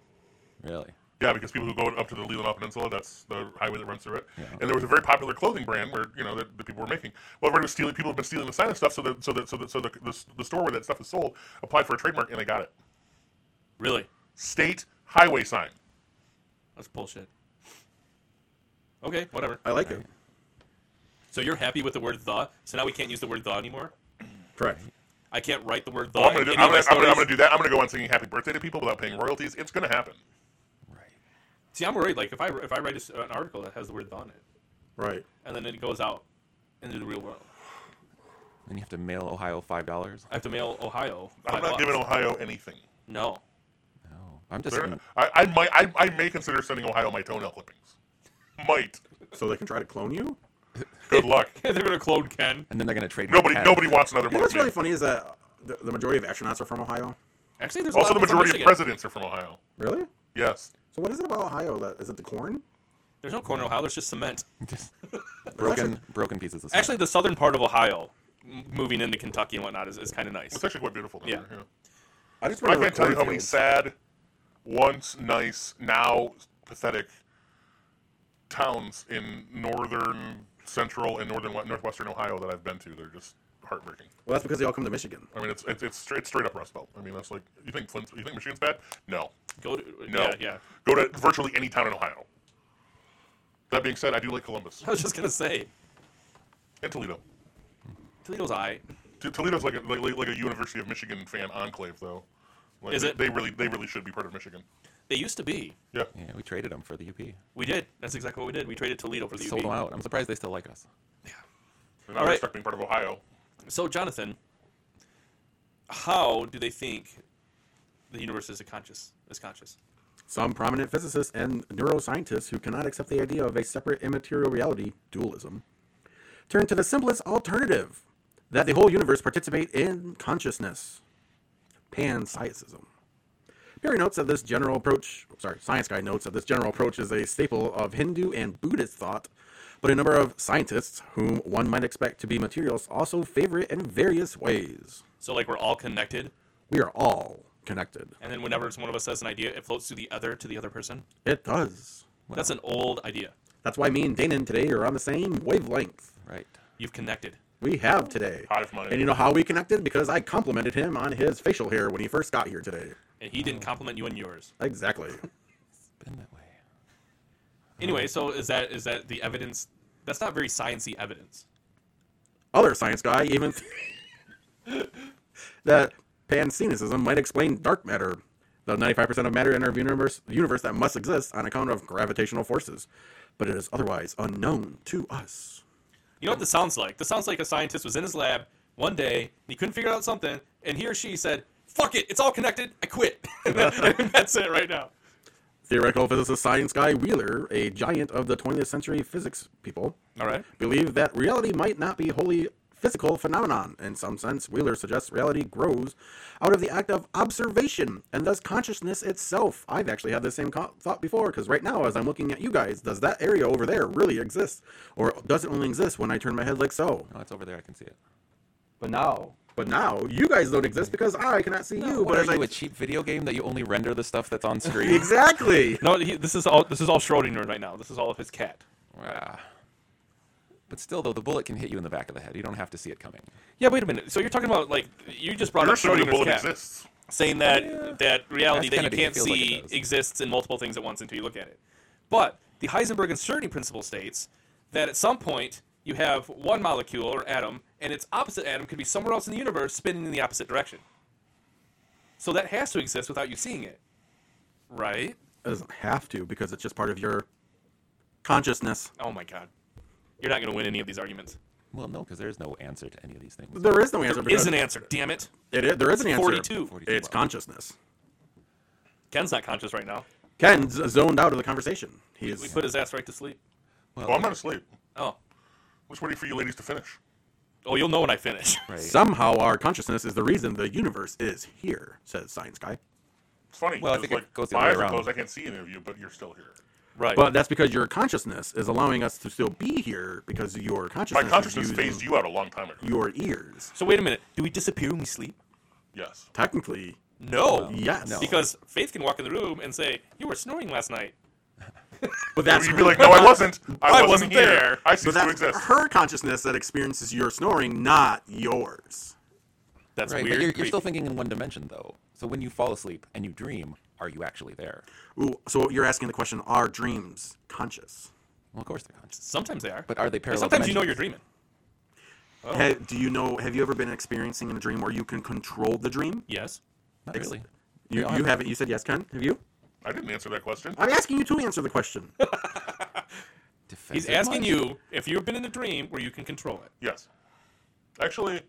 Speaker 4: Really.
Speaker 2: Yeah, because people who go up to the Leelanau Peninsula, that's the highway that runs through it.
Speaker 4: Yeah.
Speaker 2: And there was a very popular clothing brand where you know that, that people were making. Well, we're stealing. People have been stealing the sign and stuff, so that so that so that so the, the, the store where that stuff is sold applied for a trademark and they got it.
Speaker 1: Really?
Speaker 2: State highway sign.
Speaker 1: That's bullshit. Okay, whatever.
Speaker 3: I like it.
Speaker 1: So you're happy with the word the, so now we can't use the word the anymore?
Speaker 3: Correct.
Speaker 1: I can't write the word the.
Speaker 2: Well, I'm gonna
Speaker 1: in any
Speaker 2: do. I'm
Speaker 1: of my
Speaker 2: gonna, I'm, gonna, I'm gonna
Speaker 1: stories?
Speaker 2: do that. I'm gonna go on singing happy birthday to people without paying royalties. It's gonna happen.
Speaker 4: Right.
Speaker 1: See, I'm worried. Like if I if I write a s an article that has the word the on it,
Speaker 3: Right.
Speaker 1: and then it goes out into the real world,
Speaker 4: Then you have to mail Ohio five dollars.
Speaker 1: I have to mail Ohio.
Speaker 2: I'm
Speaker 1: five
Speaker 2: not
Speaker 1: bucks.
Speaker 2: giving Ohio anything.
Speaker 1: No.
Speaker 4: No. I'm just.
Speaker 2: They're- I, I might. I, I may consider sending Ohio my toenail clippings. Might.
Speaker 3: So they can try to clone you.
Speaker 2: Good luck.
Speaker 1: They're gonna clone Ken.
Speaker 4: And then they're gonna trade.
Speaker 2: Nobody. Nobody wants another
Speaker 3: You know
Speaker 2: one.
Speaker 3: what's really funny is that the, the majority of astronauts are from Ohio.
Speaker 1: Actually, there's a
Speaker 2: Also,
Speaker 1: lot
Speaker 2: the
Speaker 1: of people from
Speaker 2: majority
Speaker 1: Michigan.
Speaker 2: of presidents are from Ohio.
Speaker 3: Really?
Speaker 2: Yes.
Speaker 3: So what is it about Ohio that is it the corn?
Speaker 1: There's no corn in Ohio. There's just cement.
Speaker 4: Just broken, broken pieces of.
Speaker 1: Actually, the southern part of Ohio, m- moving into Kentucky and whatnot, is, is kind of nice.
Speaker 2: It's actually quite beautiful. Down
Speaker 1: Yeah.
Speaker 2: There, yeah.
Speaker 3: I just
Speaker 2: I
Speaker 3: remember
Speaker 2: can't tell you how many
Speaker 3: cornfields.
Speaker 2: sad, once nice, now pathetic towns in northern, central, and northern northwestern Ohio that I've been to. They're just heartbreaking.
Speaker 3: Well, that's because they all come to Michigan.
Speaker 2: I mean, it's it's it's straight, it's straight up Rust Belt. I mean, that's like you think Flint, you think Michigan's bad? No,
Speaker 1: Go to
Speaker 2: no.
Speaker 1: yeah, yeah.
Speaker 2: Go to virtually any town in Ohio. That being said, I do like Columbus
Speaker 1: I was just gonna say
Speaker 2: and Toledo.
Speaker 1: Toledo's I.
Speaker 2: T- Toledo's like a, like, like- like a University of Michigan fan enclave, though. Like,
Speaker 1: Is
Speaker 2: they,
Speaker 1: it?
Speaker 2: They really they really should be part of Michigan.
Speaker 1: They used to be.
Speaker 2: Yeah.
Speaker 4: Yeah, we traded them for the UP.
Speaker 1: We did. That's exactly what we did. We traded Toledo for the
Speaker 4: Sold
Speaker 1: UP.
Speaker 4: them out. I'm surprised they still like us.
Speaker 2: And
Speaker 1: All
Speaker 2: now they're
Speaker 1: right.
Speaker 2: stuck being part of Ohio.
Speaker 1: So, Jonathan, how do they think the universe is a conscious? Is conscious?
Speaker 3: Some prominent physicists and neuroscientists who cannot accept the idea of a separate immaterial reality, dualism, turn to the simplest alternative that the whole universe participate in consciousness, panpsychism. Perry notes that this general approach, oh, sorry, Science Guy notes that this general approach is a staple of Hindu and Buddhist thought, but a number of scientists, whom one might expect to be materialists, also favor it in various ways.
Speaker 1: So, like, we're all connected,
Speaker 3: We are all connected.
Speaker 1: and then whenever one of us has an idea, it floats to the other to the other person.
Speaker 3: It does.
Speaker 1: That's an old idea.
Speaker 3: That's why me and Danon today are on the same wavelength.
Speaker 4: Right.
Speaker 1: You've connected.
Speaker 3: We have today.
Speaker 2: Hive mind.
Speaker 3: And you know how we connected? Because I complimented him on his facial hair when he first got here today.
Speaker 1: And he didn't compliment you on yours.
Speaker 3: Exactly.
Speaker 4: Been that way.
Speaker 1: Anyway, so is that is that the evidence? That's not very sciency evidence.
Speaker 3: Other science guy even th- that pancynicism might explain dark matter, the 95% of matter in our universe, universe that must exist on account of gravitational forces, but it is otherwise unknown to us.
Speaker 1: You know what this sounds like? This sounds like a scientist was in his lab one day and he couldn't figure out something, and he or she said, "Fuck it, it's all connected. I quit." and that's it right now.
Speaker 3: Theoretical physicist science guy Wheeler, a giant of the 20th century physics people,
Speaker 1: All right.
Speaker 3: believe that reality might not be wholly physical phenomenon. In some sense, Wheeler suggests reality grows out of the act of observation and thus consciousness itself. I've actually had the same co- thought before because right now, as I'm looking at you guys, does that area over there really exist, or does it only exist when I turn my head like so?
Speaker 4: No, it's over there. I can see it.
Speaker 5: But now,
Speaker 3: But now you guys don't exist because I cannot see you.
Speaker 4: What
Speaker 3: But
Speaker 4: are
Speaker 3: as I
Speaker 4: you, a cheap video game that you only render the stuff that's on screen?
Speaker 3: exactly.
Speaker 1: No, he, this is all this is all Schrodinger right now. This is all of his cat.
Speaker 4: Ah. But still, though, the bullet can hit you in the back of the head. You don't have to see it coming.
Speaker 1: Yeah, wait a minute. So you're talking about like you just brought
Speaker 2: I'm
Speaker 1: up
Speaker 2: not sure the
Speaker 1: Schrodinger's
Speaker 2: bullet
Speaker 1: cat,
Speaker 2: exists.
Speaker 1: saying that that reality
Speaker 4: That's
Speaker 1: that you
Speaker 4: Kennedy. It
Speaker 1: can't
Speaker 4: feels like it
Speaker 1: see
Speaker 4: does.
Speaker 1: exists in multiple things at once until you look at it. But the Heisenberg uncertainty principle states that at some point you have one molecule or atom, and its opposite atom could be somewhere else in the universe, spinning in the opposite direction. So that has to exist without you seeing it, right?
Speaker 3: It doesn't have to because it's just part of your consciousness.
Speaker 1: Oh my God, you're not going to win any of these arguments.
Speaker 4: Well, no, because there's no answer to any of these things.
Speaker 3: There is no answer.
Speaker 1: There is
Speaker 3: because
Speaker 1: an answer. Damn it,
Speaker 3: It is, there is an answer.
Speaker 1: 42.
Speaker 3: It's consciousness.
Speaker 1: Ken's not conscious right now.
Speaker 3: Ken z- zoned out of the conversation. He
Speaker 1: We
Speaker 3: is.
Speaker 1: put his ass right to sleep.
Speaker 4: Well,
Speaker 2: Well, I'm not asleep.
Speaker 1: Oh,
Speaker 2: I'm just waiting for you ladies to finish.
Speaker 1: oh, you'll know when I finish.
Speaker 4: right.
Speaker 3: Somehow our consciousness is the reason the universe is here, says Science Guy.
Speaker 2: It's funny.
Speaker 4: Well, I
Speaker 2: 'cause,
Speaker 4: think it
Speaker 2: like,
Speaker 4: goes the
Speaker 2: my
Speaker 4: other
Speaker 2: eyes
Speaker 4: way
Speaker 2: are
Speaker 4: around.
Speaker 2: closed. I can't see any of you, but you're still here.
Speaker 1: Right.
Speaker 3: But that's because your consciousness is allowing us to still be here because your
Speaker 2: My
Speaker 3: consciousness.
Speaker 2: consciousness
Speaker 3: is
Speaker 2: phased
Speaker 3: using
Speaker 2: you out a long time ago.
Speaker 3: Your ears.
Speaker 1: so wait a minute. Do we disappear when we sleep?
Speaker 2: Yes.
Speaker 3: Technically,
Speaker 1: No.
Speaker 3: yes.
Speaker 4: No.
Speaker 1: Because Faith can walk in the room and say, "You were snoring last night."
Speaker 3: But that's
Speaker 2: You'd be like, no, I wasn't. I,
Speaker 1: I wasn't
Speaker 2: wasn't here.
Speaker 1: there."
Speaker 2: I cease
Speaker 3: But
Speaker 2: to
Speaker 3: that's
Speaker 2: exist.
Speaker 3: her consciousness that experiences your snoring, not yours.
Speaker 1: That's
Speaker 4: Right,
Speaker 1: weird.
Speaker 4: but you're,
Speaker 1: creepy.
Speaker 4: you're still thinking in one dimension, though. So when you fall asleep and you dream, are you actually there?
Speaker 3: Ooh, so you're asking the question: Are dreams conscious?
Speaker 4: Well, of course they're conscious.
Speaker 1: Sometimes they are.
Speaker 4: But are they parallel?
Speaker 1: sometimes you know you're
Speaker 4: dimensions?
Speaker 1: dreaming.
Speaker 2: Oh.
Speaker 3: Ha do you know? Have you ever been experiencing in a dream where you can control the dream?
Speaker 1: Yes.
Speaker 4: Not really.
Speaker 3: You,
Speaker 4: Yeah, I
Speaker 3: you
Speaker 4: have.
Speaker 3: haven't. You said yes, Ken. Have you?
Speaker 2: I didn't answer that question.
Speaker 3: I'm asking you to answer the question.
Speaker 1: He's
Speaker 4: Defensive
Speaker 1: asking
Speaker 4: mind?
Speaker 1: you if you've been in a dream where you can control it.
Speaker 2: Yes. Actually,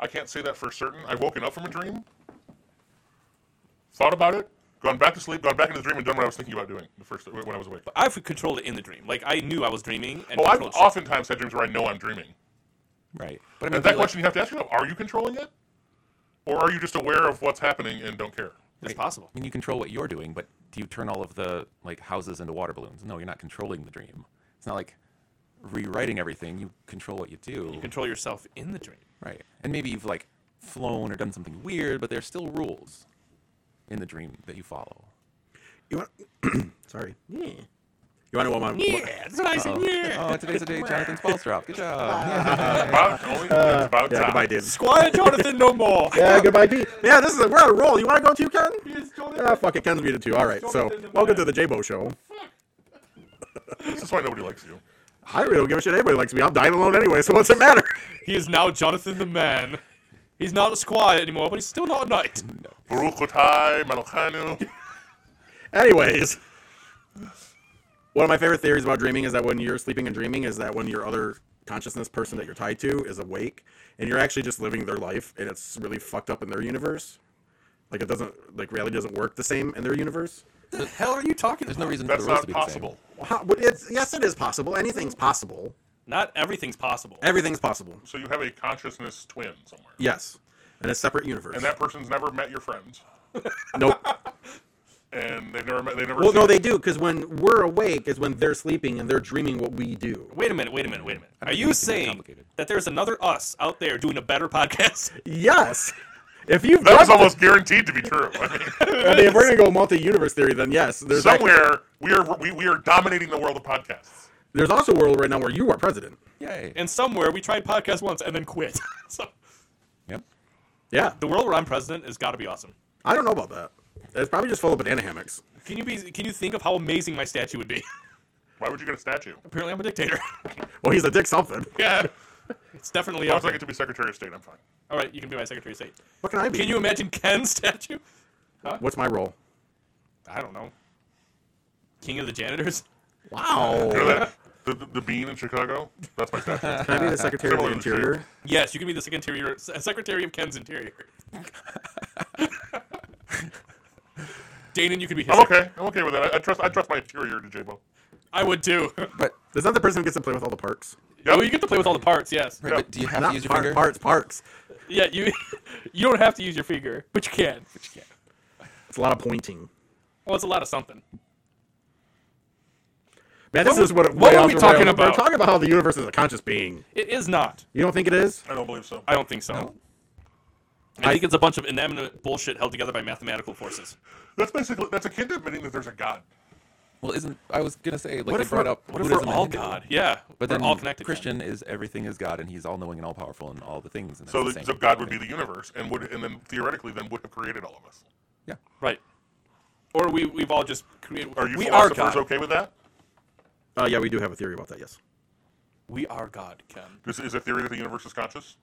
Speaker 2: I can't say that for certain. I've woken up from a dream, thought about it, gone back to sleep, gone back into the dream, and done what I was thinking about doing the first when I was awake.
Speaker 1: I've controlled it in the dream. Like I knew I was dreaming and
Speaker 2: Well, Oh, I've
Speaker 1: controlled shit.
Speaker 2: oftentimes had dreams where I know I'm dreaming.
Speaker 4: Right. But I
Speaker 2: And
Speaker 4: mean,
Speaker 2: that
Speaker 4: like,
Speaker 2: question you have to ask yourself: Are you controlling it, or are you just aware of what's happening and don't care?
Speaker 1: It's possible.
Speaker 4: I mean, you control what you're doing, but do you turn all of the like houses into water balloons? No, you're not controlling the dream. It's not like rewriting everything. You control what you do.
Speaker 1: You control yourself in the dream.
Speaker 4: Right. And maybe you've like flown or done something weird, but there's still rules in the dream that you follow.
Speaker 3: You want? Sorry. Yeah. You want to know what my?
Speaker 1: that's what I said. Yeah.
Speaker 4: Oh, and today's the day Jonathan's balls drop. Good job.
Speaker 2: About, only, it's about
Speaker 3: Uh, Yeah,
Speaker 2: time.
Speaker 3: goodbye, Dave.
Speaker 1: Squire Jonathan, no more.
Speaker 3: Yeah, goodbye, Pete. Yeah, this is a, we're on a roll. You want to go too, Ken? Ah, fuck it. Ken's muted too. All right. So, welcome to the J-Bo show.
Speaker 2: This is why nobody likes you.
Speaker 3: I really don't give a shit. Anybody likes me. I'm dying alone anyway. So what's it matter?
Speaker 1: He is now Jonathan the man. He's not a squire anymore, but he's still not a knight.
Speaker 2: Baruch Otai, Malachanu.
Speaker 3: Anyways, one of my favorite theories about dreaming is that when you're sleeping and dreaming is that when your other consciousness person that you're tied to is awake and you're actually just living their life and it's really fucked up in their universe. Like it doesn't like reality doesn't work the same in their universe.
Speaker 1: the hell are you talking
Speaker 4: There's no reason for
Speaker 2: That's
Speaker 4: the rules
Speaker 2: not
Speaker 4: to be
Speaker 2: possible.
Speaker 3: Well, How, but it's yes, it is possible. Anything's possible.
Speaker 1: Not everything's possible.
Speaker 3: Everything's possible.
Speaker 2: So you have a consciousness twin somewhere,
Speaker 3: Yes, in a separate universe.
Speaker 2: and that person's never met your friends,
Speaker 3: nope.
Speaker 2: and they've never met. They never.
Speaker 3: well, no,
Speaker 2: seen-
Speaker 3: they do because when we're awake is when they're sleeping and they're dreaming what we do.
Speaker 1: Wait a minute, wait a minute, wait a minute. Are
Speaker 4: think
Speaker 1: you
Speaker 4: it's gonna be
Speaker 1: saying
Speaker 4: complicated.
Speaker 1: that there's another us out there doing a better podcast?
Speaker 3: Yes. If you've
Speaker 2: That was
Speaker 3: done-
Speaker 2: almost guaranteed to be true. I mean,
Speaker 3: I mean, if we're gonna go multi-universe theory, then yes, there's act-
Speaker 2: somewhere we are we, we are dominating the world of podcasts.
Speaker 3: there's also a world right now where you are president.
Speaker 4: the same. Yay.
Speaker 1: And somewhere we tried podcast once and then quit. so
Speaker 4: Yep.
Speaker 3: Yeah,
Speaker 1: the world where I'm president has got to be awesome.
Speaker 3: I don't know about that. It's probably just full of banana hammocks.
Speaker 1: Can you be? Can you think of how amazing my statue would be?
Speaker 2: Why would you get a statue?
Speaker 1: Apparently, I'm a dictator.
Speaker 3: Well, he's a dick something.
Speaker 1: yeah, it's definitely
Speaker 2: As long
Speaker 1: up
Speaker 2: as I
Speaker 1: there.
Speaker 2: get to be Secretary of State, I'm fine.
Speaker 1: All right, you can be my secretary of state.
Speaker 3: What can I be?
Speaker 1: Can you imagine Ken's statue?
Speaker 3: What's my role?
Speaker 1: I don't know. King of the janitors.
Speaker 2: You know
Speaker 3: Wow.
Speaker 2: that the, the, the bean in Chicago? That's my statue.
Speaker 3: Can I be the Secretary of the Interior?
Speaker 1: Yes, you can be the secretary secretary of Ken's interior. Danon, you could be. His
Speaker 2: I'm okay. I'm okay with that. I, I trust I trust my interior to J-Bo.
Speaker 1: I would too.
Speaker 4: But,
Speaker 3: Is that the person who gets to play with all the parks?
Speaker 1: Oh, you get to play with all the parts. Yes.
Speaker 4: right, but do you have to
Speaker 3: Not
Speaker 4: use your
Speaker 3: par-
Speaker 4: finger?
Speaker 3: parts, parks.
Speaker 1: Yeah. You. You don't have to use your finger, but you can.
Speaker 3: It's a lot of pointing.
Speaker 1: Well, it's a lot of something.
Speaker 3: Man, this is what.
Speaker 6: What
Speaker 3: way
Speaker 6: are
Speaker 3: off
Speaker 6: we
Speaker 3: the
Speaker 6: talking
Speaker 3: rails.
Speaker 6: about?
Speaker 3: We're talking about how the universe is a conscious being.
Speaker 6: It is not.
Speaker 3: You don't think it is?
Speaker 2: I don't believe so.
Speaker 6: I don't think so. I, think it's a bunch of inanimate bullshit held together by mathematical forces.
Speaker 2: That's basically that's a kid admitting that there's a god.
Speaker 4: Well, isn't I was gonna say like
Speaker 6: What
Speaker 4: they
Speaker 6: if
Speaker 4: brought
Speaker 6: we're-
Speaker 4: up
Speaker 6: what if we're
Speaker 4: Buddhism and
Speaker 6: all
Speaker 4: Hindu,
Speaker 6: God? Yeah,
Speaker 4: but
Speaker 6: we're
Speaker 4: then
Speaker 6: all connected. then.
Speaker 4: Christian is everything is God, and He's all knowing and all powerful and all the things. And
Speaker 2: So,
Speaker 4: that's
Speaker 2: the,
Speaker 4: the
Speaker 2: so
Speaker 4: same.
Speaker 2: God would be the universe, and would and then theoretically then would have created all of us.
Speaker 4: yeah.
Speaker 6: right? Or we we've all just created.
Speaker 2: Are you
Speaker 6: we are
Speaker 2: philosophers
Speaker 6: God.
Speaker 2: okay with that?
Speaker 3: Uh, yeah, we do have a theory about that. Yes.
Speaker 6: We are God, Ken.
Speaker 2: Is, is a theory that the universe is conscious,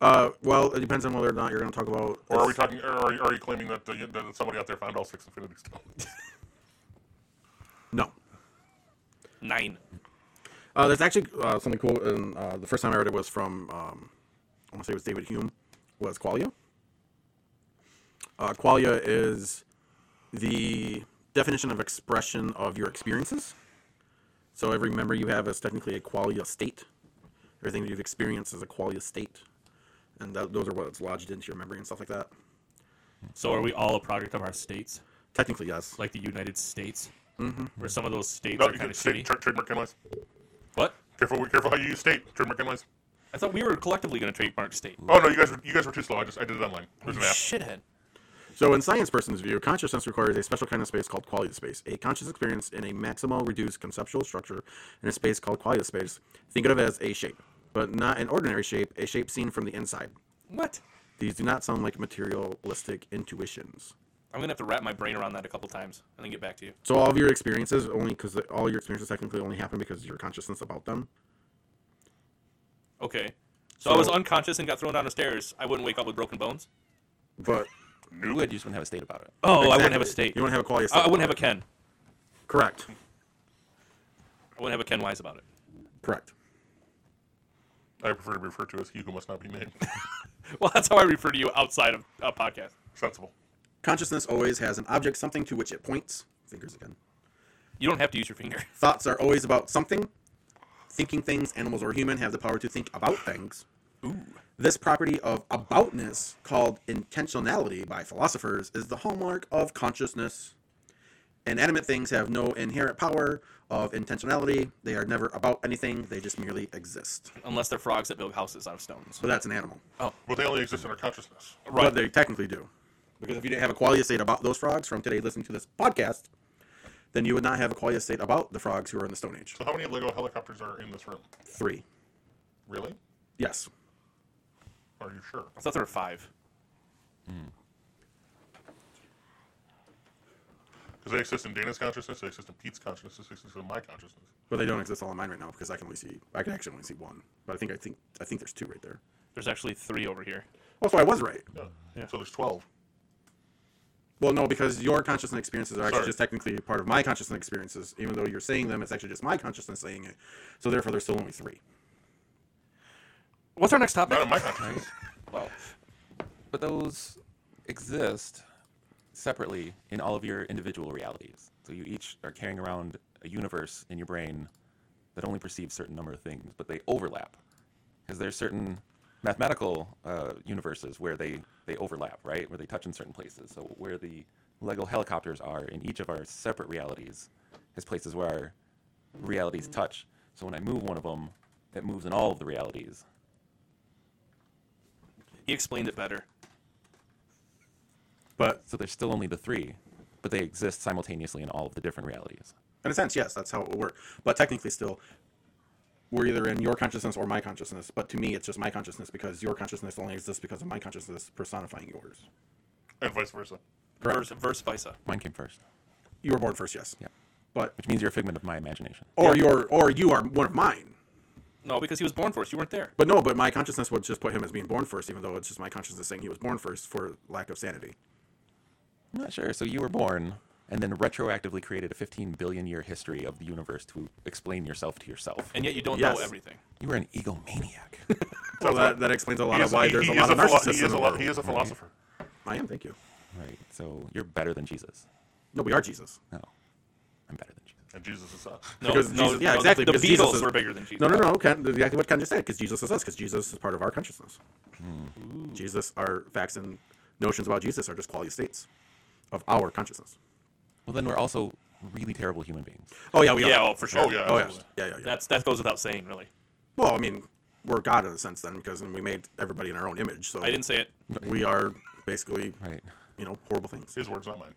Speaker 3: Uh, well, it depends on whether or not you're going to talk about.
Speaker 2: or are we
Speaker 3: this.
Speaker 2: talking? Or are, you- are you claiming that, the, that somebody out there found all six Infinity Stones?
Speaker 3: No.
Speaker 6: Nine.
Speaker 3: Uh, that's actually uh, something cool. And uh, the first time I heard it was from, um, I want to say it was David Hume, was Qualia. Uh, qualia is the definition of expression of your experiences. So every memory you have is technically a qualia state. Everything that you've experienced is a qualia state. And that, those are what's lodged into your memory and stuff like that.
Speaker 6: So are we all a product of our states,
Speaker 3: Technically, yes.
Speaker 6: like the United States, where some of those states
Speaker 2: Mm-hmm. No,
Speaker 6: are
Speaker 2: you
Speaker 6: kind
Speaker 2: can
Speaker 6: of
Speaker 2: state,
Speaker 6: shitty?
Speaker 2: tra- trademark and lies.
Speaker 6: What?
Speaker 2: Careful, careful how you use state. Trademark and lies.
Speaker 6: I thought we were collectively going to trademark state.
Speaker 2: Oh no, you guys were you guys were too slow. I just I did it online. There's an app.
Speaker 6: Shithead.
Speaker 3: So, in science person's view, consciousness requires a special kind of space called qualia space, a conscious experience in a maximal reduced conceptual structure in a space called qualia space. Think of it as a shape, but not an ordinary shape, a shape seen from the inside.
Speaker 6: What?
Speaker 3: These do not sound like materialistic intuitions.
Speaker 6: I'm gonna have to wrap my brain around that a couple times and then get back to you.
Speaker 3: So, all of your experiences only because all your experiences technically only happen because of your consciousness about them.
Speaker 6: Okay. So, I
Speaker 3: So-
Speaker 6: was unconscious and got thrown down the stairs. I wouldn't wake up with broken bones.
Speaker 3: But
Speaker 4: You would. You just wouldn't have a state about it.
Speaker 6: Oh, I wouldn't
Speaker 3: Exactly.
Speaker 6: have a state.
Speaker 3: You wouldn't have a qualia state.
Speaker 6: I, I wouldn't have a Ken.
Speaker 3: Correct.
Speaker 6: I wouldn't have a Ken Wise about it.
Speaker 3: Correct.
Speaker 2: I prefer to be referred to as "Hugo must not be named."
Speaker 6: Well, that's how I refer to you outside of a podcast.
Speaker 2: Sensible.
Speaker 3: Consciousness always has an object, something to which it points. Fingers again.
Speaker 6: You don't have to use your finger.
Speaker 3: Thoughts are always about something. Thinking things, animals or human, have the power to think about things. This property of aboutness, called intentionality by philosophers, is the hallmark of consciousness. Inanimate things have no inherent power of intentionality. They are never about anything, they just merely exist.
Speaker 6: Unless they're frogs that build houses out of stones.
Speaker 3: But that's an animal.
Speaker 2: Well, they only exist in our consciousness.
Speaker 3: Right. But they technically do. Because if you didn't have a qualia state about those frogs from today listening to this podcast, then you would not have a qualia state about the frogs who are in the Stone Age.
Speaker 2: So how many Lego helicopters are in this room?
Speaker 3: Three.
Speaker 2: Really?
Speaker 3: Yes.
Speaker 2: Are you sure?
Speaker 6: I thought there were five.
Speaker 2: Because they exist in Dana's consciousness, they exist in Pete's consciousness, they exist in my consciousness.
Speaker 3: But they don't exist all in mine right now because I can only see I can actually only see one. But I think I think I think there's two right there.
Speaker 6: There's actually three over here.
Speaker 3: Oh, so I was right.
Speaker 2: Yeah. So there's twelve.
Speaker 3: Well, no, because your consciousness experiences are actually
Speaker 2: Sorry.
Speaker 3: just technically part of my consciousness experiences. Even though you're saying them, it's actually just my consciousness saying it. So therefore, there's still only three.
Speaker 6: What's our next topic?
Speaker 2: Not in my consciousness.
Speaker 4: Well, but those exist separately in all of your individual realities. So you each are carrying around a universe in your brain that only perceives certain number of things, but they overlap because there's certain mathematical uh, universes where they they overlap, right? Where they touch in certain places. So where the Lego helicopters are in each of our separate realities is places where our realities touch. So when I move one of them, it moves in all of the realities.
Speaker 6: He explained it better.
Speaker 3: But
Speaker 4: So there's still only the three, but they exist simultaneously in all of the different realities.
Speaker 3: in a sense, yes, that's how it will work. But technically, still, we're either in your consciousness or my consciousness. But to me, it's just my consciousness because your consciousness only exists because of my consciousness personifying yours.
Speaker 2: and vice versa.
Speaker 6: Verse, verse Visa.
Speaker 4: Mine came first,
Speaker 3: You were born first, yes.
Speaker 4: Yeah.
Speaker 3: But
Speaker 4: which means you're a figment of my imagination.
Speaker 3: or you're or you are one of mine.
Speaker 6: No, because he was born first. You weren't there.
Speaker 3: But no, but my consciousness would just put him as being born first, even though it's just my consciousness saying he was born first for lack of sanity.
Speaker 4: I'm not sure. So you were born and then retroactively created a 15 billion year history of the universe to explain yourself to yourself.
Speaker 6: And yet you don't
Speaker 3: Yes.
Speaker 6: know everything.
Speaker 4: You were an egomaniac.
Speaker 3: Well, that, that explains a lot
Speaker 2: He
Speaker 3: of
Speaker 2: is-
Speaker 3: why
Speaker 2: he-
Speaker 3: there's
Speaker 2: he
Speaker 3: a
Speaker 2: is
Speaker 3: lot of
Speaker 2: philo-
Speaker 3: narcissists
Speaker 2: He
Speaker 3: in
Speaker 2: is, a, lo-
Speaker 3: the
Speaker 2: he
Speaker 3: world. Mm-hmm.
Speaker 2: is a philosopher.
Speaker 3: I am, thank you.
Speaker 4: right. So you're better than Jesus.
Speaker 3: No, we are Jesus.
Speaker 4: No, I'm better than Jesus.
Speaker 2: And Jesus is uh, us.
Speaker 6: No,
Speaker 3: Because
Speaker 6: no,
Speaker 3: Jesus- yeah,
Speaker 6: no,
Speaker 3: exactly,
Speaker 6: The,
Speaker 3: because
Speaker 6: Beatles
Speaker 3: Jesus is-
Speaker 6: were bigger than Jesus.
Speaker 3: No, no, no. Ken, that's exactly what Ken just said, because Jesus is us, because Jesus is part of our consciousness. Jesus, our facts and notions about Jesus are just quality states of our consciousness.
Speaker 4: Well, then we're also really terrible human beings.
Speaker 3: Oh yeah, we
Speaker 1: Yeah,
Speaker 3: are.
Speaker 1: oh, for sure.
Speaker 2: Oh, yeah.
Speaker 3: Oh yeah, yeah, yeah, yeah.
Speaker 1: That's that goes without saying, really.
Speaker 3: Well, I mean, we're God in a sense then, because we made everybody in our own image. So
Speaker 1: I didn't say it.
Speaker 3: we are basically,
Speaker 4: Right.
Speaker 3: you know, horrible things.
Speaker 2: His words, not mine.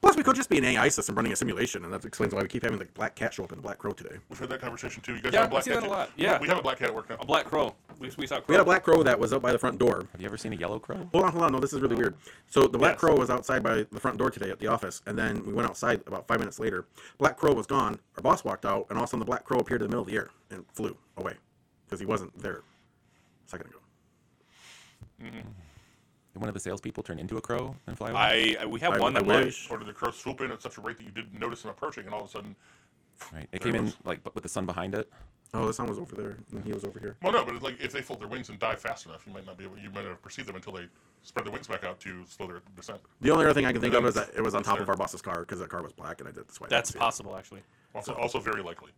Speaker 3: Plus, we could just be an AI system running a simulation, and that explains why we keep having the black cat show up in the black crow today.
Speaker 2: We've had that conversation too. You guys
Speaker 1: Yeah,
Speaker 2: have
Speaker 1: I
Speaker 2: a black
Speaker 1: see
Speaker 2: cat.
Speaker 1: that a
Speaker 2: too?
Speaker 1: lot. Yeah.
Speaker 2: we have a black cat at work now.
Speaker 1: A black crow. We, we saw crow.
Speaker 3: We had a black crow that was out by the front door.
Speaker 4: Have you ever seen a yellow crow?
Speaker 3: Hold on, hold on. No, this is really weird. So the black
Speaker 2: Yes.
Speaker 3: crow was outside by the front door today at the office, and then we went outside about five minutes later. Black crow was gone. Our boss walked out, and all of a sudden the black crow appeared in the middle of the air and flew away because he wasn't there a second ago.
Speaker 4: Did one of the salespeople turn into a crow and fly away?
Speaker 1: I, I we have
Speaker 3: I-
Speaker 1: one
Speaker 3: I
Speaker 1: that
Speaker 3: wish.
Speaker 1: lived.
Speaker 2: Or did the crow swoop in at such a rate that you didn't notice him approaching, and all of a sudden,
Speaker 4: right. It came in like but with the sun behind it.
Speaker 3: Oh, the sun was over there, and he was over here.
Speaker 2: well, no, but it's like if they fold their wings and dive fast enough, you might not be able. You might not have perceived them until they spread their wings back out to slow their descent.
Speaker 3: The only other thing I can think of is that it was on top of our boss's car because that car was black, and I did that's why. I didn't
Speaker 1: That's
Speaker 3: see it.
Speaker 1: possible, actually.
Speaker 2: Also, also very likely.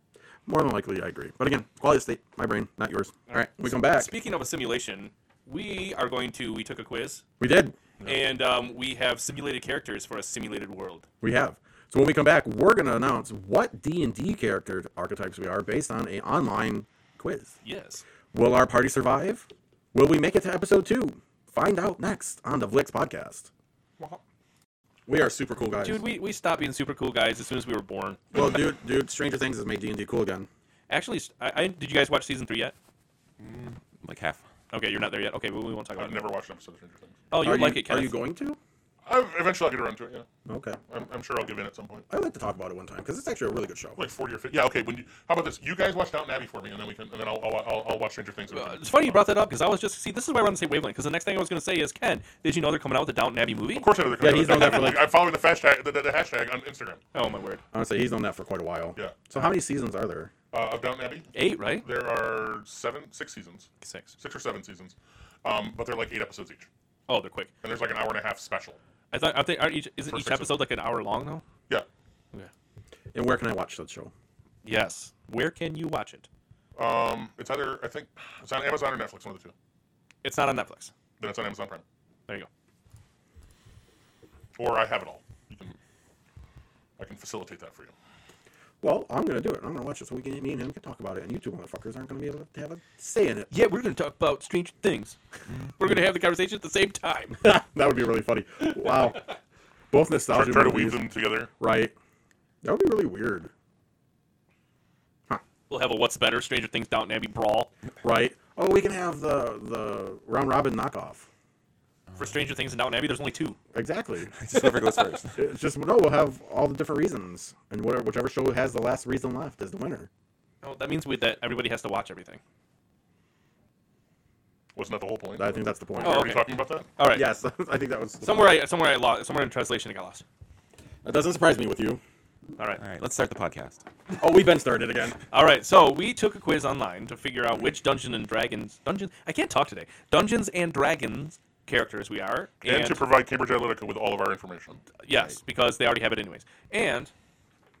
Speaker 3: More than likely, I agree. But again, quality of state, my brain, not yours. All right, we come back.
Speaker 1: Speaking of a simulation, we are going to. We took a quiz,
Speaker 3: We did.
Speaker 1: and um, we have simulated characters for a simulated world.
Speaker 3: We have. So when we come back, we're gonna announce what D and D character archetypes we are based on a online quiz.
Speaker 1: Yes.
Speaker 3: Will our party survive? Will we make it to episode two? Find out next on the Vlix podcast. We are super cool guys.
Speaker 1: Dude, we, we stopped being super cool guys as soon as we were born.
Speaker 3: well, dude, dude, Stranger Things has made D and D cool again.
Speaker 1: Actually, I, I did you guys watch season three yet?
Speaker 4: Like half.
Speaker 1: Okay, you're not there yet. Okay, we, we won't talk about
Speaker 2: I've
Speaker 1: it.
Speaker 2: never watched an episode of Stranger Things.
Speaker 1: Oh, you
Speaker 3: are
Speaker 1: would like
Speaker 3: you,
Speaker 1: it, Kenneth.
Speaker 3: Are you going to?
Speaker 2: I, eventually, I'll get around to it. Yeah,
Speaker 3: Okay.
Speaker 2: I'm, I'm sure I'll give in at some point.
Speaker 3: I like to talk about it one time because it's actually a really good show.
Speaker 2: Like forty or fifty. Yeah, okay. When you, how about this? You guys watch Downton Abbey for me, and then we can, and then I'll, I'll, I'll, I'll watch Stranger Things. and we
Speaker 1: Uh,
Speaker 2: can-
Speaker 1: it's funny you brought that up because I was just see this is why we're on the same wavelength. Because the next thing I was going to say is Ken, did you know they're coming out with a Downton Abbey movie?
Speaker 2: Of course, I know they're coming
Speaker 3: Yeah, he's
Speaker 2: out.
Speaker 3: known that for, like-
Speaker 2: I'm following the hashtag, the, the, the hashtag on Instagram
Speaker 1: Oh my word,
Speaker 3: Honestly, he's known that for quite a while.
Speaker 2: Yeah.
Speaker 3: So how many seasons are there?
Speaker 2: uh, of Downton Abbey.
Speaker 1: eight right?
Speaker 2: There are seven, six seasons,
Speaker 1: Six.
Speaker 2: six or seven seasons, um, but they're like eight episodes each,
Speaker 1: Oh, they're quick.
Speaker 2: and there's like an hour and a half special.
Speaker 1: I thought I think aren't each isn't each
Speaker 2: person.
Speaker 1: episode like an hour long though?
Speaker 2: Yeah,
Speaker 1: Yeah.
Speaker 3: And where can I watch that show?
Speaker 1: Yes. Where can you watch it?
Speaker 2: um, it's either I think it's on Amazon or Netflix, one of the two.
Speaker 1: It's not on Netflix.
Speaker 2: Then it's on Amazon Prime,
Speaker 1: There you go.
Speaker 2: or I have it all. You can, I can facilitate that for you.
Speaker 3: Well, I'm gonna do it. I'm gonna watch it so we can me and him can talk about it, and you two motherfuckers aren't gonna be able to have a say in it.
Speaker 1: Yeah, we're going to talk about Stranger Things. we're going to have the conversation at the same time.
Speaker 3: That would be really funny. Wow. Both nostalgia
Speaker 2: Try to weave
Speaker 3: movies,
Speaker 2: them together.
Speaker 3: right? That would be really weird,
Speaker 1: we'll have a What's Better Stranger Things Downton Abbey brawl
Speaker 3: right? Oh, we can have the the round robin knockoff.
Speaker 1: for Stranger Things and Downton Abbey. There's only two.
Speaker 3: Exactly.
Speaker 4: It just never goes first.
Speaker 3: It's just no. We'll have all the different reasons, and whatever whichever show has the last reason left is the winner.
Speaker 1: Oh, that means we, that everybody has to watch everything.
Speaker 2: Wasn't that the whole point?
Speaker 3: I think that's the point.
Speaker 1: Oh,
Speaker 2: Are
Speaker 1: okay.
Speaker 2: we talking about that?
Speaker 1: All right.
Speaker 3: Yes, I think that was the
Speaker 1: Somewhere I somewhere I lost somewhere in translation I got lost.
Speaker 3: That doesn't surprise me with you.
Speaker 1: All right.
Speaker 4: All right, let's start the podcast.
Speaker 3: Oh, we've been started again.
Speaker 1: All right, so we took a quiz online to figure out which Dungeon and Dragons Dungeons I can't talk today. Dungeons and Dragons characters we are,
Speaker 2: And, to provide Cambridge Analytica with all of our information.
Speaker 1: yes, because they already have it anyways. And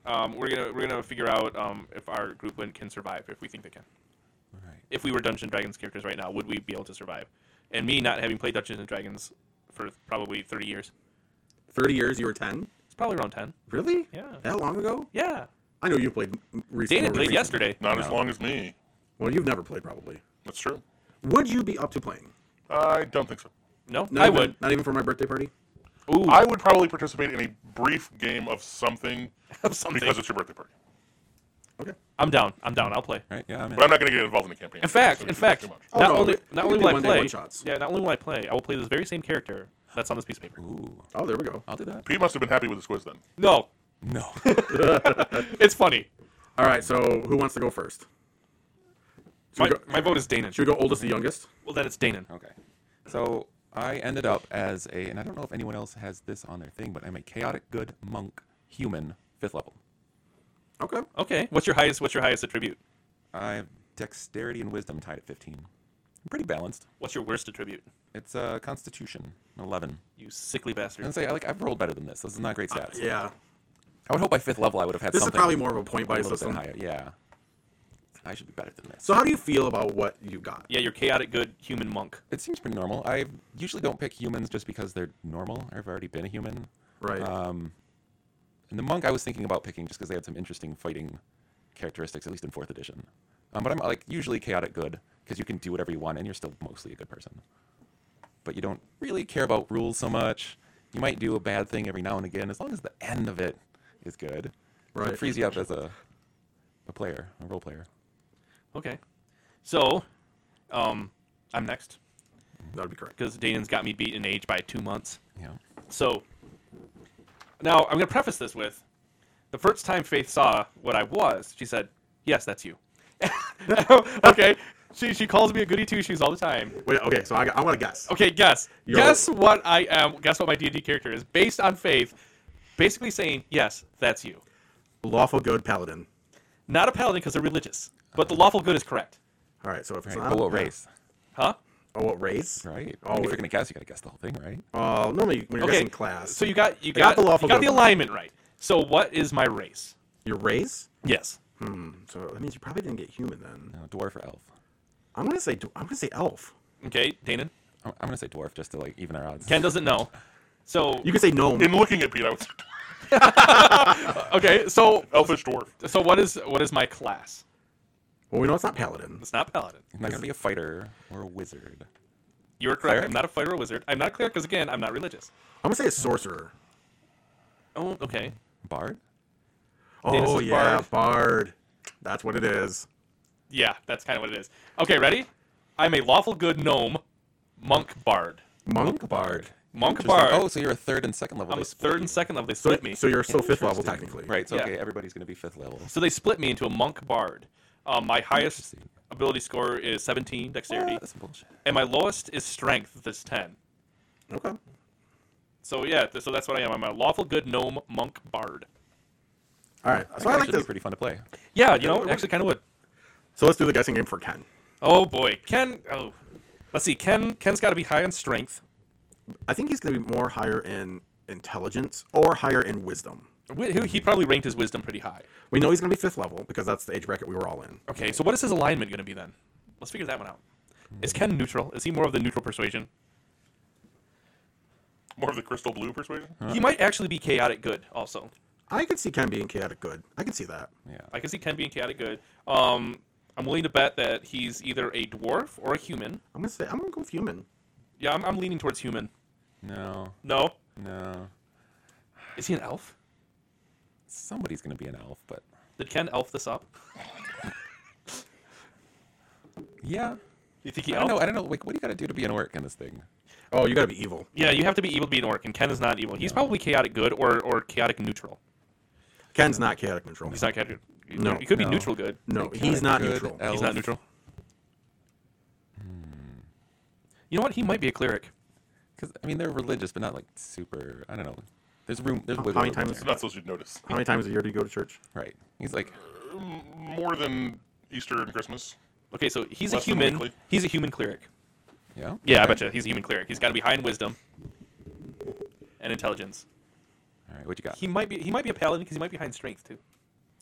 Speaker 1: um, we're gonna we're gonna figure out um, if our group win- can survive if we think they can.
Speaker 4: All right.
Speaker 1: If we were Dungeons and Dragons characters right now, would we be able to survive? And me not having played Dungeons and Dragons for probably thirty years,
Speaker 3: Thirty years, you were ten.
Speaker 1: it's probably around ten.
Speaker 3: Really?
Speaker 1: Yeah.
Speaker 3: That long ago?
Speaker 1: Yeah,
Speaker 3: I know you played m- recently.
Speaker 1: Dana played
Speaker 3: recently.
Speaker 1: yesterday.
Speaker 2: Not as long as me.
Speaker 3: Well, you've never played probably.
Speaker 2: That's true.
Speaker 3: Would you be up to playing?
Speaker 2: I don't think so.
Speaker 1: No,
Speaker 3: Not
Speaker 1: I
Speaker 3: even-
Speaker 1: would.
Speaker 3: Not even for my birthday party.
Speaker 1: Ooh,
Speaker 2: I would probably participate in a brief game of something,
Speaker 1: something.
Speaker 2: because it's your birthday party.
Speaker 3: Okay.
Speaker 1: I'm down. I'm down. I'll play.
Speaker 4: All right. Yeah, I'm in.
Speaker 2: But I'm not going to get involved in the campaign.
Speaker 1: In fact,
Speaker 2: So
Speaker 1: in
Speaker 2: it's
Speaker 1: fact,
Speaker 2: too much.
Speaker 3: Oh,
Speaker 1: not
Speaker 3: no,
Speaker 1: only
Speaker 3: we- we
Speaker 1: not
Speaker 3: can
Speaker 1: only
Speaker 3: do
Speaker 1: will I
Speaker 3: one-day
Speaker 1: play,
Speaker 3: one-shots.
Speaker 1: yeah, not only will I play, I will play this very same character that's on this piece of paper.
Speaker 4: Ooh,
Speaker 3: Oh, there we go.
Speaker 4: I'll do that.
Speaker 2: Pete must have been happy with his quiz then.
Speaker 1: No,
Speaker 4: No.
Speaker 1: it's funny.
Speaker 3: All right. So, who wants to go first? Should,
Speaker 1: My,
Speaker 3: we, go,
Speaker 1: my vote is Danon.
Speaker 3: should we go oldest to youngest?
Speaker 1: Well, then it's Danon.
Speaker 4: okay. So I ended up as a, and I don't know if anyone else has this on their thing, but I'm a chaotic good monk human fifth level.
Speaker 3: Okay.
Speaker 1: Okay, what's your highest? What's your highest attribute?
Speaker 4: I have dexterity and wisdom tied at 15. I'm pretty balanced.
Speaker 1: What's your worst attribute?
Speaker 4: It's uh, Constitution, an 11.
Speaker 1: You sickly
Speaker 4: And
Speaker 1: bastard.
Speaker 4: say, I like I've rolled better than this. This is not great stats.
Speaker 3: Uh, Yeah.
Speaker 4: I would hope by fifth level I would have had
Speaker 3: This is
Speaker 4: something.
Speaker 3: probably more of a point
Speaker 4: a
Speaker 3: by
Speaker 4: little bit
Speaker 3: system.
Speaker 4: higher. Yeah, I should be better than this.
Speaker 3: So, how do you feel about what you got?
Speaker 1: Yeah, you're chaotic, good human monk.
Speaker 4: it seems pretty normal. I Uh, usually don't pick humans just because they're normal. I've already been a human.
Speaker 3: Right.
Speaker 4: Um, And the monk I was thinking about picking just because they had some interesting fighting characteristics, at least in fourth edition. Um, but I'm like usually chaotic good because you can do whatever you want and you're still mostly a good person. But you don't really care about rules so much. You might do a bad thing every now and again as long as the end of it is good. Right. It
Speaker 3: Right.
Speaker 4: frees you up as a a player, a role player.
Speaker 1: Okay. So, um, I'm next
Speaker 3: That would be correct.
Speaker 1: because Danon's got me beat in age by two months.
Speaker 4: Yeah.
Speaker 1: So now I'm going to preface this with the first time Faith saw what I was, she said, "Yes, that's you." okay. She she calls me a goody two shoes all the time.
Speaker 3: Wait, okay, so I, I want to guess.
Speaker 1: Okay, guess
Speaker 3: You're-
Speaker 1: guess what I am. Guess what my D and D character is based on Faith, basically saying, "Yes, that's you."
Speaker 3: Lawful good paladin.
Speaker 1: Not a paladin because they're religious, but the lawful good is correct,
Speaker 3: All right, so if it's
Speaker 4: Right.
Speaker 3: not
Speaker 4: But what race?
Speaker 1: huh?
Speaker 3: Oh, what race?
Speaker 4: Right.
Speaker 3: Oh,
Speaker 4: if you're
Speaker 3: wait.
Speaker 4: gonna guess, you gotta guess the whole thing, right?
Speaker 3: Uh, normally when you're guessing class,
Speaker 1: So you got you
Speaker 3: got
Speaker 1: got,
Speaker 3: the lawful
Speaker 1: you got the
Speaker 3: good.
Speaker 1: alignment right. So what is my race?
Speaker 3: your race.
Speaker 1: Yes.
Speaker 3: So that means you probably didn't get human then.
Speaker 4: No, Uh, dwarf or elf?
Speaker 3: I'm gonna say dw- I'm gonna say elf.
Speaker 1: Okay, Danon.
Speaker 4: I'm, I'm gonna say dwarf just to like even our odds.
Speaker 1: Ken doesn't know. So
Speaker 3: You could say gnome.
Speaker 2: In looking at Pete, I was
Speaker 1: uh, okay, so
Speaker 2: elfish dwarf.
Speaker 1: so what is what is my class?
Speaker 3: Well, we know it's not paladin.
Speaker 1: It's not paladin.
Speaker 4: I'm not gonna be a fighter or a wizard.
Speaker 1: You are correct. I'm not a fighter or wizard. I'm not a cleric because again, I'm not religious.
Speaker 3: I'm gonna say a sorcerer.
Speaker 1: Oh, okay.
Speaker 4: Bard?
Speaker 1: Danis
Speaker 3: Oh
Speaker 1: is
Speaker 3: yeah, bard. That's what it is.
Speaker 1: Yeah, that's kind of what it is. Okay, ready? I'm a lawful good gnome, monk bard.
Speaker 3: Monk bard.
Speaker 1: Monk
Speaker 4: Interesting.
Speaker 1: bard.
Speaker 4: Oh, so you're a third and second level.
Speaker 1: I'm
Speaker 4: They
Speaker 1: a
Speaker 4: split
Speaker 1: third and second level. They
Speaker 3: So,
Speaker 1: split me.
Speaker 3: so you're still fifth level
Speaker 4: Interesting.
Speaker 3: technically.
Speaker 4: you. Right, so
Speaker 1: Yeah.
Speaker 4: okay, everybody's gonna be fifth level.
Speaker 1: So they split me into a monk bard. Um, my highest
Speaker 4: Interesting.
Speaker 1: ability score is 17 dexterity,
Speaker 4: Ah, that's some bullshit.
Speaker 1: and my lowest is strength. That's 10.
Speaker 3: Okay.
Speaker 1: So yeah, th- so that's what I am. I'm a lawful good gnome monk bard.
Speaker 3: All right. So
Speaker 4: That
Speaker 3: I
Speaker 4: could
Speaker 3: like
Speaker 4: actually be
Speaker 3: this.
Speaker 4: pretty fun to play.
Speaker 1: Yeah, you know, actually kind of would.
Speaker 3: So let's do the guessing game for Ken.
Speaker 1: Oh boy, Ken. Oh, let's see. Ken. Ken's got to be high on strength.
Speaker 3: I think he's gonna be more higher in intelligence or higher in wisdom.
Speaker 1: Wi- Who he probably ranked his wisdom pretty high.
Speaker 3: We know he's gonna be fifth level because that's the age bracket we were all in.
Speaker 1: Okay, so what is his alignment going to be then? Let's figure that one out. Is Ken neutral? Is he more of the neutral persuasion?
Speaker 2: More of the crystal blue persuasion.
Speaker 1: He might actually be chaotic good. Also,
Speaker 3: I could see Ken being chaotic good. I can see that.
Speaker 4: Yeah.
Speaker 1: I can see Ken being chaotic good. Um, I'm willing to bet that he's either a dwarf or a human.
Speaker 3: I'm gonna say I'm gonna go with human.
Speaker 1: Yeah, I'm, I'm leaning towards human.
Speaker 4: No,
Speaker 1: No,
Speaker 4: no.
Speaker 1: is he an elf?
Speaker 4: Somebody's gonna be an elf, but
Speaker 1: Did Ken elf this up?
Speaker 4: yeah.
Speaker 1: You think he
Speaker 4: I don't
Speaker 1: elf?
Speaker 4: know. I don't know. Like, what do you gotta do to be an orc in this thing?
Speaker 3: Oh, you gotta be evil.
Speaker 1: Yeah, you have to be evil to be an orc, and Ken is not evil. He's probably chaotic good or or chaotic neutral.
Speaker 3: Ken's not chaotic neutral.
Speaker 1: He's not chaotic. he
Speaker 3: No,
Speaker 1: could- he could
Speaker 4: no.
Speaker 1: be neutral good.
Speaker 3: no,
Speaker 4: Like,
Speaker 3: he's
Speaker 4: chaotic
Speaker 3: not
Speaker 4: good,
Speaker 3: neutral.
Speaker 4: elf.
Speaker 1: He's not neutral. You know what? He might be a cleric.
Speaker 4: Because I mean, they're religious, but not like super. I don't know. There's room. There's
Speaker 3: How
Speaker 4: wiggle
Speaker 3: many
Speaker 4: room in
Speaker 3: times-
Speaker 2: It's
Speaker 4: there.
Speaker 2: not supposed you'd notice.
Speaker 3: How many times a year do you go to church?
Speaker 4: Right. He's like,
Speaker 2: More than Easter and Christmas.
Speaker 1: Okay, so he's
Speaker 2: Less
Speaker 1: a
Speaker 2: than
Speaker 1: human.
Speaker 2: likely.
Speaker 1: He's a human cleric.
Speaker 4: yeah.
Speaker 1: Yeah, I bet you he's a human cleric. He's got to be high in wisdom and intelligence.
Speaker 4: All right. What you got?
Speaker 1: He might be. He might be a paladin because he might be high in strength too.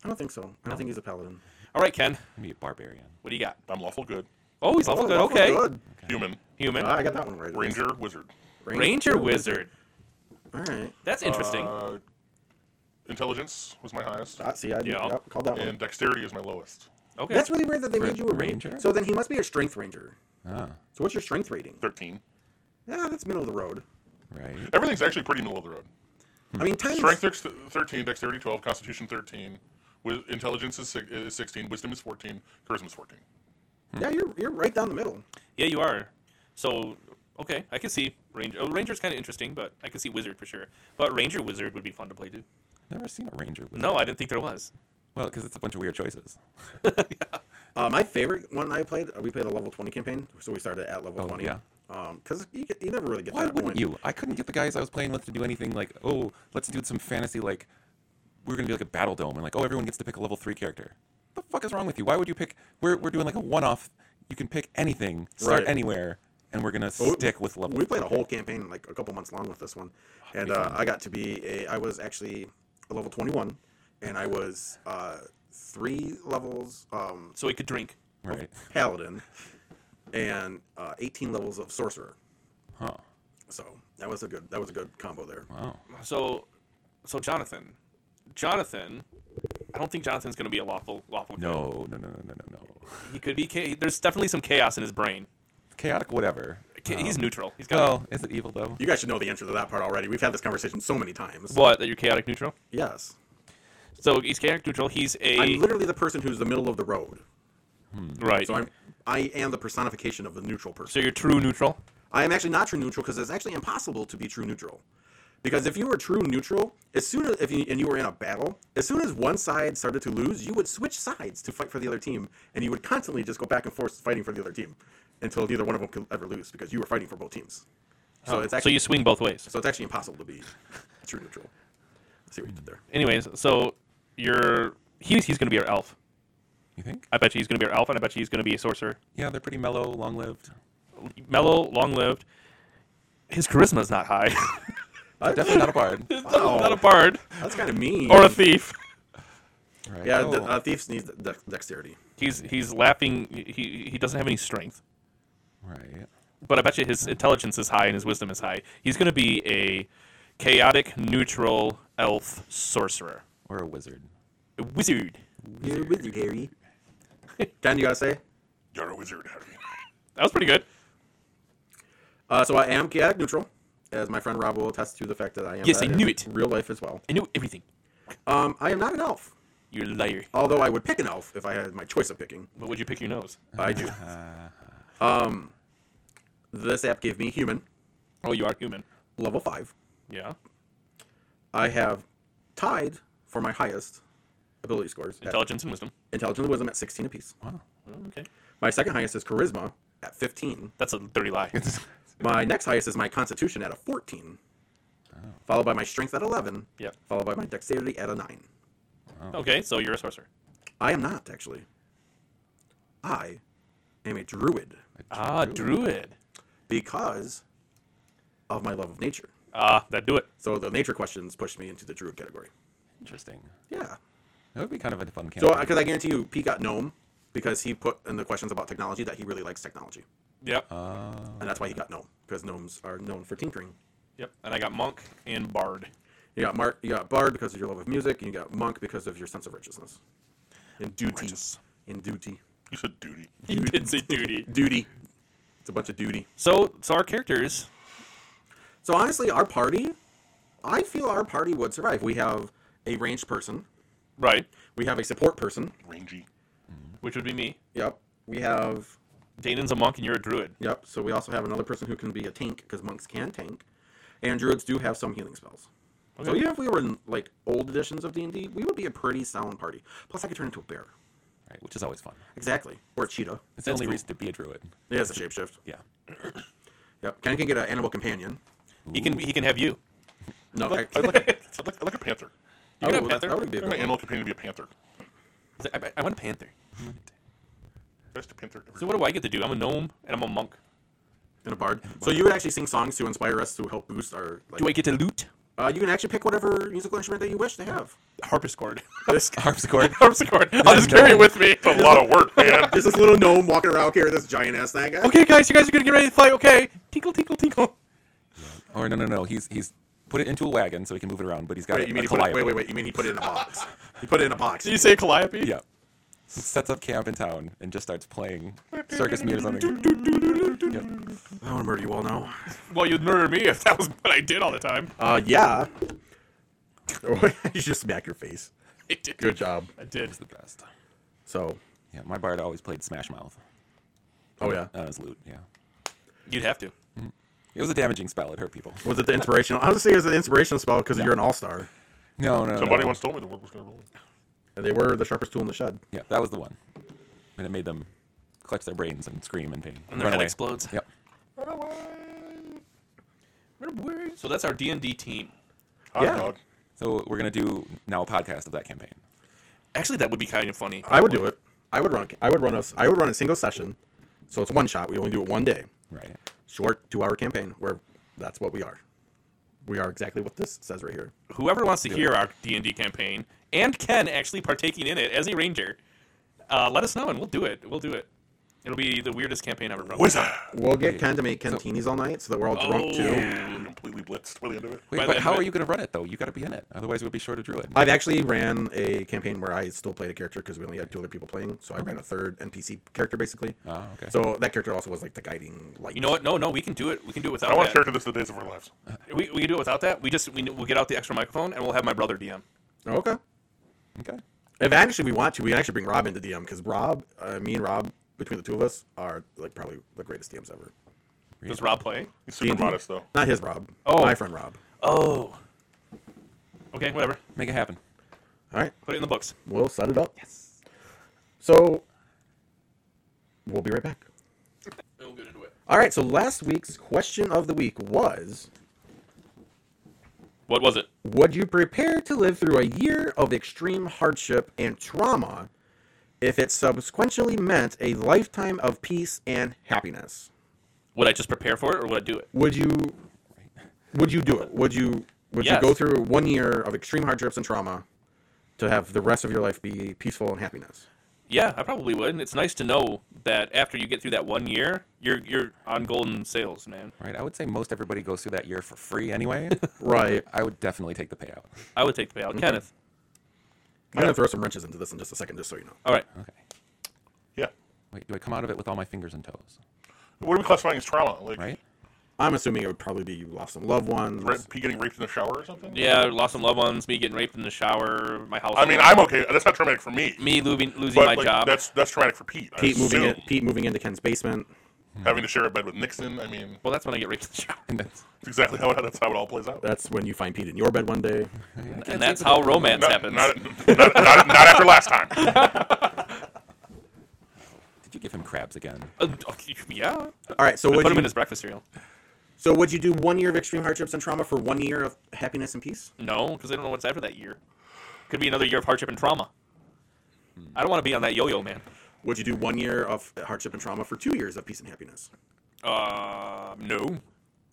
Speaker 3: I don't think so. I don't think he's a paladin.
Speaker 1: All right, Ken.
Speaker 4: Maybe a barbarian.
Speaker 1: What do you got?
Speaker 2: I'm lawful good.
Speaker 1: Oh, he's lawful good. Okay,
Speaker 2: Human.
Speaker 1: human
Speaker 3: Uh, I got that one right.
Speaker 2: Ranger wizard.
Speaker 1: ranger wizard.
Speaker 3: All right.
Speaker 1: That's interesting.
Speaker 2: Uh, intelligence was my highest,
Speaker 3: Ah, see, I
Speaker 1: Yeah.
Speaker 3: yep, called that one.
Speaker 2: and dexterity is my lowest.
Speaker 1: okay.
Speaker 3: That's really weird that they made you a
Speaker 4: ranger?
Speaker 3: ranger. So then he must be a strength ranger.
Speaker 4: Ah,
Speaker 3: So what's your strength rating?
Speaker 2: Thirteen.
Speaker 3: Yeah, that's middle of the road.
Speaker 4: right.
Speaker 2: Everything's actually pretty middle of the road.
Speaker 4: Hmm.
Speaker 3: I mean, times.
Speaker 2: Strength dex- thirteen, dexterity twelve, constitution thirteen, with intelligence is, si- is sixteen, wisdom is fourteen, charisma is fourteen.
Speaker 3: Yeah, you're you're right down the middle.
Speaker 1: Yeah, you are. So, okay, I can see ranger. Oh, ranger's kind of interesting, but I can see wizard for sure. But ranger wizard would be fun to play too.
Speaker 4: Never seen a ranger. With
Speaker 1: No, I didn't think there was.
Speaker 4: Well, because it's a bunch of weird choices.
Speaker 3: Uh, my favorite one I played. We played a level twenty campaign, so we started at level
Speaker 4: Oh,
Speaker 3: twenty.
Speaker 4: yeah.
Speaker 3: Um, because you, get- you never really get.
Speaker 4: Why
Speaker 3: that
Speaker 4: wouldn't
Speaker 3: point.
Speaker 4: you? I couldn't get the guys I was playing with to do anything like, oh, let's do some fantasy like we're gonna do like a battle dome and like, oh, everyone gets to pick a level three character. What the fuck is wrong with you? Why would you pick? We're we're doing like a one off. You can pick anything, start
Speaker 3: Right.
Speaker 4: anywhere, and we're gonna
Speaker 3: Well,
Speaker 4: stick with level. Oh,
Speaker 3: We played a whole campaign, like a couple months long, with this one, and uh, I got to be a. I was actually a level twenty-one, and I was uh, three levels um,
Speaker 1: So he could drink.
Speaker 4: Right.
Speaker 3: paladin, and uh, eighteen levels of sorcerer.
Speaker 4: Huh. Oh.
Speaker 3: So that was a good. That was a good combo there.
Speaker 4: Wow.
Speaker 1: So, so Jonathan, Jonathan, I don't think Jonathan's going to be a lawful lawful.
Speaker 4: No, no, no, no, no, no, no.
Speaker 1: he could be. Cha- there's definitely some chaos in his brain.
Speaker 4: Chaotic, whatever. Um,
Speaker 1: Ca- he's neutral. He's got
Speaker 4: Oh, is it evil though?
Speaker 3: You guys should know the answer to that part already. We've had this conversation so many times.
Speaker 1: what? That you're chaotic neutral.
Speaker 3: yes.
Speaker 1: So he's chaotic neutral. He's a
Speaker 3: I'm literally the person who's the middle of the road.
Speaker 1: right.
Speaker 3: So I'm I am the personification of the neutral person.
Speaker 1: so you're true neutral.
Speaker 3: I am actually not true neutral because it's actually impossible to be true neutral. Because if you were true neutral, as soon as if you, and you were in a battle, as soon as one side started to lose, you would switch sides to fight for the other team, and you would constantly just go back and forth fighting for the other team until neither one of them could ever lose because you were fighting for both teams. So it's
Speaker 1: Oh, So
Speaker 3: actually
Speaker 1: you swing both ways.
Speaker 3: so it's actually impossible to be true neutral. I see what you did there.
Speaker 1: Anyways, so you're he's he's going to be our elf.
Speaker 4: You think?
Speaker 1: I bet you he's going to be our elf, and I bet you he's going to be a sorcerer.
Speaker 4: Yeah, they're pretty mellow, long-lived.
Speaker 1: Mellow, long-lived. His charisma's not high.
Speaker 4: Definitely not a bard.
Speaker 3: Wow,
Speaker 1: not a bard
Speaker 3: that's kind of mean.
Speaker 1: or a thief.
Speaker 4: Right.
Speaker 3: yeah,
Speaker 4: Oh.
Speaker 3: the, uh, thieves need de- dexterity.
Speaker 1: He's he's laughing. He he doesn't have any strength.
Speaker 4: right.
Speaker 1: but I bet you his intelligence is high and his wisdom is high. He's going to be a chaotic, neutral elf sorcerer,
Speaker 4: Or a wizard.
Speaker 1: a wizard.
Speaker 3: You're wizard, Harry. Ken, you gotta say.
Speaker 2: You're a wizard, Harry.
Speaker 1: That was pretty good.
Speaker 3: Uh, so I am chaotic neutral, as my friend Rob will attest to the fact that I am.
Speaker 1: Yes,
Speaker 3: that
Speaker 1: I
Speaker 3: in
Speaker 1: knew it.
Speaker 3: Real life as well.
Speaker 1: I knew everything.
Speaker 3: Um, I am not an elf,
Speaker 1: You're a liar.
Speaker 3: although I would pick an elf if I had my choice of picking.
Speaker 1: What would you pick your nose?
Speaker 3: I do. Um, this app gave me human
Speaker 1: Oh, you are human.
Speaker 3: level five.
Speaker 1: Yeah.
Speaker 3: I have tied for my highest ability scores. at
Speaker 1: Intelligence and wisdom.
Speaker 3: intelligence and wisdom at 16 apiece.
Speaker 1: Oh, okay.
Speaker 3: My second highest is charisma at 15.
Speaker 1: That's a dirty lie.
Speaker 3: My next highest is my constitution at a 14,
Speaker 1: Oh.
Speaker 3: followed by my strength at 11,
Speaker 1: yeah.
Speaker 3: followed by my dexterity at a 9.
Speaker 1: Okay, so you're a sorcerer.
Speaker 3: I am not, actually. I am a druid
Speaker 1: Ah, druid.
Speaker 3: because of my love of nature.
Speaker 1: Ah, that do it.
Speaker 3: So the nature questions pushed me into the druid category.
Speaker 4: Interesting.
Speaker 3: Yeah.
Speaker 4: That would be kind of a fun
Speaker 3: So,
Speaker 4: campaign.
Speaker 3: because I guarantee you, Pete got gnome because he put in the questions about technology that he really likes technology.
Speaker 1: Yep.
Speaker 4: Oh.
Speaker 3: And that's why he got gnome, because gnomes are known for tinkering.
Speaker 1: yep. And I got monk and bard.
Speaker 3: You got Mark, you got Bard because of your love of music, and you got Monk because of your sense of righteousness. And duty. And duty.
Speaker 2: You said duty.
Speaker 1: You did say duty.
Speaker 3: Duty. It's a bunch of duty.
Speaker 1: So, so our characters.
Speaker 3: So honestly, our party, I feel our party would survive. We have a ranged person.
Speaker 1: Right.
Speaker 3: We have a support person.
Speaker 2: Rangy.
Speaker 1: Which would be me.
Speaker 3: Yep. We have
Speaker 1: Danon's a monk and you're a druid.
Speaker 3: yep. So we also have another person who can be a tank because monks can tank, and druids do have some healing spells. So
Speaker 1: Okay.
Speaker 3: even if we were in like old editions of D and D, we would be a pretty sound party. Plus, I could turn into a bear.
Speaker 4: right, which is always fun.
Speaker 3: Exactly. Or a cheetah.
Speaker 4: It's the only reason to be a druid.
Speaker 3: It has a shapeshift.
Speaker 4: Yeah.
Speaker 3: Yep. Ken can get an animal companion.
Speaker 1: He can he can have you.
Speaker 3: No, I,
Speaker 2: I like, a, I like, I like a panther.
Speaker 3: I
Speaker 1: can have
Speaker 3: would, that,
Speaker 1: Panther.
Speaker 3: that would be
Speaker 2: I'm
Speaker 3: a good
Speaker 2: an
Speaker 3: one.
Speaker 2: animal companion to be a panther.
Speaker 1: I, I- I want a panther.
Speaker 2: Best panther. Ever.
Speaker 1: So what do I get to do? I'm a gnome and I'm a monk.
Speaker 3: and a bard. So you would actually sing songs to inspire us to help boost our. Like,
Speaker 1: Do I get to loot?
Speaker 3: Uh, you can actually pick whatever musical instrument that you wish to have.
Speaker 1: Harpsichord.
Speaker 4: Harpsichord.
Speaker 1: Harpsichord. I'll just carry it with me.
Speaker 2: It's a lot of work, man.
Speaker 3: There's this little gnome walking around here, this giant ass that guy.
Speaker 1: Okay, guys, you guys are gonna get ready to fight. Okay. Tinkle, tinkle, tinkle.
Speaker 4: Or no, no, no. He's he's put it into a wagon so he can move it around, but he's got
Speaker 3: Wait, you
Speaker 4: a,
Speaker 3: mean he
Speaker 4: a
Speaker 3: put it, wait,
Speaker 4: calliope.
Speaker 3: wait, wait. You mean he put it in a box? He put it in a box.
Speaker 1: Did you say Calliope?
Speaker 4: Yeah. So he sets up camp in town and just starts playing circus music or something.
Speaker 3: I want to murder you all now.
Speaker 1: Well, you'd murder me if that was what I did all the time.
Speaker 3: Uh, yeah. you just smack your face.
Speaker 1: I did.
Speaker 3: Good job.
Speaker 1: I did.
Speaker 4: It's the best.
Speaker 3: So,
Speaker 4: Yeah, my bard always played Smash Mouth
Speaker 3: oh yeah.
Speaker 4: on his lute. Yeah.
Speaker 1: You'd have to.
Speaker 4: It was a damaging spell. It hurt people.
Speaker 3: Was it the inspirational? I was gonna say it was an inspirational spell because you're an all star,
Speaker 4: No, no.
Speaker 2: Somebody
Speaker 4: no.
Speaker 2: once told me the world was going to roll.
Speaker 3: and they were the sharpest tool in the shed.
Speaker 4: Yeah, that was the one. And it made them clutch their brains and scream in pain.
Speaker 1: And their
Speaker 4: Run
Speaker 1: head
Speaker 4: away.
Speaker 1: explodes.
Speaker 4: Yep.
Speaker 1: So that's our D and D team.
Speaker 2: Hot
Speaker 3: Yeah.
Speaker 2: dog.
Speaker 4: So we're gonna do now a podcast of that campaign.
Speaker 1: Actually, that would be kind of funny.
Speaker 3: I would do it. I would run. I would run us. I would run a single session, so it's one shot. We only do it one day.
Speaker 4: Right.
Speaker 3: Short two-hour campaign where that's what we are. We are exactly what this says right here.
Speaker 1: Whoever wants to hear our D and D campaign and Ken actually partaking in it as a ranger, uh, let us know and we'll do it. We'll do it. It'll be the weirdest campaign ever. Probably.
Speaker 2: Wizard.
Speaker 3: We'll get Ken to make cantinis all night, so that we're all drunk
Speaker 1: Oh,
Speaker 3: too.
Speaker 2: Ooh, Completely blitzed by the end of it.
Speaker 4: Wait,
Speaker 1: By
Speaker 4: but
Speaker 1: then,
Speaker 4: how
Speaker 1: but-
Speaker 4: are you going to run it though? You got to be in it. Otherwise, we'll be short of druid.
Speaker 3: I've actually ran a campaign where I still played a character because we only had two other people playing, so I ran a third NPC character basically.
Speaker 4: Oh, okay.
Speaker 3: So that character also was like the guiding light.
Speaker 1: You know what? No, no, we can do it. We can do it without
Speaker 2: I want to
Speaker 1: that.
Speaker 2: character this the days of our lives.
Speaker 1: We, we can do it without that. We just we, we'll get out the extra microphone and we'll have my brother DM.
Speaker 3: Okay.
Speaker 4: Okay.
Speaker 3: If actually we want to, we can actually bring Rob into DM because Rob, uh, me and Rob, between the two of us, are like probably the greatest DMs ever.
Speaker 1: Does Rob play?
Speaker 2: He's super
Speaker 3: D&D.
Speaker 2: modest though.
Speaker 3: Not his Rob.
Speaker 1: Oh.
Speaker 3: my friend Rob.
Speaker 1: Oh. Okay, whatever.
Speaker 4: Make it happen.
Speaker 3: All right,
Speaker 1: Put it in the books.
Speaker 3: we'll set it up. Yes. So we'll be right back.
Speaker 1: We'll get into it.
Speaker 3: All right. So last week's question of the week was:
Speaker 1: What was it?
Speaker 3: Would you prepare to live through a year of extreme hardship and trauma if it subsequently meant a lifetime of peace and happiness?
Speaker 1: Would I just prepare for it or would I do it?
Speaker 3: would you would you do it would you would
Speaker 1: Yes.
Speaker 3: you go through one year of extreme hardships and trauma to have the rest of your life be peaceful and happiness
Speaker 1: Yeah, I probably would. And it's nice to know that after you get through that one year, you're you're on golden sales, man.
Speaker 4: Right. I would say most everybody goes through that year for free anyway.
Speaker 3: right
Speaker 4: I would definitely take the payout.
Speaker 1: I would take the payout. Kenneth.
Speaker 3: i'm gonna throw some wrenches into this in just a second just so you know
Speaker 1: All right.
Speaker 4: Okay.
Speaker 2: Yeah.
Speaker 4: Wait, do I come out of it with all my fingers and toes?
Speaker 2: What are we classifying as trauma? Like
Speaker 4: Right.
Speaker 3: i'm assuming it would probably be you lost some loved ones
Speaker 2: ra- p- getting raped in the shower or something?
Speaker 1: Yeah, I lost some loved ones, me getting raped in the shower, my house.
Speaker 2: I mean, I'm okay. That's not traumatic for me.
Speaker 1: me losing, losing
Speaker 2: but
Speaker 1: my
Speaker 2: like,
Speaker 1: job.
Speaker 2: That's that's traumatic for Pete. I
Speaker 3: pete moving
Speaker 2: assume.
Speaker 3: in, pete moving into ken's basement
Speaker 1: Mm-hmm.
Speaker 2: having to share a bed with Nixon. I mean,
Speaker 1: Well, that's when I get raped in the shower.
Speaker 4: And that's,
Speaker 2: it's exactly how that's how it all plays out.
Speaker 3: that's when you find pete in your bed one day
Speaker 1: And that's how romance
Speaker 2: Not,
Speaker 1: happens.
Speaker 2: not, not, not, not after last time.
Speaker 4: did you give him crabs again?
Speaker 1: Uh, okay, yeah.
Speaker 3: all right so
Speaker 1: Put
Speaker 3: would
Speaker 1: him
Speaker 3: you,
Speaker 1: in his breakfast cereal.
Speaker 3: so would you do one year of extreme hardships and trauma for one year of happiness and peace
Speaker 1: No, because I don't know what's after that year. Could be another year of hardship and trauma. I don't want to be on that yo-yo, man.
Speaker 3: would you do one year of hardship and trauma for two years of peace and happiness
Speaker 1: Uh, no,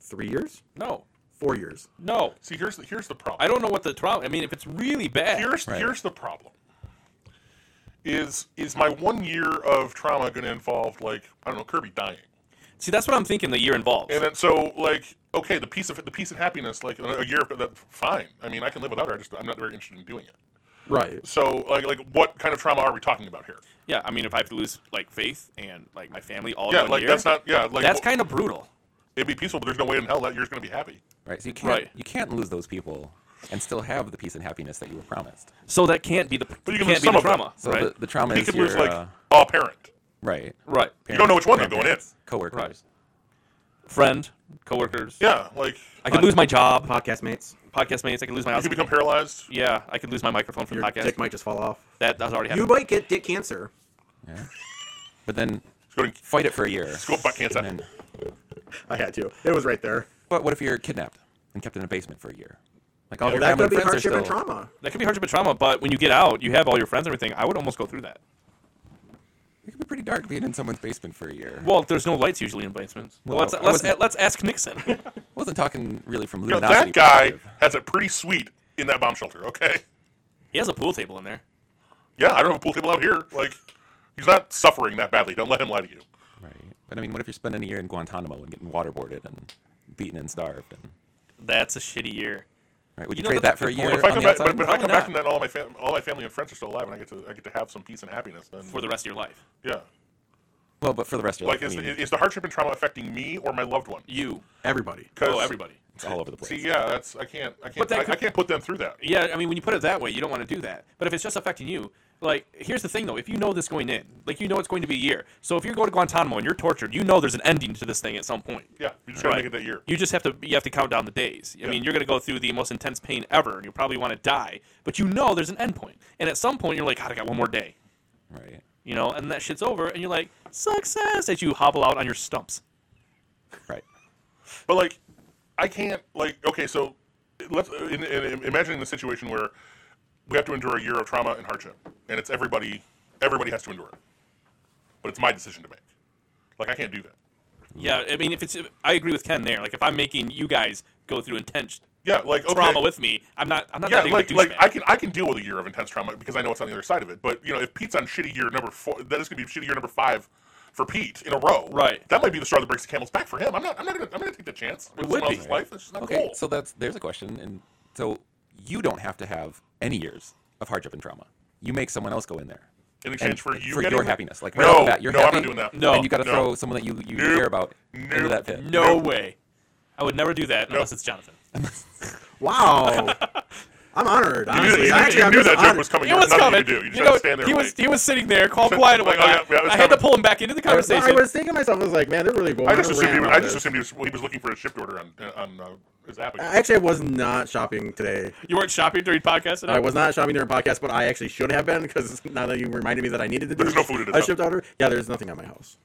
Speaker 3: three years
Speaker 1: no,
Speaker 3: four years
Speaker 1: no.
Speaker 2: See, here's the, here's the problem.
Speaker 1: I don't know what the trauma. I mean, if it's really bad,
Speaker 2: here's here's the problem. Is is my one year of trauma going to involve like I don't know Kirby dying?
Speaker 1: see, that's what I'm thinking. The year involves.
Speaker 2: And then so like okay, the piece of the peace and happiness like a year of that fine. I mean, I can live without her. I just I'm not very interested in doing it.
Speaker 3: right
Speaker 2: So like like what kind of trauma are we talking about here?
Speaker 1: yeah, I mean, if I have to lose like faith and like my family all in
Speaker 2: Yeah,
Speaker 1: one
Speaker 2: like
Speaker 1: year,
Speaker 2: that's not yeah like
Speaker 1: that's
Speaker 2: well,
Speaker 1: kind of brutal.
Speaker 2: it'd be peaceful, but there's no way in hell that year's going to be happy.
Speaker 4: Right. So you can't
Speaker 1: Right.
Speaker 4: you can't lose those people and still have the peace and happiness that you were promised.
Speaker 1: So that can't be the
Speaker 2: you can lose
Speaker 1: can't be
Speaker 2: some
Speaker 1: the
Speaker 2: of them.
Speaker 1: trauma,
Speaker 4: So
Speaker 1: right?
Speaker 4: the, the trauma
Speaker 2: He
Speaker 4: is
Speaker 2: could
Speaker 4: your
Speaker 2: lose like
Speaker 4: uh,
Speaker 2: a parent.
Speaker 4: right.
Speaker 1: right,
Speaker 2: You don't know which one they're going in.
Speaker 4: grandparents, Coworkers.
Speaker 1: Right. friend, coworkers.
Speaker 2: Yeah, like
Speaker 1: I could lose my job,
Speaker 3: podcast mates
Speaker 1: podcast mates. I could lose my
Speaker 2: you
Speaker 1: house.
Speaker 2: could become paralyzed.
Speaker 1: Yeah, I could lose my microphone from
Speaker 3: Your
Speaker 1: the podcast.
Speaker 3: dick might just fall off.
Speaker 1: That that's already
Speaker 3: You
Speaker 1: happened.
Speaker 3: might get dick cancer.
Speaker 4: But then
Speaker 2: It's going to
Speaker 4: fight it for a year.
Speaker 2: go butt cancer.
Speaker 4: And then,
Speaker 3: I had to. It was right there.
Speaker 4: but what if you're kidnapped and kept in a basement for a year? Like all
Speaker 3: Well,
Speaker 4: your
Speaker 3: that
Speaker 4: family
Speaker 3: could be
Speaker 4: and friends are
Speaker 3: hardship and
Speaker 4: still-
Speaker 3: trauma.
Speaker 1: that could be hardship and trauma, but when you get out, you have all your friends and everything. I would almost go through that.
Speaker 4: It could be pretty dark being in someone's basement for a year.
Speaker 1: Well, there's no lights usually in basements. Well,
Speaker 4: Well,
Speaker 1: let's
Speaker 4: I
Speaker 1: let's,
Speaker 4: wasn't-
Speaker 1: let's ask Nixon.
Speaker 4: I wasn't talking really from
Speaker 2: You know,
Speaker 4: luminosity.
Speaker 2: that guy
Speaker 4: perspective.
Speaker 2: has it pretty sweet in that bomb shelter. Okay.
Speaker 1: he has a pool table in there.
Speaker 2: Yeah, I don't have a pool table out here. Like, he's not suffering that badly. Don't let him lie to you.
Speaker 4: Right. But I mean, what if you're spending a year in Guantanamo and getting waterboarded and beaten and starved? And,
Speaker 1: That's a shitty year.
Speaker 4: right? Would you,
Speaker 1: You know,
Speaker 4: trade
Speaker 1: that's a
Speaker 4: that for a
Speaker 1: good
Speaker 4: year
Speaker 1: point.
Speaker 2: But if I
Speaker 4: on
Speaker 2: come
Speaker 4: the
Speaker 2: back, but,
Speaker 4: outside?
Speaker 2: but if I
Speaker 1: Probably
Speaker 2: come back
Speaker 1: not.
Speaker 2: and then all my fam- all my family and friends are still alive, and I get to I get to have some peace and happiness, then
Speaker 1: for the rest of your life.
Speaker 2: yeah.
Speaker 4: Well, but for the rest of your
Speaker 2: Like,
Speaker 4: life,
Speaker 2: is,
Speaker 4: I mean,
Speaker 2: the, is the hardship and trauma affecting me or my loved one?
Speaker 1: You,
Speaker 3: Everybody.
Speaker 2: 'Cause-
Speaker 1: oh everybody.
Speaker 4: it's all over the place.
Speaker 2: See, yeah, that's I can't I can't
Speaker 1: that
Speaker 2: I, I
Speaker 1: could-
Speaker 2: can't put them through that.
Speaker 1: Yeah, I mean, when you put it that way, you don't want to do that. But if it's just affecting you, like, here's the thing though: if you know this going in, like, you know it's going to be a year. So if you go to Guantanamo and you're tortured, you know there's an ending to this thing at some point.
Speaker 2: Yeah, you just gotta
Speaker 1: Right.
Speaker 2: make it that year.
Speaker 1: You just have to you have to count down the days. I mean, you're going to go through the most intense pain ever, and you'll probably want to die. But you know there's an end point, and at some point you're like, God, I got one more day,
Speaker 4: Right.
Speaker 1: you know, and that shit's over, and you're like, success, as you hobble out on your stumps.
Speaker 4: Right.
Speaker 2: But like, I can't like okay, so let's in, in, in, imagine the situation where we have to endure a year of trauma and hardship, and it's everybody everybody has to endure it, but it's my decision to make. Like, I can't do that.
Speaker 1: Yeah, I mean, if it's I agree with Ken there. Like, if I'm making you guys go through intense
Speaker 2: Yeah, like okay.
Speaker 1: trauma with me, I'm not I'm not
Speaker 2: yeah,
Speaker 1: that big
Speaker 2: like
Speaker 1: of a
Speaker 2: like
Speaker 1: douchebag.
Speaker 2: I can I can deal with a year of intense trauma because I know what's on the other side of it. But you know, if Pete's on shitty year number four, that is gonna be shitty year number five, for Pete in a row.
Speaker 1: Right.
Speaker 2: That might be the straw that breaks the camel's back for him. I'm not. I'm not gonna. I'm gonna take the chance. with
Speaker 1: would
Speaker 2: someone
Speaker 1: be.
Speaker 2: else's life. That's just not
Speaker 4: Okay,
Speaker 2: cool.
Speaker 4: so that's there's a question, and so you don't have to have any years of hardship and trauma. You make someone else go in there
Speaker 2: in exchange for
Speaker 4: and
Speaker 2: you
Speaker 4: for
Speaker 2: getting
Speaker 4: your happiness. Like right off
Speaker 2: no,
Speaker 4: the bat, you're
Speaker 2: no,
Speaker 4: happy,
Speaker 2: I'm not doing that.
Speaker 1: No.
Speaker 4: and you got to
Speaker 2: no.
Speaker 4: throw someone that you you
Speaker 2: Nope.
Speaker 4: care about into
Speaker 2: Nope.
Speaker 4: that pit.
Speaker 1: No way. I would never do that unless
Speaker 2: Nope.
Speaker 1: it's Jonathan.
Speaker 3: Wow. I'm honored.
Speaker 2: You knew,
Speaker 3: Honestly,
Speaker 2: you,
Speaker 3: Actually,
Speaker 2: you
Speaker 3: I'm
Speaker 2: knew
Speaker 3: just
Speaker 2: that joke
Speaker 3: honored.
Speaker 2: was coming.
Speaker 1: It
Speaker 2: There
Speaker 1: was
Speaker 2: nothing
Speaker 1: coming.
Speaker 2: You, could do. you just
Speaker 1: You
Speaker 2: had
Speaker 1: know,
Speaker 2: to stand there.
Speaker 1: he
Speaker 2: and
Speaker 1: was
Speaker 2: wait.
Speaker 1: he was sitting there, called quiet. I'm like,
Speaker 2: Oh, yeah, yeah, it
Speaker 1: I,
Speaker 2: was
Speaker 1: I had to
Speaker 2: coming.
Speaker 1: pull him back into the
Speaker 3: I was-
Speaker 1: conversation.
Speaker 3: I was thinking to myself, I was like, man, they're really going.
Speaker 2: I just
Speaker 3: on a
Speaker 2: assumed. He,
Speaker 3: rant
Speaker 2: I
Speaker 3: with
Speaker 2: just
Speaker 3: this.
Speaker 2: assumed he was, he was looking for a shipped order on on uh, his app. again.
Speaker 3: Actually, I was not shopping today.
Speaker 1: you weren't shopping during podcast
Speaker 3: I
Speaker 1: today?
Speaker 3: was not shopping during podcast, but I actually should have been because now that you reminded me that I needed to do,
Speaker 2: There's no food in his
Speaker 3: I
Speaker 2: house.
Speaker 3: shipped order. Yeah, there's nothing at my house.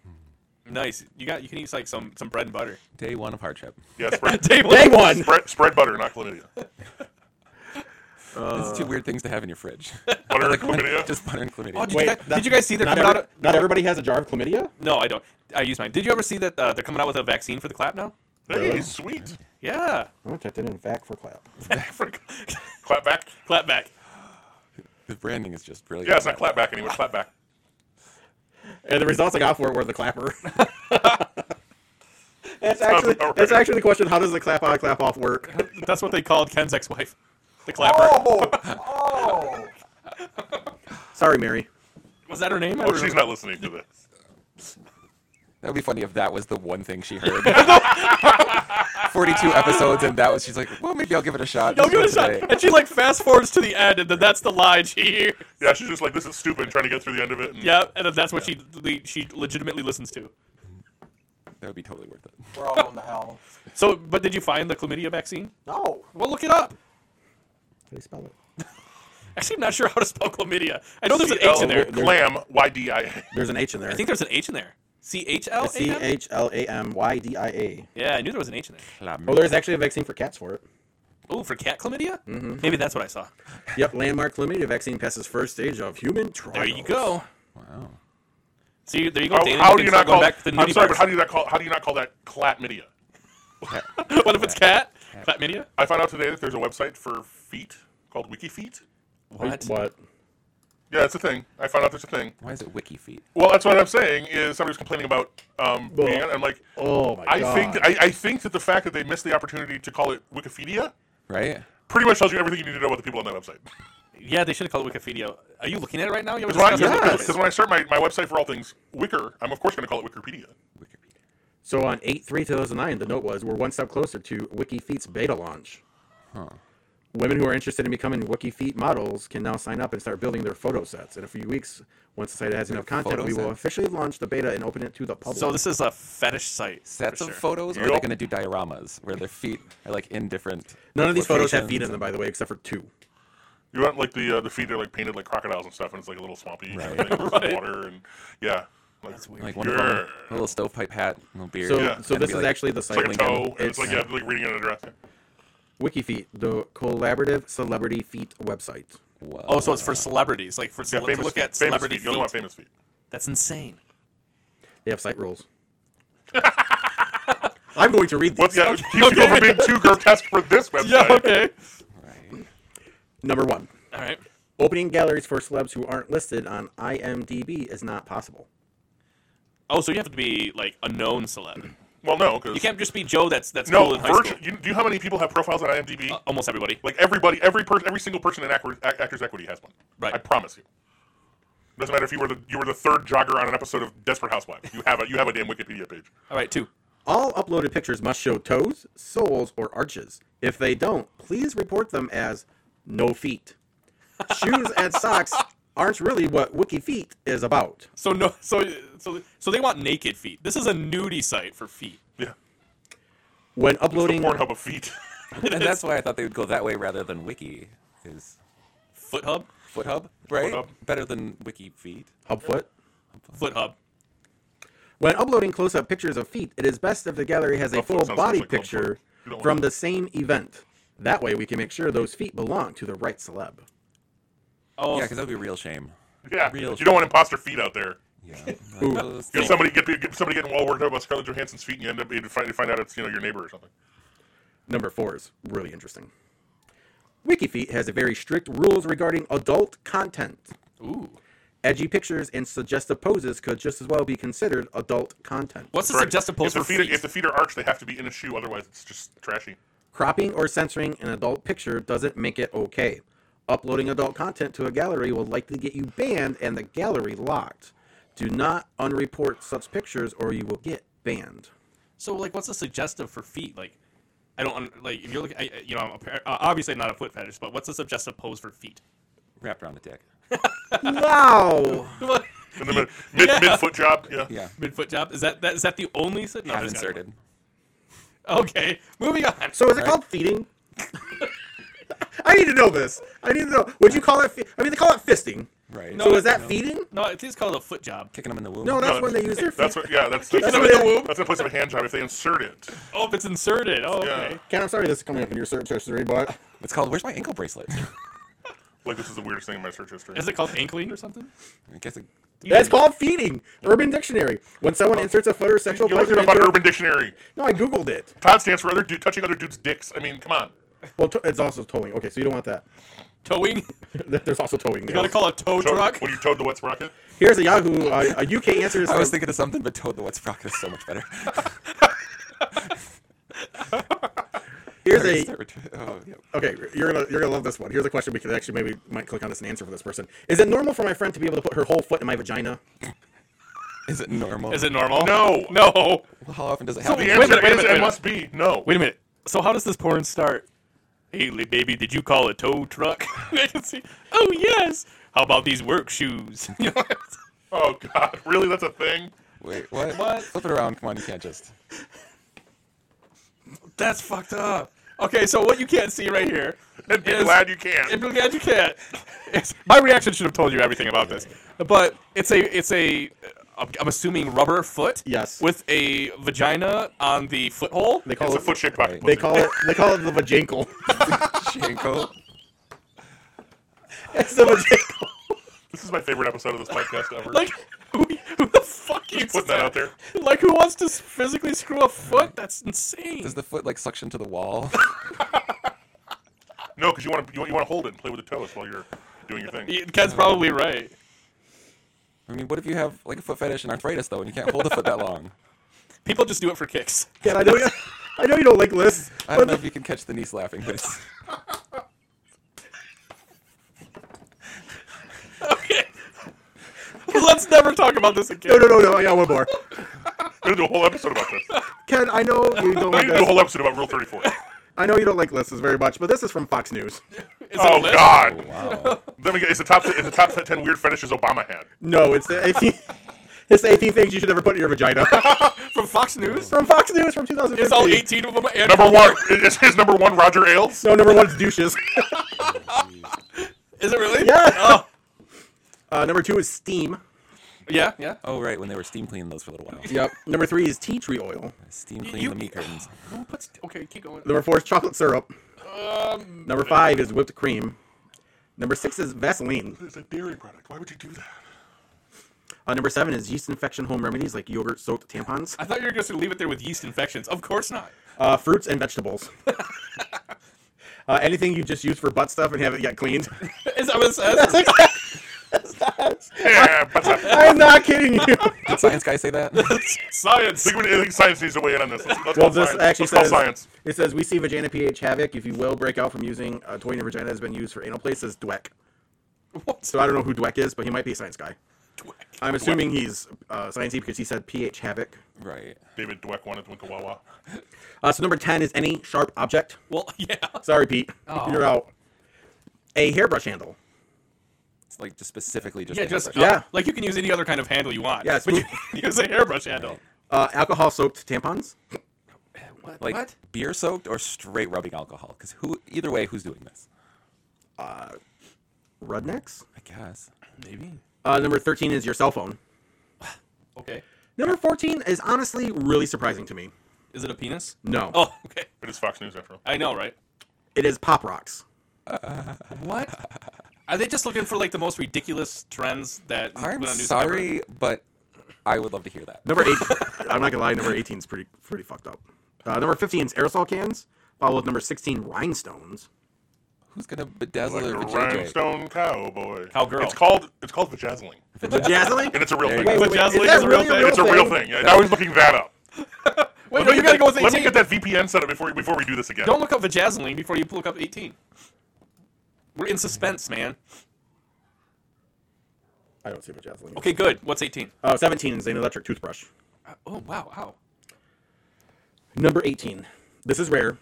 Speaker 1: nice. You got you can eat like some some bread and butter.
Speaker 4: Day one of hardship.
Speaker 2: Yeah, spread,
Speaker 1: Day one.
Speaker 3: Day one.
Speaker 2: spread, spread butter, not chlamydia.
Speaker 4: It's two weird things to have in your fridge.
Speaker 2: Butter and
Speaker 4: Like one-
Speaker 2: chlamydia.
Speaker 4: just butter and chlamydia.
Speaker 1: Oh, did,
Speaker 3: Wait,
Speaker 1: you guys,
Speaker 3: that-
Speaker 1: did you guys see they're
Speaker 3: Not,
Speaker 1: coming
Speaker 3: every-
Speaker 1: out? of-
Speaker 3: not everybody has a jar of chlamydia.
Speaker 1: no, I don't. I use mine. Did you ever see that uh, they're coming out with a vaccine for the clap now?
Speaker 2: Hey, sweet.
Speaker 1: Yeah,
Speaker 3: I'm gonna type that in fact for clap.
Speaker 2: Clap back.
Speaker 1: clap back.
Speaker 4: the branding is just brilliant.
Speaker 2: Yeah, it's not clap back anymore. Clap back.
Speaker 3: And the results I got for it were the clapper. that's actually
Speaker 2: about
Speaker 3: that's
Speaker 2: right.
Speaker 3: actually the question. How does the clap on clap off work?
Speaker 1: That's what they called Ken's ex-wife, the clapper.
Speaker 2: Oh!
Speaker 1: Oh!
Speaker 3: Sorry, Mary.
Speaker 1: Was that her name? I
Speaker 2: Oh,
Speaker 1: don't
Speaker 2: she's
Speaker 1: know.
Speaker 2: not listening to this.
Speaker 4: That would be funny if that was the one thing she heard. 42 episodes, and that was, she's like, well, maybe I'll give it a shot.
Speaker 1: Don't give it a
Speaker 4: just for
Speaker 1: shot.
Speaker 4: today."
Speaker 1: And she like fast forwards to the end, and then that's the line she hears.
Speaker 2: Yeah, she's just like this is stupid, trying to get through the end of it. And
Speaker 1: Yeah, and then that's what she le- she legitimately listens to.
Speaker 4: That would be totally worth it.
Speaker 3: We're all going to hell.
Speaker 1: So, but did you find the chlamydia vaccine?
Speaker 3: No.
Speaker 1: Well, look it up.
Speaker 3: How do you spell it?
Speaker 1: Actually, I'm not sure how to spell chlamydia. I know there's an H in there.
Speaker 3: There's-
Speaker 2: Oh, Clam Y D I A.
Speaker 3: There's an H in there.
Speaker 1: I think there's an H in there. C H L
Speaker 3: C
Speaker 1: A M.
Speaker 3: H L A M Y D I A.
Speaker 1: Yeah, I knew there was an H in there.
Speaker 3: Oh, there's actually a vaccine for cats for it.
Speaker 1: Oh, for cat chlamydia? Mm-hmm. Maybe that's what I saw.
Speaker 3: Yep, landmark chlamydia vaccine passes first stage of human trials.
Speaker 1: There you go.
Speaker 4: Wow.
Speaker 1: So you, there you go.
Speaker 2: How,
Speaker 1: Dana,
Speaker 2: how
Speaker 1: you can
Speaker 2: do you
Speaker 1: start
Speaker 2: not
Speaker 1: going
Speaker 2: call?
Speaker 1: back to the
Speaker 2: I'm
Speaker 1: nudie
Speaker 2: sorry, but
Speaker 1: parts.
Speaker 2: how do you not call? How do you not call that clap media?
Speaker 1: Oh, what if it's cat? Chlamydia?
Speaker 2: I found out today that there's a website for feet called WikiFeet.
Speaker 1: What?
Speaker 3: What?
Speaker 2: Yeah, it's a thing. I found out there's a thing.
Speaker 4: Why is it wiki feet?
Speaker 2: Well, that's what I'm saying is somebody's complaining about um,
Speaker 3: Well,
Speaker 2: being. I'm like,
Speaker 3: Oh my
Speaker 2: I
Speaker 3: god.
Speaker 2: think I, I think that the fact that they missed the opportunity to call it Wikipedia
Speaker 4: Right?
Speaker 2: pretty much tells you everything you need to know about the people on that website.
Speaker 1: Yeah, they should have called it Wikipedia. Are you looking at it right now? You were
Speaker 2: Because when, I-
Speaker 1: discussing it.
Speaker 3: Yes.
Speaker 2: because when I start my, my website for all things Wicker, I'm of course going to call it Wikipedia.
Speaker 4: Wikipedia.
Speaker 3: so on 8 3 2009, the note was we're one step closer to WikiFeet's beta launch. Women who are interested in becoming WikiFeet models can now sign up and start building their photo sets. In a few weeks, once the site has enough content,
Speaker 4: photo
Speaker 3: we will
Speaker 4: set?
Speaker 3: officially launch the beta and open it to the public.
Speaker 1: So this is a fetish site.
Speaker 4: Sets
Speaker 1: for
Speaker 4: of
Speaker 1: sure.
Speaker 4: photos, or are they
Speaker 2: Yup.
Speaker 4: going to do dioramas where their feet are like in different.
Speaker 3: None of these photos have feet
Speaker 4: locations?
Speaker 3: in them, by the way, except for two.
Speaker 2: You want like the uh, the feet are like painted like crocodiles and stuff, and it's like a little swampy kind of
Speaker 4: Right.
Speaker 2: thing with some water and yeah, like, that's weird.
Speaker 4: Like one of them, a little stovepipe hat, a little beard.
Speaker 3: So,
Speaker 2: Yeah.
Speaker 3: so
Speaker 4: And
Speaker 3: this
Speaker 4: be
Speaker 3: is
Speaker 4: like-
Speaker 3: actually the
Speaker 2: It's
Speaker 3: site
Speaker 2: like a
Speaker 3: link, and
Speaker 2: toe, and it's like you have to, like reading an address.
Speaker 3: WikiFeet, the collaborative celebrity feet website.
Speaker 4: Whoa.
Speaker 1: Oh, so it's for celebrities, like for
Speaker 2: Yeah,
Speaker 1: cele- to
Speaker 2: famous
Speaker 1: look at
Speaker 2: feet, famous
Speaker 1: celebrity
Speaker 2: feet. You only want
Speaker 1: feet.
Speaker 2: famous feet.
Speaker 1: That's insane.
Speaker 3: They have site rules. I'm going to read these.
Speaker 2: What? Yeah, it keeps people from being too grotesque for this website.
Speaker 1: okay.
Speaker 4: Right.
Speaker 3: Number one.
Speaker 1: All right.
Speaker 3: Opening galleries for celebs who aren't listed on IMDb is not possible.
Speaker 1: Oh, so you have to be like a known celeb.
Speaker 2: Well, no, because
Speaker 1: You can't just be Joe. That's that's
Speaker 2: no.
Speaker 1: cool in high
Speaker 2: virtu-
Speaker 1: school. Uh,
Speaker 2: you, do you know how many people have profiles on IMDb?
Speaker 1: Almost everybody.
Speaker 2: like everybody, every person, every single person in Actor- Ac- Actors Equity has one.
Speaker 1: Right.
Speaker 2: I promise you. Doesn't matter if you were the you were the third jogger on an episode of Desperate Housewives. You have a you have a damn Wikipedia page.
Speaker 1: All right, two.
Speaker 3: All uploaded pictures must show toes, soles, or arches. If they don't, please report them as no feet. Shoes and socks aren't really what Wiki Feet is about.
Speaker 1: So no. So so so they want naked feet. This is a nudie site for feet.
Speaker 2: Yeah.
Speaker 3: When
Speaker 2: The
Speaker 3: uploading
Speaker 2: Pornhub of feet.
Speaker 4: And that's why I thought they would go that way rather than wiki. Is
Speaker 1: Foot hub.
Speaker 4: foot hub, right?
Speaker 2: hub.
Speaker 4: Better than wiki feet.
Speaker 3: Hubfoot,
Speaker 1: Foot hub.
Speaker 3: when uploading close-up picictures of feet, it is best if the gallery has a
Speaker 2: Hubfoot
Speaker 3: full
Speaker 2: sounds
Speaker 3: body
Speaker 2: like Clubfoot.
Speaker 3: picture
Speaker 2: You don't want
Speaker 3: from
Speaker 2: that.
Speaker 3: the same event. That way, we can make sure those feet belong to the right celeb.
Speaker 1: Oh,
Speaker 4: Yeah, because that would be a real shame.
Speaker 2: yeah.
Speaker 4: Real
Speaker 2: You don't want imposter feet out there.
Speaker 4: Yeah. Like, those
Speaker 2: Get
Speaker 4: things-
Speaker 2: somebody get, get somebody getting all worked up about Scarlett Johansson's feet, and you end up you find, you find out it's you know your neighbor or something.
Speaker 3: Number four is really interesting. WikiFeet has a very strict rules regarding adult content.
Speaker 1: ooh.
Speaker 3: Edgy pictures and suggestive poses could just as well be considered adult content.
Speaker 1: What's the
Speaker 2: Correct.
Speaker 1: suggestive
Speaker 2: if
Speaker 1: pose
Speaker 2: the
Speaker 1: for
Speaker 2: feet,
Speaker 1: feet?
Speaker 2: If the feet are arched, they have to be in a shoe. Otherwise, it's just trashy.
Speaker 3: Cropping or censoring an adult picture doesn't make it okay. Uploading adult content to a gallery will likely get you banned and the gallery locked. Do not unreport such pictures or you will get banned.
Speaker 1: So like, what's the suggestive for feet? Like, I don't un- like if you're looking. I, I- you know, I'm a par- uh, obviously I'm not a foot fetish, but what's the suggestive pose for feet?
Speaker 4: wrapped around the dick.
Speaker 3: Wow!
Speaker 2: In the mid, mid,
Speaker 1: Yeah.
Speaker 2: mid foot job. Yeah.
Speaker 4: Yeah,
Speaker 1: Midfoot job is that, that is that the only su- no,
Speaker 4: half
Speaker 1: there's gotta be
Speaker 4: inserted.
Speaker 1: one. Okay, moving on.
Speaker 3: So is it called feeding? I need to know this. I need to know. Would you call it? Fe- I mean, they call it fisting.
Speaker 4: Right.
Speaker 3: so is that feeding?
Speaker 1: No, I think it's called a foot job.
Speaker 4: Kicking them in the womb.
Speaker 3: No, that's
Speaker 2: No,
Speaker 3: when they use their feet.
Speaker 2: That's what. Yeah. That's that's,
Speaker 3: them
Speaker 2: that's,
Speaker 3: in the womb.
Speaker 2: in place of a hand job if they insert it.
Speaker 1: Oh, if it's inserted. Oh, okay.
Speaker 2: Yeah.
Speaker 3: Ken, I'm sorry this is coming up in your search history, but
Speaker 4: It's called Where's My Ankle Bracelet?
Speaker 2: Like this is the weirdest thing in my search history.
Speaker 1: Is it called ankling or something?
Speaker 4: I guess it,
Speaker 3: that's called feeding. Urban Dictionary. When someone inserts a foot or sexual
Speaker 2: Oh. You looked
Speaker 3: pleasure
Speaker 2: it up on
Speaker 3: into a-
Speaker 2: Urban Dictionary.
Speaker 3: No, I googled it.
Speaker 2: Todd stands for other dude touching other dudes' dicks. I mean, come on.
Speaker 3: Well, to- it's also towing. Okay, so you don't want that.
Speaker 1: Towing.
Speaker 3: There's also towing.
Speaker 1: Gotta call a tow
Speaker 2: Toad,
Speaker 1: truck.
Speaker 2: When you towed the wet sprocket.
Speaker 3: Here's a Yahoo, uh, a UK answer.
Speaker 4: I was thinking of something, but Toad the Wet Sprocket is so much better.
Speaker 3: Here's a
Speaker 4: oh, yeah.
Speaker 3: okay. You're gonna you're gonna love this one. Here's a question we could actually maybe might click on this and answer for this person. Is it normal for my friend to be able to put her whole foot in my vagina?
Speaker 4: Is it normal?
Speaker 1: Is it normal?
Speaker 2: No.
Speaker 1: Oh. No.
Speaker 4: How often does it
Speaker 2: The
Speaker 4: happen?
Speaker 2: answer
Speaker 1: wait a minute, wait a
Speaker 2: is
Speaker 1: minute, wait
Speaker 2: it
Speaker 1: a
Speaker 2: must be no.
Speaker 1: Wait a minute. So how does this porn start? Hey, li- baby, did you call a tow truck? I can see. Oh yes. How about these work shoes? You know, it's-
Speaker 2: Oh God, really? That's a thing.
Speaker 4: Wait, what? Flip it around. Come on, you can't just.
Speaker 1: That's fucked up. Okay, so what you can't see right here.
Speaker 2: And be
Speaker 1: is-
Speaker 2: glad you can.
Speaker 1: I'm glad you can't. It's- my reaction should have told you everything about this, but it's a it's a I'm I'm assuming rubber foot.
Speaker 3: Yes.
Speaker 1: With a vagina on the foothole.
Speaker 3: They call
Speaker 2: It's a
Speaker 3: it
Speaker 2: foot shaped pocket.
Speaker 3: they
Speaker 2: blizzard.
Speaker 3: call it they call it the vajinkle.
Speaker 4: Ankle.
Speaker 3: it's the vajinkle.
Speaker 2: This is my favorite episode of this podcast ever.
Speaker 1: Like who, who the fuck you
Speaker 2: Put that out there.
Speaker 1: Like who wants to s- physically screw a foot? That's insane.
Speaker 4: Does the foot like suction to the wall?
Speaker 2: No, because you want to you want, you want to hold it and play with the toes while you're doing your thing.
Speaker 1: Yeah, Ken's probably right.
Speaker 4: I mean, what if you have like a foot fetish and arthritis though, and you can't hold the foot that long?
Speaker 1: People just do it for kicks.
Speaker 3: Ken, I know you, I know you don't like lists.
Speaker 4: I don't know if you can catch the niece laughing, but it's
Speaker 1: Okay. Let's never talk about this again.
Speaker 3: No, no, no, no. I got one more.
Speaker 2: We're gonna do a whole episode about this.
Speaker 3: Ken, I know you don't
Speaker 2: We're
Speaker 3: like
Speaker 2: gonna do a
Speaker 3: lists.
Speaker 2: whole episode about Rule Thirty Four.
Speaker 3: I know you don't like lists very much, but this is from Fox News.
Speaker 1: Is it
Speaker 2: Oh
Speaker 1: a list?
Speaker 2: God.
Speaker 4: wow.
Speaker 2: Then we get it's the top it's the top ten weird fetishes Obama had.
Speaker 3: No, it's the 18, it's the 18 things you should never put in your vagina.
Speaker 1: From Fox News?
Speaker 3: from Fox News from 2015.
Speaker 1: It's all 18 of them. And
Speaker 2: Number one is his number one Roger Ailes.
Speaker 3: No, number one's douches.
Speaker 1: Is it really?
Speaker 3: Yeah.
Speaker 1: Oh.
Speaker 3: Uh, number two is steam.
Speaker 1: Yeah, yeah.
Speaker 4: Oh right, when they were steam cleaning those for a little while.
Speaker 3: Yep. Number three is tea tree oil.
Speaker 4: Steam clean
Speaker 1: you-
Speaker 4: the meat curtains.
Speaker 1: Who puts? Okay, keep going.
Speaker 3: Number four is chocolate syrup.
Speaker 2: Um,
Speaker 3: number five is whipped cream. Number six is Vaseline.
Speaker 2: It's a dairy product. Why would you do that?
Speaker 3: Uh, number seven is yeast infection home remedies like yogurt soaked tampons,
Speaker 1: I thought you were just gonna leave it there with yeast infections. Of course not.
Speaker 3: uh, fruits and vegetables. uh, anything you just use for butt stuff and have it get cleaned.
Speaker 1: Is that what it says?
Speaker 2: Yeah, but I
Speaker 3: I'm not kidding you.
Speaker 4: Did science guys say that?
Speaker 1: Science.
Speaker 2: think, we, I think science needs to weigh in on this. Let's, let's
Speaker 3: Well,
Speaker 2: call
Speaker 3: this
Speaker 2: science.
Speaker 3: actually
Speaker 2: let's call
Speaker 3: says
Speaker 2: science.
Speaker 3: it says we see vagina pH havoc. If you will break out from using a toy in your vagina has been used for anal places, Dweck.
Speaker 1: What?
Speaker 3: So I don't know who Dweck is, but he might be a science guy.
Speaker 1: Dweck.
Speaker 3: I'm assuming he's uh, sciencey because he said pH havoc.
Speaker 4: right.
Speaker 2: David Dweck wanted went to Wawa.
Speaker 3: Uh, so number ten is any sharp object.
Speaker 1: Well, yeah.
Speaker 3: Sorry, Pete,
Speaker 1: Oh.
Speaker 3: you're out. A hairbrush handle.
Speaker 4: It's like just specifically just.
Speaker 1: Yeah,
Speaker 4: the
Speaker 1: just uh,
Speaker 4: hairbrush.
Speaker 3: Yeah.
Speaker 1: Like you can use any other kind of handle you want.
Speaker 3: Yes,
Speaker 1: but you
Speaker 3: we-
Speaker 1: can use a hairbrush handle.
Speaker 3: Uh, alcohol soaked tampons.
Speaker 4: like beer soaked or straight rubbing alcohol. Because who, either way, who's doing this?
Speaker 3: Rudnecks.
Speaker 4: I guess.
Speaker 1: Maybe.
Speaker 3: Uh, number thirteen is your cell phone.
Speaker 1: Okay.
Speaker 3: Number fourteen is honestly really surprising to me.
Speaker 1: Is it a penis?
Speaker 3: No,
Speaker 1: Oh, okay.
Speaker 2: It is Fox News after all.
Speaker 1: I know, right?
Speaker 3: it is pop rocks.
Speaker 1: What? Are they just looking for like the most ridiculous trends that?
Speaker 4: I'm
Speaker 1: that a newspaper-
Speaker 4: sorry, but I would love to hear that.
Speaker 3: Number eight. I'm not gonna lie. Number eighteen is pretty pretty fucked up. Uh, number fifteen is aerosol cans. Followed with number sixteen rhinestones.
Speaker 4: Who's gonna bedazzle
Speaker 2: Like
Speaker 4: their
Speaker 2: a
Speaker 4: vajayjay?
Speaker 2: rhinestone cowboy.
Speaker 1: Cowgirl.
Speaker 2: It's called it's called vajazzling.
Speaker 7: Vajazzling?
Speaker 2: and it's a real thing.
Speaker 3: go. Wait,
Speaker 1: Vajazzling
Speaker 3: is that
Speaker 1: is a real
Speaker 3: really a
Speaker 1: thing.
Speaker 3: real
Speaker 2: it's a real thing. I was looking that up.
Speaker 1: Wait, no,
Speaker 2: Let me
Speaker 1: Oh, you
Speaker 2: get
Speaker 1: gotta go with
Speaker 2: that- Let me
Speaker 1: 18.
Speaker 2: get that VPN set up before before we do this again.
Speaker 1: Don't look up vajazzling before you look up 18. We're in suspense, man.
Speaker 3: I don't see what Jasmine.
Speaker 1: Okay, good. What's 18?
Speaker 3: Uh, 17 is an electric toothbrush.
Speaker 1: Oh, wow, wow.
Speaker 3: Number 18. This is rare.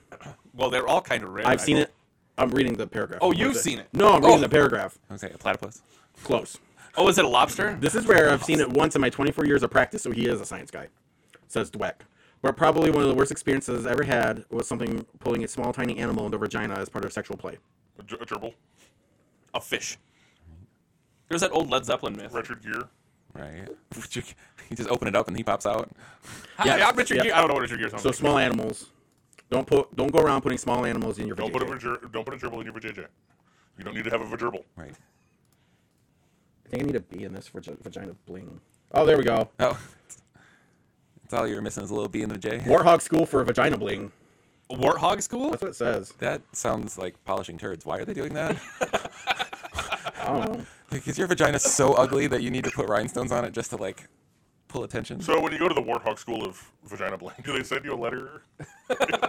Speaker 1: Well, they're all kind of rare.
Speaker 3: I've seen it. I'm reading the paragraph.
Speaker 1: Oh,
Speaker 3: What
Speaker 1: you've
Speaker 3: is
Speaker 1: seen it.
Speaker 3: No, I'm reading
Speaker 1: Oh.
Speaker 3: the paragraph.
Speaker 4: Okay, a platypus.
Speaker 3: Close.
Speaker 1: Oh, is it a lobster?
Speaker 3: This is rare. I've seen it once in my 24 years of practice, so he is a science guy. Says Dweck. But probably one of the worst experiences I ever had was something pulling a small, tiny animal into vagina as part of sexual play.
Speaker 2: A ger- a gerbil,
Speaker 1: A fish. There's that old Led Zeppelin myth.
Speaker 2: Richard Gere.
Speaker 4: Right. you just open it up and he pops out.
Speaker 1: Hi, I'm Richard
Speaker 3: Yep.
Speaker 1: Gere. I don't know what Richard Gere sounds
Speaker 3: So
Speaker 1: like.
Speaker 3: small animals. Don't put. Don't go around putting small animals in your
Speaker 2: Don't put a
Speaker 3: vagina.
Speaker 2: ger- don't put a gerbil in your vajayjay. You don't need to have a gerbil.
Speaker 4: Right.
Speaker 3: I think I need a B in this vagi- vagina bling. Oh, there we go.
Speaker 4: Oh. That's all you were missing is a little B and the J.
Speaker 3: Warthog School for vagina bling.
Speaker 1: Warthog School?
Speaker 3: That's what it says.
Speaker 4: That sounds like polishing turds. Why are they doing that?
Speaker 3: I don't know.
Speaker 4: like, is your vagina so ugly that you need to put rhinestones on it just to like pull attention?
Speaker 2: So when you go to the Warthog School of Vagina Bling, do they send you a letter?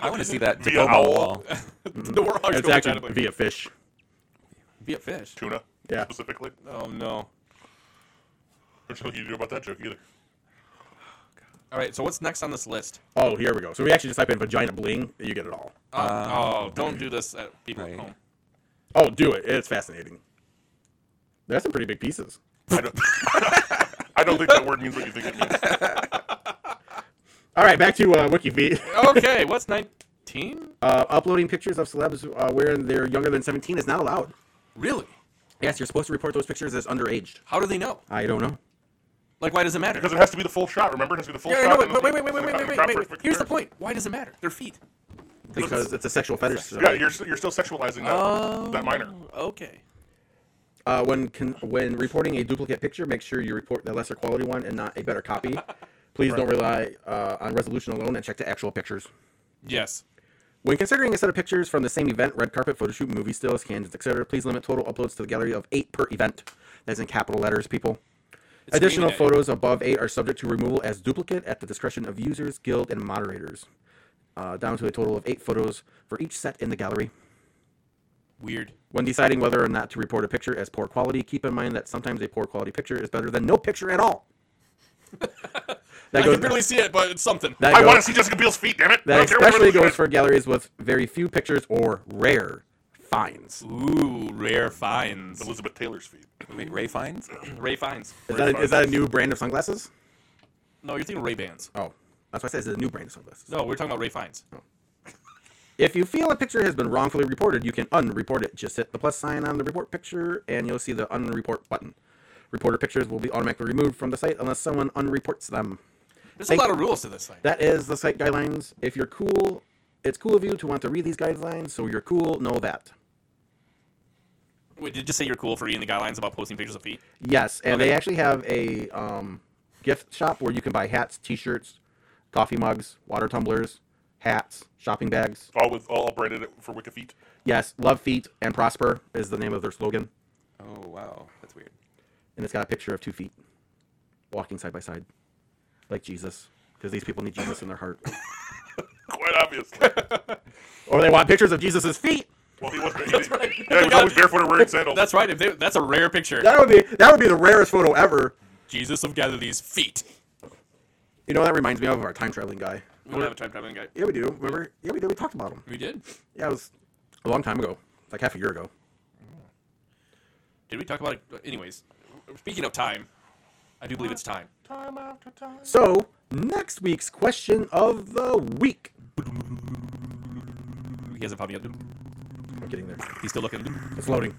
Speaker 4: I want to see that
Speaker 2: Via
Speaker 4: Tacoma
Speaker 2: owl.
Speaker 4: wall.
Speaker 1: The Warthog
Speaker 3: It's
Speaker 1: School.
Speaker 3: actually
Speaker 1: vagina-
Speaker 3: via fish.
Speaker 1: Be a fish.
Speaker 2: Tuna,
Speaker 3: Yeah.
Speaker 2: specifically.
Speaker 1: Oh, no.
Speaker 2: There's nothing you can do about that joke either.
Speaker 1: All right, so what's next on this list?
Speaker 3: Oh, here we go. So we actually just type in vagina bling. You get it all.
Speaker 1: Oh, oh, don't do this at people
Speaker 4: right.
Speaker 1: at home.
Speaker 3: Oh, do it. It's fascinating. That's some pretty big pieces.
Speaker 2: I don't, I don't think that word means what you think it means.
Speaker 3: All right, back to uh, WikiFeed.
Speaker 1: Okay, what's 19?
Speaker 3: Uh, uploading pictures of celebs uh, wherein they're younger than 17 is not allowed.
Speaker 1: Really?
Speaker 3: Yes, you're supposed to report those pictures as underage.
Speaker 1: How do they know?
Speaker 3: I don't know.
Speaker 1: Like, why does it matter?
Speaker 2: Because it has to be the full shot. Remember, it has to be the full
Speaker 1: Yeah,
Speaker 2: shot.
Speaker 1: no,
Speaker 2: and
Speaker 1: wait,
Speaker 2: the-
Speaker 1: wait, wait, wait, wait,
Speaker 2: the
Speaker 1: wait, wait,
Speaker 2: crop-
Speaker 1: wait,
Speaker 2: crop
Speaker 1: wait, wait.
Speaker 2: perfect
Speaker 1: Here's the
Speaker 2: comparison.
Speaker 1: point. Why does it matter? Their feet.
Speaker 3: Because it's a sexual fetish.
Speaker 2: Yeah,
Speaker 3: society.
Speaker 2: you're, st- you're still sexualizing that, that minor.
Speaker 1: Oh, Okay.
Speaker 3: Uh, when con- when reporting a duplicate picture, make sure you report the lesser quality one and not a better copy. Please don't rely uh, on resolution alone and check the actual pictures.
Speaker 1: Yes.
Speaker 3: When considering a set of pictures from the same event, red carpet, photo shoot, movie stills, candles, etc., please limit total uploads to the gallery of eight per event. That's in capital letters, people. Additional
Speaker 1: mean, eh?
Speaker 3: photos above eight are subject to removal as duplicate at the discretion of users, guild, and moderators. Uh, down to a total of eight photos for each set in the gallery.
Speaker 1: Weird.
Speaker 3: When deciding whether or not to report a picture as poor quality, keep in mind that sometimes a poor quality picture is better than no picture at all. that
Speaker 1: I
Speaker 3: goes,
Speaker 1: can barely see it, but it's something.
Speaker 3: that
Speaker 2: I
Speaker 3: goes-
Speaker 2: want to see Jessica Biel's feet, damn it!
Speaker 3: that
Speaker 2: I don't care what
Speaker 3: especially
Speaker 2: it
Speaker 3: goes
Speaker 2: is.
Speaker 3: for galleries with very few pictures or rare finds.
Speaker 1: Ooh, rare finds.
Speaker 2: Elizabeth Taylor's feet.
Speaker 4: Wait, Ray Fines?
Speaker 1: Ray finds.
Speaker 3: Is that, is that a new brand of sunglasses?
Speaker 1: No, you're thinking Ray Bans.
Speaker 3: Oh, that's why I said it's a new brand of sunglasses.
Speaker 1: No, we're talking about Ray finds.
Speaker 3: Oh. If you feel a picture has been wrongfully reported, you can unreport it. Just hit the plus sign on the report picture, and you'll see the unreport button. Reported pictures will be automatically removed from the site unless someone unreports them.
Speaker 1: There's a lot of rules to this thing.
Speaker 3: That is the site guidelines. If you're cool, it's cool of you to want to read these guidelines, so you're cool, know that.
Speaker 1: Wait, did you just say you're cool for reading the guidelines about posting pictures of feet?
Speaker 3: Yes, and they actually have a um, gift shop where you can buy hats, t shirts, coffee mugs, water tumblers, hats, shopping bags.
Speaker 2: All with all branded for Wicca feet.
Speaker 3: Yes, Love Feet and Prosper is the name of their slogan.
Speaker 4: Oh wow, that's weird.
Speaker 3: and it's got a picture of two feet walking side by side, like Jesus, because these people need Jesus in their heart,
Speaker 2: Quite obviously.
Speaker 3: or they want pictures of Jesus's feet.
Speaker 2: well, he wasn't. That's right. Yeah, he was always barefoot and wearing sandals.
Speaker 1: That's right. If they, that's a rare picture.
Speaker 3: That would be that would be the rarest photo ever.
Speaker 1: Jesus of Galilee's feet.
Speaker 3: You know, that reminds me of our time traveling guy.
Speaker 1: We don't have a time traveling guy.
Speaker 3: Yeah, we do. Remember? Yeah, we did. We talked about him.
Speaker 1: We did.
Speaker 3: Yeah, it was a long time ago, like half a year ago.
Speaker 1: Did we talk about it? Anyways, speaking of time, I do believe it's time.
Speaker 2: time after time.
Speaker 3: So next week's question of the week.
Speaker 1: He hasn't found me yet.
Speaker 3: I'm getting there.
Speaker 1: He's still looking.
Speaker 3: It's loading.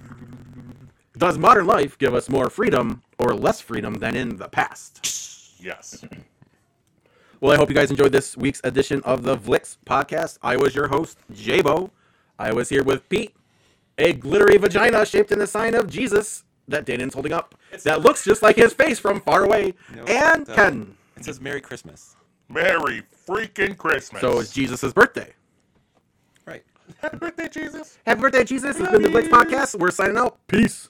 Speaker 3: Does modern life give us more freedom or less freedom than in the past?
Speaker 2: Yes.
Speaker 3: Well, I hope you guys enjoyed this week's edition of the Vlix podcast. I was your host, Jabo. I was here with Pete, a glittery vagina shaped in the sign of Jesus that Danon's holding up. that looks just like his face from far away.
Speaker 4: No,
Speaker 3: and
Speaker 4: it doesn't.
Speaker 3: Ken.
Speaker 4: It says Merry Christmas.
Speaker 2: Merry freaking Christmas.
Speaker 3: So it's Jesus' birthday.
Speaker 4: Right.
Speaker 2: Happy birthday, Jesus.
Speaker 3: Happy birthday, Jesus. It's been the Vlix podcast. We're signing out. Peace.